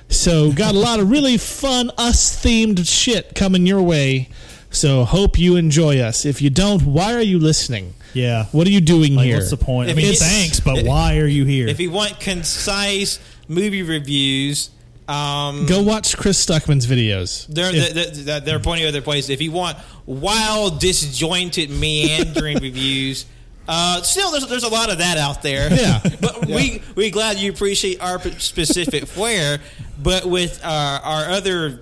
[SPEAKER 8] So, got a lot of really fun us themed shit coming your way. So, hope you enjoy us. If you don't, why are you listening?
[SPEAKER 10] Yeah.
[SPEAKER 8] What are you doing
[SPEAKER 10] Like,
[SPEAKER 8] here?
[SPEAKER 10] what's the point? I
[SPEAKER 5] If
[SPEAKER 10] mean,
[SPEAKER 5] it's-
[SPEAKER 10] thanks, but why are you here?
[SPEAKER 5] If you want concise movie reviews, um,
[SPEAKER 8] Go watch Chris Stuckman's videos.
[SPEAKER 5] there,
[SPEAKER 8] If-
[SPEAKER 5] there, there, there are plenty of other places. If you want wild, disjointed, meandering reviews, uh, still there's there's a lot of that out there.
[SPEAKER 8] Yeah.
[SPEAKER 5] but we we glad you appreciate our p- specific flair. But with our, our other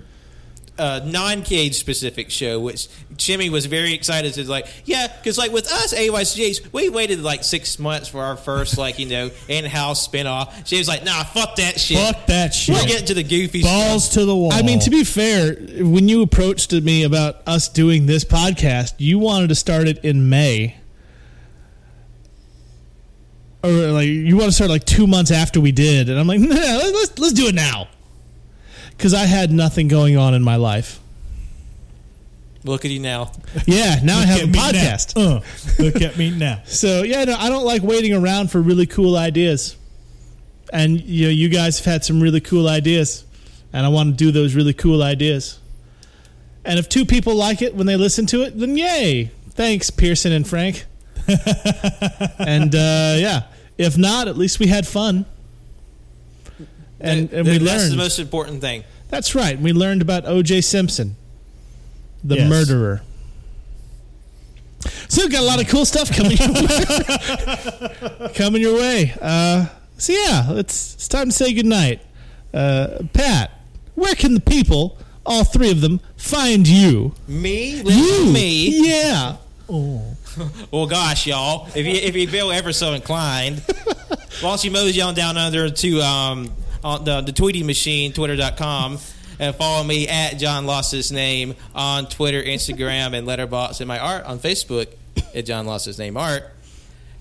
[SPEAKER 5] uh, non-cage specific show, which Jimmy was very excited to like, yeah, because like with us AYCJs, we waited like six months for our first like you know in-house spinoff. She was like, nah, fuck that shit.
[SPEAKER 10] Fuck that shit.
[SPEAKER 5] We're getting to the goofy stuff.
[SPEAKER 10] Balls to the wall.
[SPEAKER 8] I mean, to be fair, when you approached me about us doing this podcast, you wanted to start it in May. Or like you want to start like two months after we did, and I'm like, no, let's let's, let's do it now, because I had nothing going on in my life.
[SPEAKER 5] Look at you now.
[SPEAKER 8] Yeah, now I
[SPEAKER 10] Look
[SPEAKER 8] have a
[SPEAKER 10] at me now.
[SPEAKER 8] podcast.
[SPEAKER 10] Uh, look at me now.
[SPEAKER 8] So yeah, no, I don't like waiting around for really cool ideas, and you know, you guys have had some really cool ideas, and I want to do those really cool ideas. And if two people like it when they listen to it, then yay! Thanks, Pearson and Frank. and uh, yeah, if not, at least we had fun, and and we
[SPEAKER 5] Th- that's
[SPEAKER 8] learned.
[SPEAKER 5] the most important thing.
[SPEAKER 8] That's right. We learned about O.J. Simpson, the
[SPEAKER 10] Yes.
[SPEAKER 8] murderer. So we've got a lot of cool stuff coming your way. coming your way. Uh, so yeah, it's it's time to say goodnight. Uh, Pat, where can the people, all three of them, find you?
[SPEAKER 5] Me,
[SPEAKER 8] You,
[SPEAKER 5] listen to me.
[SPEAKER 8] yeah.
[SPEAKER 5] Well, gosh, y'all, if you if you feel ever so inclined, why don't you mosey on down under to um on the the Tweety Machine, Twitter.com. And follow me at John Lost His Name on Twitter, Instagram, and Letterbox, and my art on Facebook at John Lost His Name Art.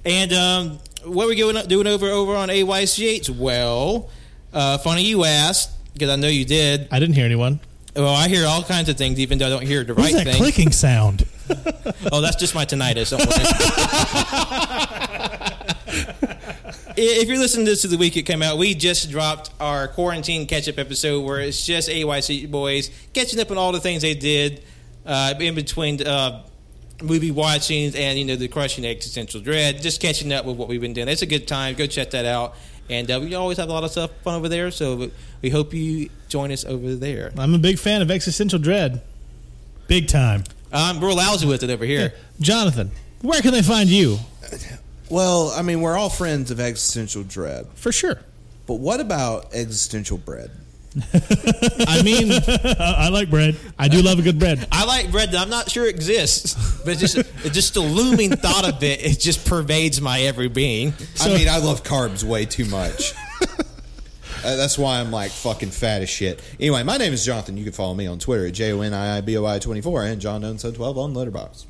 [SPEAKER 5] And um, what are we going doing over over on AYCH? Well, uh, funny you asked because I know you did.
[SPEAKER 8] I didn't hear anyone.
[SPEAKER 5] Well, I hear all kinds of things, even though I don't hear the
[SPEAKER 10] What's
[SPEAKER 5] right
[SPEAKER 10] that
[SPEAKER 5] thing.
[SPEAKER 10] clicking sound?
[SPEAKER 5] Oh, that's just my tinnitus. Don't worry. I- if you're listening to this to the week it came out, we just dropped our quarantine catch up episode where it's just AYC boys catching up on all the things they did uh, in between uh, movie watchings and you know the crushing existential dread. Just catching up with what we've been doing. It's a good time. Go check that out. And uh, we always have a lot of stuff fun over there, so we hope you join us over there.
[SPEAKER 8] I'm a big fan of Existential Dread.
[SPEAKER 10] Big time.
[SPEAKER 5] Um, we're lousy with it over here.
[SPEAKER 8] Jonathan, where can they find you?
[SPEAKER 7] Well, I mean, we're all friends of existential dread,
[SPEAKER 8] For sure.
[SPEAKER 7] but what about existential bread?
[SPEAKER 8] I mean,
[SPEAKER 10] I like bread.
[SPEAKER 8] I do love a good bread.
[SPEAKER 5] I like bread that I'm not sure exists, but just just the looming thought of it, it just pervades my every being.
[SPEAKER 7] I mean, I love carbs way too much. Uh, that's why I'm like fucking fat as shit. Anyway, my name is Jonathan. You can follow me on Twitter at j o n i i b o i twenty four and John Dunson twelve on Letterboxd.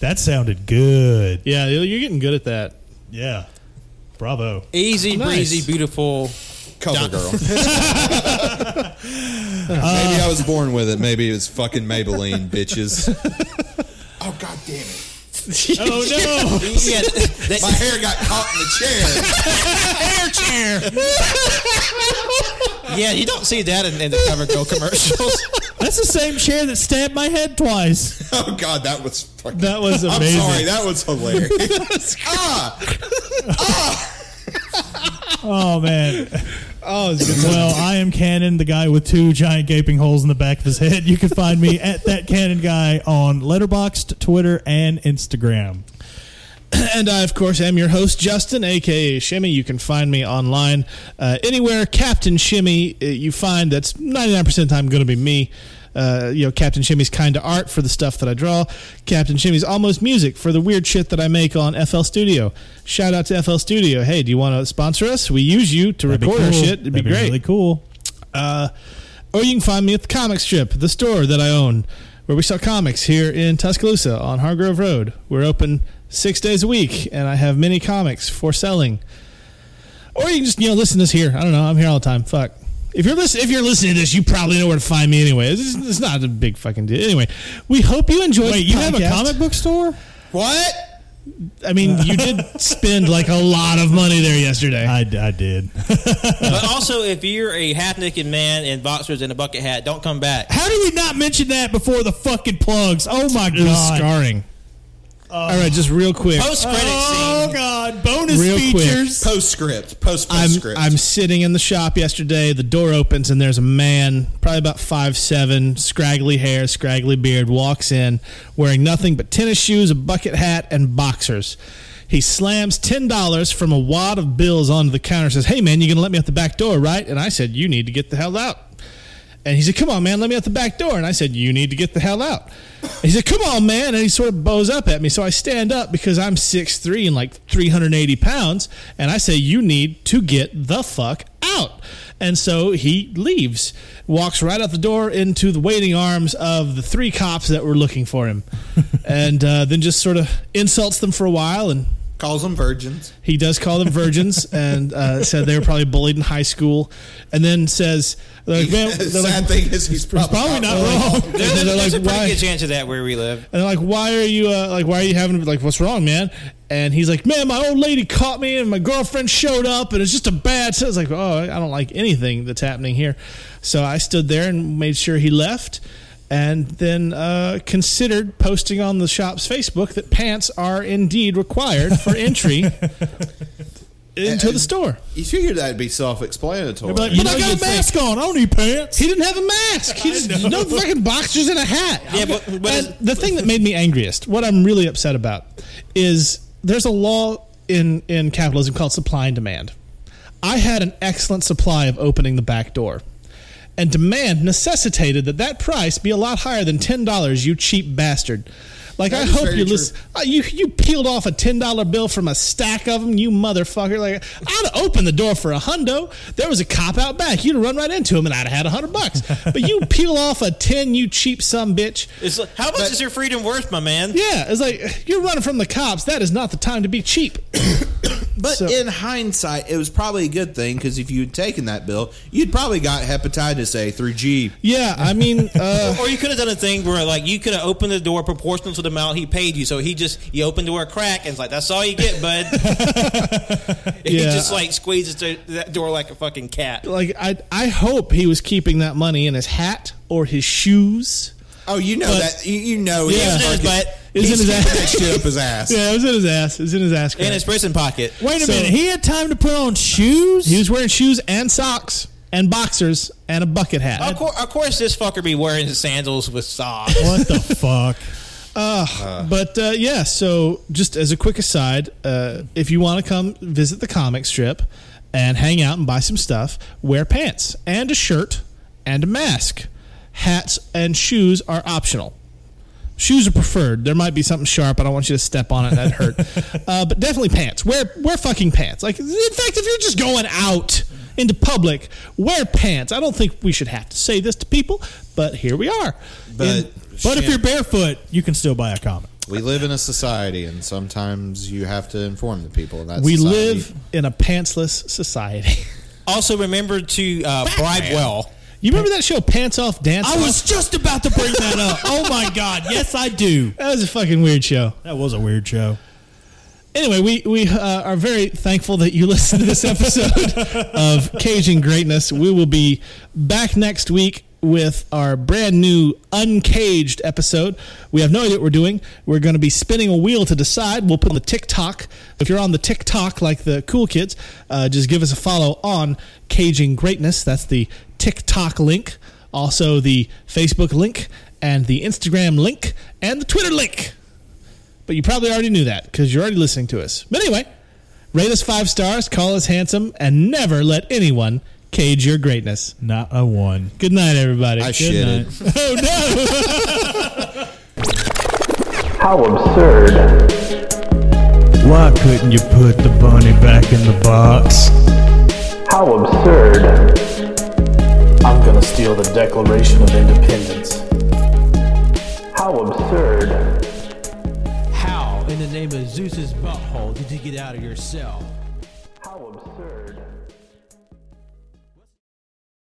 [SPEAKER 10] That sounded good.
[SPEAKER 8] Yeah, you're you're getting good at that.
[SPEAKER 10] Yeah. Bravo.
[SPEAKER 5] Easy,
[SPEAKER 8] Nice.
[SPEAKER 5] breezy, beautiful.
[SPEAKER 7] Cover girl. Maybe I was born with it. Maybe it was fucking Maybelline, bitches. oh god damn it!
[SPEAKER 8] Oh no!
[SPEAKER 5] Yeah, that-
[SPEAKER 7] My hair got caught in the chair.
[SPEAKER 5] yeah, you don't see that in, in the cover girl commercials.
[SPEAKER 10] That's the same chair that stabbed my head twice.
[SPEAKER 7] Oh God, that was fucking.
[SPEAKER 8] That was
[SPEAKER 7] I'm
[SPEAKER 8] amazing.
[SPEAKER 7] sorry, that was hilarious. ah,
[SPEAKER 10] Oh man.
[SPEAKER 8] Oh, it's good.
[SPEAKER 10] Well, I am Cannon, the guy with two giant gaping holes in the back of his head. You can find me at that Cannon guy on Letterboxd, Twitter, and Instagram.
[SPEAKER 8] And I, of course, am your host, Justin, aka Shimmy. You can find me online uh, anywhere. Captain Shimmy, uh, you find that's 99% of the time going to be me. Uh, you know, Captain Shimmy's kind of art for the stuff that I draw. Captain Shimmy's almost music for the weird shit that I make on FL Studio. Shout out to FL Studio. Hey, do you want to sponsor us? We use you to
[SPEAKER 10] That'd be
[SPEAKER 8] record our
[SPEAKER 10] cool.
[SPEAKER 8] shit. It'd be
[SPEAKER 10] That'd
[SPEAKER 8] great.
[SPEAKER 10] really cool.
[SPEAKER 8] Uh, or you can find me at the comic strip, the store that I own, where we sell comics here in Tuscaloosa on Hargrove Road. We're open six days a week, and I have many comics for selling. Or you can just you know listen to this here. I don't know. I'm here all the time. Fuck. If you're listening, if you're listening to this, you probably know where to find me anyway. It's, it's not a big fucking deal. Anyway, we hope you enjoyed.
[SPEAKER 10] Wait,
[SPEAKER 8] the
[SPEAKER 10] you have a
[SPEAKER 8] podcast.
[SPEAKER 10] comic book store?
[SPEAKER 7] what?
[SPEAKER 8] I mean, you did spend like a lot of money there yesterday.
[SPEAKER 10] I, I did.
[SPEAKER 5] but also, if you're a half naked man in boxers and a bucket hat, don't come back.
[SPEAKER 10] How do we not mention that before the fucking plugs? Oh my
[SPEAKER 8] it was
[SPEAKER 10] god.
[SPEAKER 8] scarring. all right, just real quick.
[SPEAKER 5] Post credit
[SPEAKER 10] Oh
[SPEAKER 5] scene.
[SPEAKER 10] god. Bonus
[SPEAKER 8] Real quick.
[SPEAKER 10] features.
[SPEAKER 7] Postscript, post
[SPEAKER 8] I'm
[SPEAKER 7] postscript.
[SPEAKER 8] I'm sitting in the shop yesterday. The door opens and there's a man, probably about five seven, scraggly hair, scraggly beard, walks in wearing nothing but tennis shoes, a bucket hat, and boxers. He slams ten dollars from a wad of bills onto the counter. and Says, "Hey man, you gonna let me out the back door, right?" And I said, "You need to get the hell out." And he said, "Come on, man, let me out the back door." And I said, "You need to get the hell out." And he said, "Come on, man," and he sort of bows up at me. So I stand up because I'm 6'3 and like 380 pounds, and I say, "You need to get the fuck out." And so he leaves, walks right out the door into the waiting arms of the three cops that were looking for him, and uh, then just sort of insults them for a while and
[SPEAKER 7] Calls them virgins.
[SPEAKER 8] he does call them virgins and uh, said they were probably bullied in high school. And then says, they're like, man, they're
[SPEAKER 7] Sad
[SPEAKER 8] like,
[SPEAKER 7] thing is, he's probably,
[SPEAKER 8] probably not wrong. And
[SPEAKER 5] There's,
[SPEAKER 8] they're
[SPEAKER 5] there's
[SPEAKER 8] like,
[SPEAKER 5] a pretty
[SPEAKER 8] why?
[SPEAKER 5] good chance of that where we live.
[SPEAKER 8] And they're like, why are you uh, like, why are you having like, what's wrong, man? And he's like, man, my old lady caught me, and my girlfriend showed up, and it's just a bad. So I was like, oh, I don't like anything that's happening here. So I stood there and made sure he left, and then uh, considered posting on the shop's Facebook that pants are indeed required for entry into the store.
[SPEAKER 7] You figured that'd be self-explanatory.
[SPEAKER 10] But
[SPEAKER 8] You
[SPEAKER 10] but
[SPEAKER 8] know
[SPEAKER 10] I got
[SPEAKER 8] you'd
[SPEAKER 10] a mask on. I don't need pants.
[SPEAKER 8] He didn't have a mask. He just no fucking boxers and a hat.
[SPEAKER 5] Yeah, but- but
[SPEAKER 8] And
[SPEAKER 5] it's-
[SPEAKER 8] the thing that made me angriest, what I'm really upset about, is there's a law in in capitalism called supply and demand. I had an excellent supply of opening the back door, and demand necessitated that that price be a lot higher than ten dollars. You cheap bastard. Like
[SPEAKER 7] That
[SPEAKER 8] I
[SPEAKER 7] is
[SPEAKER 8] hope
[SPEAKER 7] very
[SPEAKER 8] you
[SPEAKER 7] true.
[SPEAKER 8] listen. Uh, you you peeled off a ten dollar bill from a stack of them, you motherfucker! Like I'd have opened the door for a hundo. There was a cop out back. You'd have run right into him, and I'd have had a hundred bucks. But you peel off a ten, you cheap some bitch.
[SPEAKER 5] It's like, how much is your freedom worth, my man?
[SPEAKER 8] Yeah, it's like you're running from the cops. That is not the time to be cheap.
[SPEAKER 7] But
[SPEAKER 8] So-
[SPEAKER 7] in hindsight, it was probably a good thing because if you'd taken that bill, you'd probably got hepatitis A through G.
[SPEAKER 8] Yeah, I mean, uh,
[SPEAKER 5] Or you could have done a thing where like you could have opened the door proportional to the amount he paid you. So he just you opened the door a crack and it's like that's all you get, bud. And He
[SPEAKER 8] Yeah.
[SPEAKER 5] just like squeezes through that door like a fucking cat.
[SPEAKER 8] like I I hope he was keeping that money in his hat or his shoes.
[SPEAKER 7] Oh, you know
[SPEAKER 8] But-
[SPEAKER 7] that. You, you know.
[SPEAKER 8] Yeah.
[SPEAKER 7] Oh, he's fucking-
[SPEAKER 5] But-
[SPEAKER 8] It's
[SPEAKER 7] he's
[SPEAKER 8] in his
[SPEAKER 7] keeping
[SPEAKER 8] ass.
[SPEAKER 7] that shit up his ass.
[SPEAKER 8] Yeah, it was in his ass. It was in his ass.
[SPEAKER 5] In
[SPEAKER 8] crack.
[SPEAKER 5] his prison pocket.
[SPEAKER 10] Wait a
[SPEAKER 8] So-
[SPEAKER 10] minute. He had time to put on shoes?
[SPEAKER 8] He was wearing shoes and socks and boxers and a bucket hat.
[SPEAKER 5] Of, cour- of course, this fucker be wearing his sandals with socks.
[SPEAKER 10] what the fuck?
[SPEAKER 8] But uh, yeah, so just as a quick aside, uh, if you want to come visit the comic strip and hang out and buy some stuff, wear pants and a shirt and a mask. Hats and shoes are optional. Shoes are preferred. There might be something sharp. I don't want you to step on it. That hurt. uh, but definitely pants. Wear wear fucking pants. Like in fact, if you're just going out into public, wear pants. I don't think we should have to say this to people, but here we are.
[SPEAKER 7] But
[SPEAKER 10] But if you're barefoot, you can still buy a comic.
[SPEAKER 7] we live in a society, and sometimes you have to inform the people. Of that
[SPEAKER 8] We
[SPEAKER 7] society.
[SPEAKER 8] live in a pantsless society.
[SPEAKER 5] Also, remember to uh, bribe well.
[SPEAKER 8] You remember that show Pants Off Dance
[SPEAKER 10] I
[SPEAKER 8] Off?
[SPEAKER 10] was just about to bring that up. Oh my god. Yes, I do.
[SPEAKER 8] that was a fucking weird show.
[SPEAKER 10] That was a weird show.
[SPEAKER 8] Anyway, we we uh, are very thankful that you listened to this episode of Cajun Greatness. We will be back next week with our brand new Uncaged episode. We have no idea what we're doing. We're going to be spinning a wheel to decide. We'll put on the TikTok. If you're on the TikTok like the cool kids, uh, just give us a follow on Caging Greatness. That's the TikTok link, also the Facebook link, and the Instagram link, and the Twitter link. But you probably already knew that because you're already listening to us. But anyway, rate us five stars, call us handsome, and never let anyone cage your greatness.
[SPEAKER 10] Not a one.
[SPEAKER 8] Good night, everybody.
[SPEAKER 7] I
[SPEAKER 8] Good
[SPEAKER 7] shitted.
[SPEAKER 8] night. Oh no.
[SPEAKER 6] How absurd.
[SPEAKER 10] Why couldn't you put the bunny back in the box?
[SPEAKER 6] How absurd.
[SPEAKER 3] I'm gonna steal the Declaration of Independence.
[SPEAKER 6] How absurd.
[SPEAKER 4] How in the name of Zeus's butthole did you get out of your cell?
[SPEAKER 6] How absurd.